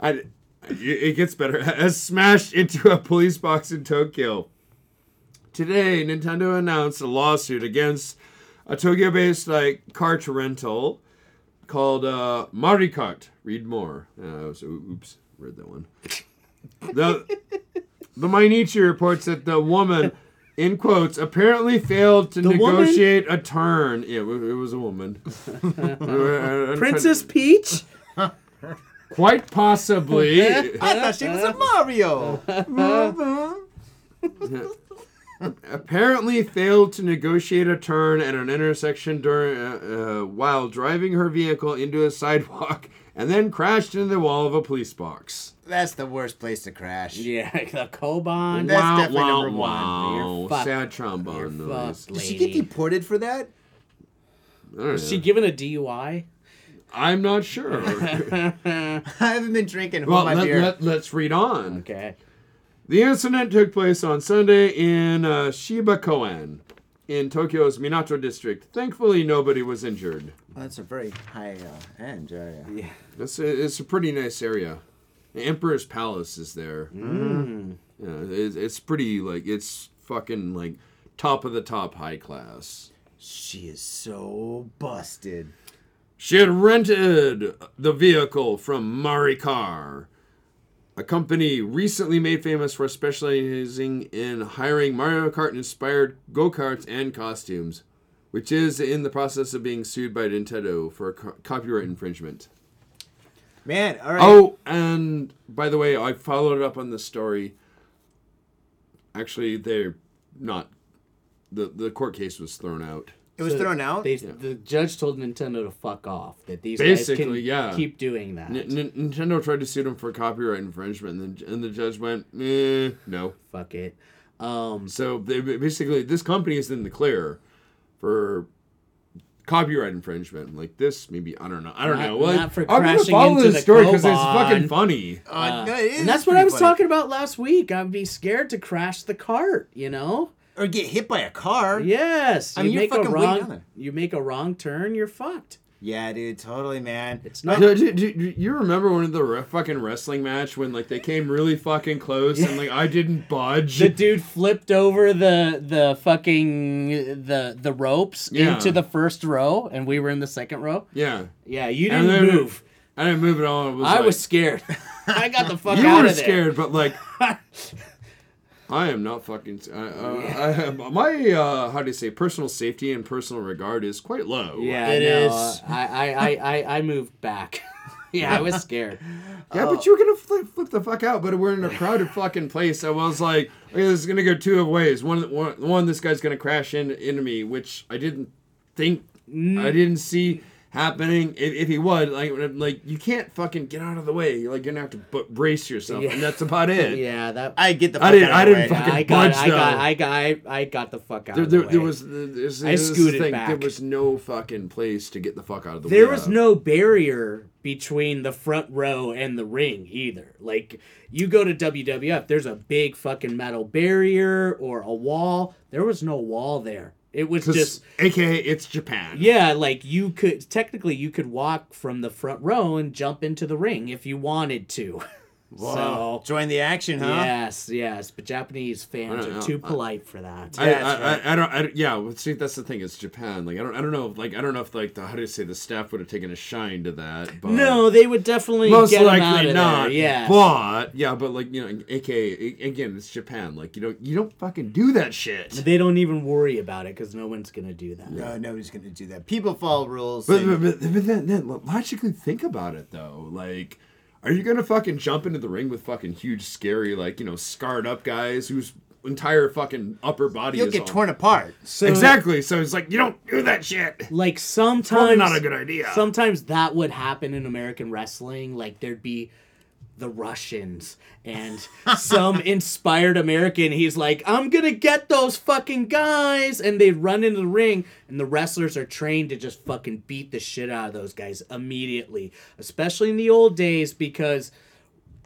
Speaker 2: I, it gets better. (laughs) Has smashed into a police box in Tokyo. Today, Nintendo announced a lawsuit against a Tokyo-based like kart rental called uh, Mario Kart. Read more. Uh, so, oops, read that one. the the Mainichi reports that the woman, in quotes, apparently failed to
Speaker 4: woman?
Speaker 2: negotiate a turn. Yeah, it wa- it was a
Speaker 4: (laughs)
Speaker 2: woman.
Speaker 4: Princess Peach?
Speaker 2: Quite possibly.
Speaker 4: (laughs)
Speaker 5: I thought she was a Mario.
Speaker 2: apparently failed to negotiate a turn at an intersection during uh, uh, while driving her vehicle into a sidewalk (laughs) and then crashed into the wall of a police box.
Speaker 5: That's the worst place to crash.
Speaker 4: Yeah, (laughs) the Koban.
Speaker 5: That's definitely number one.
Speaker 4: You're fucked.
Speaker 2: Sad trombone noise.
Speaker 4: Fuck,
Speaker 5: Did (laughs)
Speaker 4: lady.
Speaker 5: she get deported for that?
Speaker 2: I don't know.
Speaker 4: Was she given a DUI?
Speaker 2: I'm not sure.
Speaker 3: I haven't been drinking. Hold
Speaker 2: well,
Speaker 3: my
Speaker 2: let,
Speaker 3: beer.
Speaker 2: us read on.
Speaker 4: Okay.
Speaker 2: The incident took place on Sunday in uh, Shibakoen in Tokyo's Minato district. Thankfully, nobody was injured.
Speaker 3: Well, that's a very high uh, end area.
Speaker 2: It's a, it's a pretty nice area. The Emperor's Palace is there. Yeah, it, it's pretty like it's fucking like top of the top high class.
Speaker 3: She is so busted.
Speaker 2: She had rented the vehicle from Maricar, a company recently made famous for specializing in hiring Mario Kart inspired go karts and costumes, which is in the process of being sued by Nintendo for co- copyright infringement.
Speaker 3: Man, all right.
Speaker 2: Oh, and by the way, I followed up on this story. Actually, they're not. The, the court case was thrown out.
Speaker 3: it was thrown out.
Speaker 4: They, The judge told Nintendo to fuck off. That these guys
Speaker 2: Basically,
Speaker 4: can
Speaker 2: yeah.
Speaker 4: keep doing that.
Speaker 2: N- N- Nintendo tried to sue them for copyright infringement, and the, and the judge went, eh, no.
Speaker 4: fuck it. Um,
Speaker 2: So they, basically, this company is in the clear for copyright infringement. Like this, maybe I don't know. I don't
Speaker 4: Not-
Speaker 2: know. Well,
Speaker 4: not for
Speaker 2: I'm gonna
Speaker 4: crashing
Speaker 2: follow
Speaker 4: into
Speaker 2: this
Speaker 4: the Oh,
Speaker 2: story because it's
Speaker 4: Koban.
Speaker 2: fucking funny.
Speaker 3: Uh, no, it is
Speaker 4: and that's what
Speaker 3: pretty
Speaker 4: I was
Speaker 3: funny.
Speaker 4: talking about last week. I'd be scared to crash the cart, you know?
Speaker 3: Or get hit by a car.
Speaker 4: Yes.
Speaker 3: I mean,
Speaker 4: you
Speaker 3: you're
Speaker 4: make a
Speaker 3: fucking way down
Speaker 4: wrong
Speaker 3: there.
Speaker 4: you make a wrong turn, you're fucked.
Speaker 3: Yeah, dude, totally, man.
Speaker 4: It's not
Speaker 2: Do, do- do- do you remember when the re- fucking wrestling match when like they came really fucking close and like I didn't budge?
Speaker 4: the dude flipped over the the fucking the the ropes
Speaker 2: Yeah.
Speaker 4: into the first row and we were in the second row.
Speaker 2: yeah,
Speaker 4: Yeah, you
Speaker 2: And
Speaker 4: didn't
Speaker 2: then-
Speaker 4: move.
Speaker 2: I didn't move at all. It was
Speaker 4: I
Speaker 2: like-
Speaker 3: (laughs)
Speaker 4: was scared. I got the fuck
Speaker 2: You
Speaker 4: out
Speaker 2: were
Speaker 4: of there.
Speaker 2: scared, but like,
Speaker 4: (laughs)
Speaker 2: I am not fucking. I, uh, I am, my uh, how do you say personal safety and personal regard is quite low.
Speaker 4: Yeah,
Speaker 3: It
Speaker 4: no,
Speaker 3: is.
Speaker 4: I, I, I, I, I moved back. (laughs) yeah, I was scared.
Speaker 2: yeah,
Speaker 4: Oh.
Speaker 2: but you were gonna flip, flip the fuck out. But we're in a crowded fucking place. I was like, okay, this is gonna go two of ways. One, one, one, this guy's gonna crash in, into me, which I didn't think,
Speaker 4: Mm.
Speaker 2: I didn't see happening. If, if he would, like, like you can't fucking get out of the way. You're like you're gonna have to b- brace yourself, and that's
Speaker 4: (laughs)
Speaker 2: about it.
Speaker 4: Yeah, that
Speaker 3: I get the. Fuck
Speaker 2: I didn't.
Speaker 3: out
Speaker 2: I
Speaker 3: of the
Speaker 2: didn't
Speaker 3: way.
Speaker 2: fucking
Speaker 4: I got,
Speaker 2: budge
Speaker 4: I got,
Speaker 2: though.
Speaker 4: I got, I, I got the fuck out.
Speaker 2: There,
Speaker 4: of the
Speaker 2: there, there
Speaker 4: way.
Speaker 2: was. There's,
Speaker 4: I
Speaker 2: there's this
Speaker 4: scooted
Speaker 2: thing. There
Speaker 4: back.
Speaker 2: was no fucking place to get the fuck out of the way.
Speaker 4: there was
Speaker 2: of.
Speaker 4: no barrier between the front row and the ring either. Like you go to WWF, there's a big fucking metal barrier or a wall. There was no wall there. It was
Speaker 2: 'Cause
Speaker 4: just
Speaker 2: AKA, it's Japan.
Speaker 4: yeah, like you could technically you could walk from the front row and jump into the ring if you wanted to. (laughs)
Speaker 3: Whoa.
Speaker 4: So
Speaker 3: Join the action, huh?
Speaker 4: yes, yes, but Japanese fans
Speaker 2: don't
Speaker 4: are
Speaker 2: know.
Speaker 4: too
Speaker 2: I-
Speaker 4: polite for that.
Speaker 2: I,
Speaker 3: that's
Speaker 2: I, I, I don't. I, don't- yeah. Well, see, that's the thing. It's Japan. Like I don't. I don't know. Like I don't know if like the how do you say the staff would have taken a shine to that. But
Speaker 4: no, they would definitely
Speaker 2: Most
Speaker 4: get 'em out
Speaker 2: likely
Speaker 4: of
Speaker 2: not.
Speaker 4: There. Yeah.
Speaker 2: But yeah. But like you know, AKA again, it's Japan. Like you don't. You don't fucking do that shit.
Speaker 4: They don't even worry about it because no one's gonna do that.
Speaker 3: No, nobody's gonna do that. People follow rules.
Speaker 2: But,
Speaker 3: and-
Speaker 2: but, but, but then, then logically think about it though. Like, are you gonna fucking jump into the ring with fucking huge, scary, like you know, scarred up guys whose entire fucking upper body
Speaker 3: You'll
Speaker 2: is
Speaker 3: get
Speaker 2: all-
Speaker 3: torn apart.
Speaker 4: So
Speaker 2: exactly. So it's like you don't do that shit.
Speaker 4: like sometimes
Speaker 2: Probably not a good idea.
Speaker 4: Sometimes that would happen in American wrestling. Like there'd be the Russians and
Speaker 2: (laughs)
Speaker 4: some inspired American. He's like, I'm gonna get those fucking guys, and they run into the ring, and the wrestlers are trained to just fucking beat the shit out of those guys immediately, especially in the old days because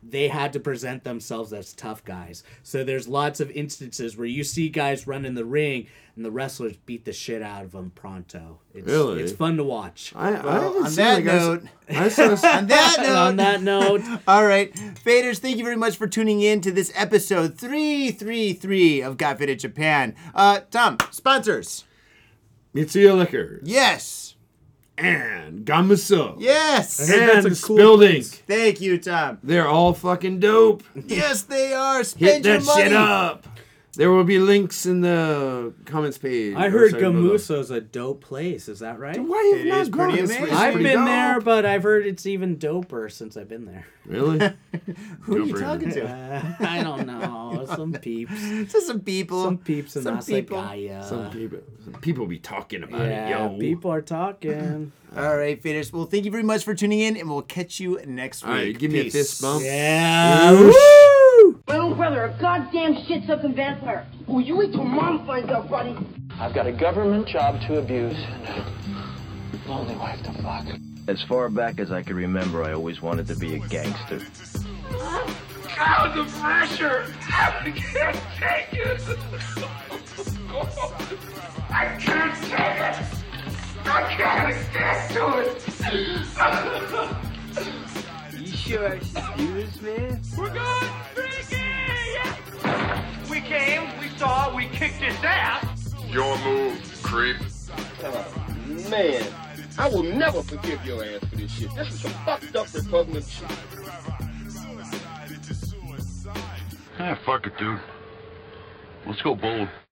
Speaker 4: they had to present themselves as tough guys. So there's lots of instances where you see guys run in the ring and the wrestlers beat the shit out of them pronto. It's,
Speaker 2: Really?
Speaker 4: It's fun to watch.
Speaker 2: I, I haven't
Speaker 3: on
Speaker 2: seen
Speaker 3: that
Speaker 2: like, I s-
Speaker 3: note-
Speaker 2: I
Speaker 3: (laughs)
Speaker 2: saw-
Speaker 3: On that
Speaker 4: And
Speaker 3: note,
Speaker 4: on that
Speaker 2: (laughs)
Speaker 4: note,
Speaker 3: (laughs) All right, faders, thank you very much for tuning in to this episode 333 of Got Fit at Japan. Uh, Tom, sponsors.
Speaker 2: Mitsuya Liquor
Speaker 3: Yes.
Speaker 2: and Gamuso.
Speaker 3: Yes.
Speaker 2: And
Speaker 4: a cool
Speaker 2: Spilled Ink.
Speaker 3: Thank you,
Speaker 2: (laughs)
Speaker 3: Tom.
Speaker 2: They're all fucking dope.
Speaker 3: Yes, they are.
Speaker 2: Hit
Speaker 3: Spend
Speaker 2: that
Speaker 3: your money.
Speaker 2: shit up. There will be links in the comments page.
Speaker 4: I
Speaker 2: or
Speaker 4: heard
Speaker 2: sorry, below.
Speaker 4: Gamuso's a dope place. Is that right?
Speaker 2: Why have
Speaker 3: It
Speaker 2: you not
Speaker 3: is
Speaker 2: gone?
Speaker 3: pretty
Speaker 2: It's- it's
Speaker 3: amazing.
Speaker 4: I've
Speaker 2: pretty
Speaker 4: been
Speaker 2: dope.
Speaker 4: there, but I've heard it's even doper since I've been there.
Speaker 3: (laughs)
Speaker 2: Really?
Speaker 3: Who are you talking to?
Speaker 4: Uh, (laughs) I don't know.
Speaker 2: (laughs)
Speaker 4: Some peeps.
Speaker 3: Just some people.
Speaker 4: Some peeps in
Speaker 3: Some people.
Speaker 4: Asakaya.
Speaker 2: Some people, some people be talking about
Speaker 4: yeah,
Speaker 2: it, yo.
Speaker 4: people are
Speaker 2: (laughs)
Speaker 4: talking.
Speaker 3: All right, faders. Well, thank you very much for tuning in, and we'll catch you next week.
Speaker 2: All right, give me a
Speaker 3: Peace.
Speaker 2: fist bump.
Speaker 4: Yeah.
Speaker 10: Well, brother, a goddamn shit's up in Vampire. Oh, you wait till mom finds out, buddy.
Speaker 11: I've got a government job to abuse and a lonely wife to fuck. As far back as I could remember, I always wanted to be a gangster.
Speaker 12: God, the pressure! I can't take it! I can't take it! I can't stand to it! you sure I should do this, man? We're going freaky! We came, we saw, we kicked his ass!
Speaker 13: Your move, creep.
Speaker 14: Man, I will never forgive your ass for this shit. This is some fucked up Republican shit.
Speaker 13: Ah, fuck it, dude. Let's go bold.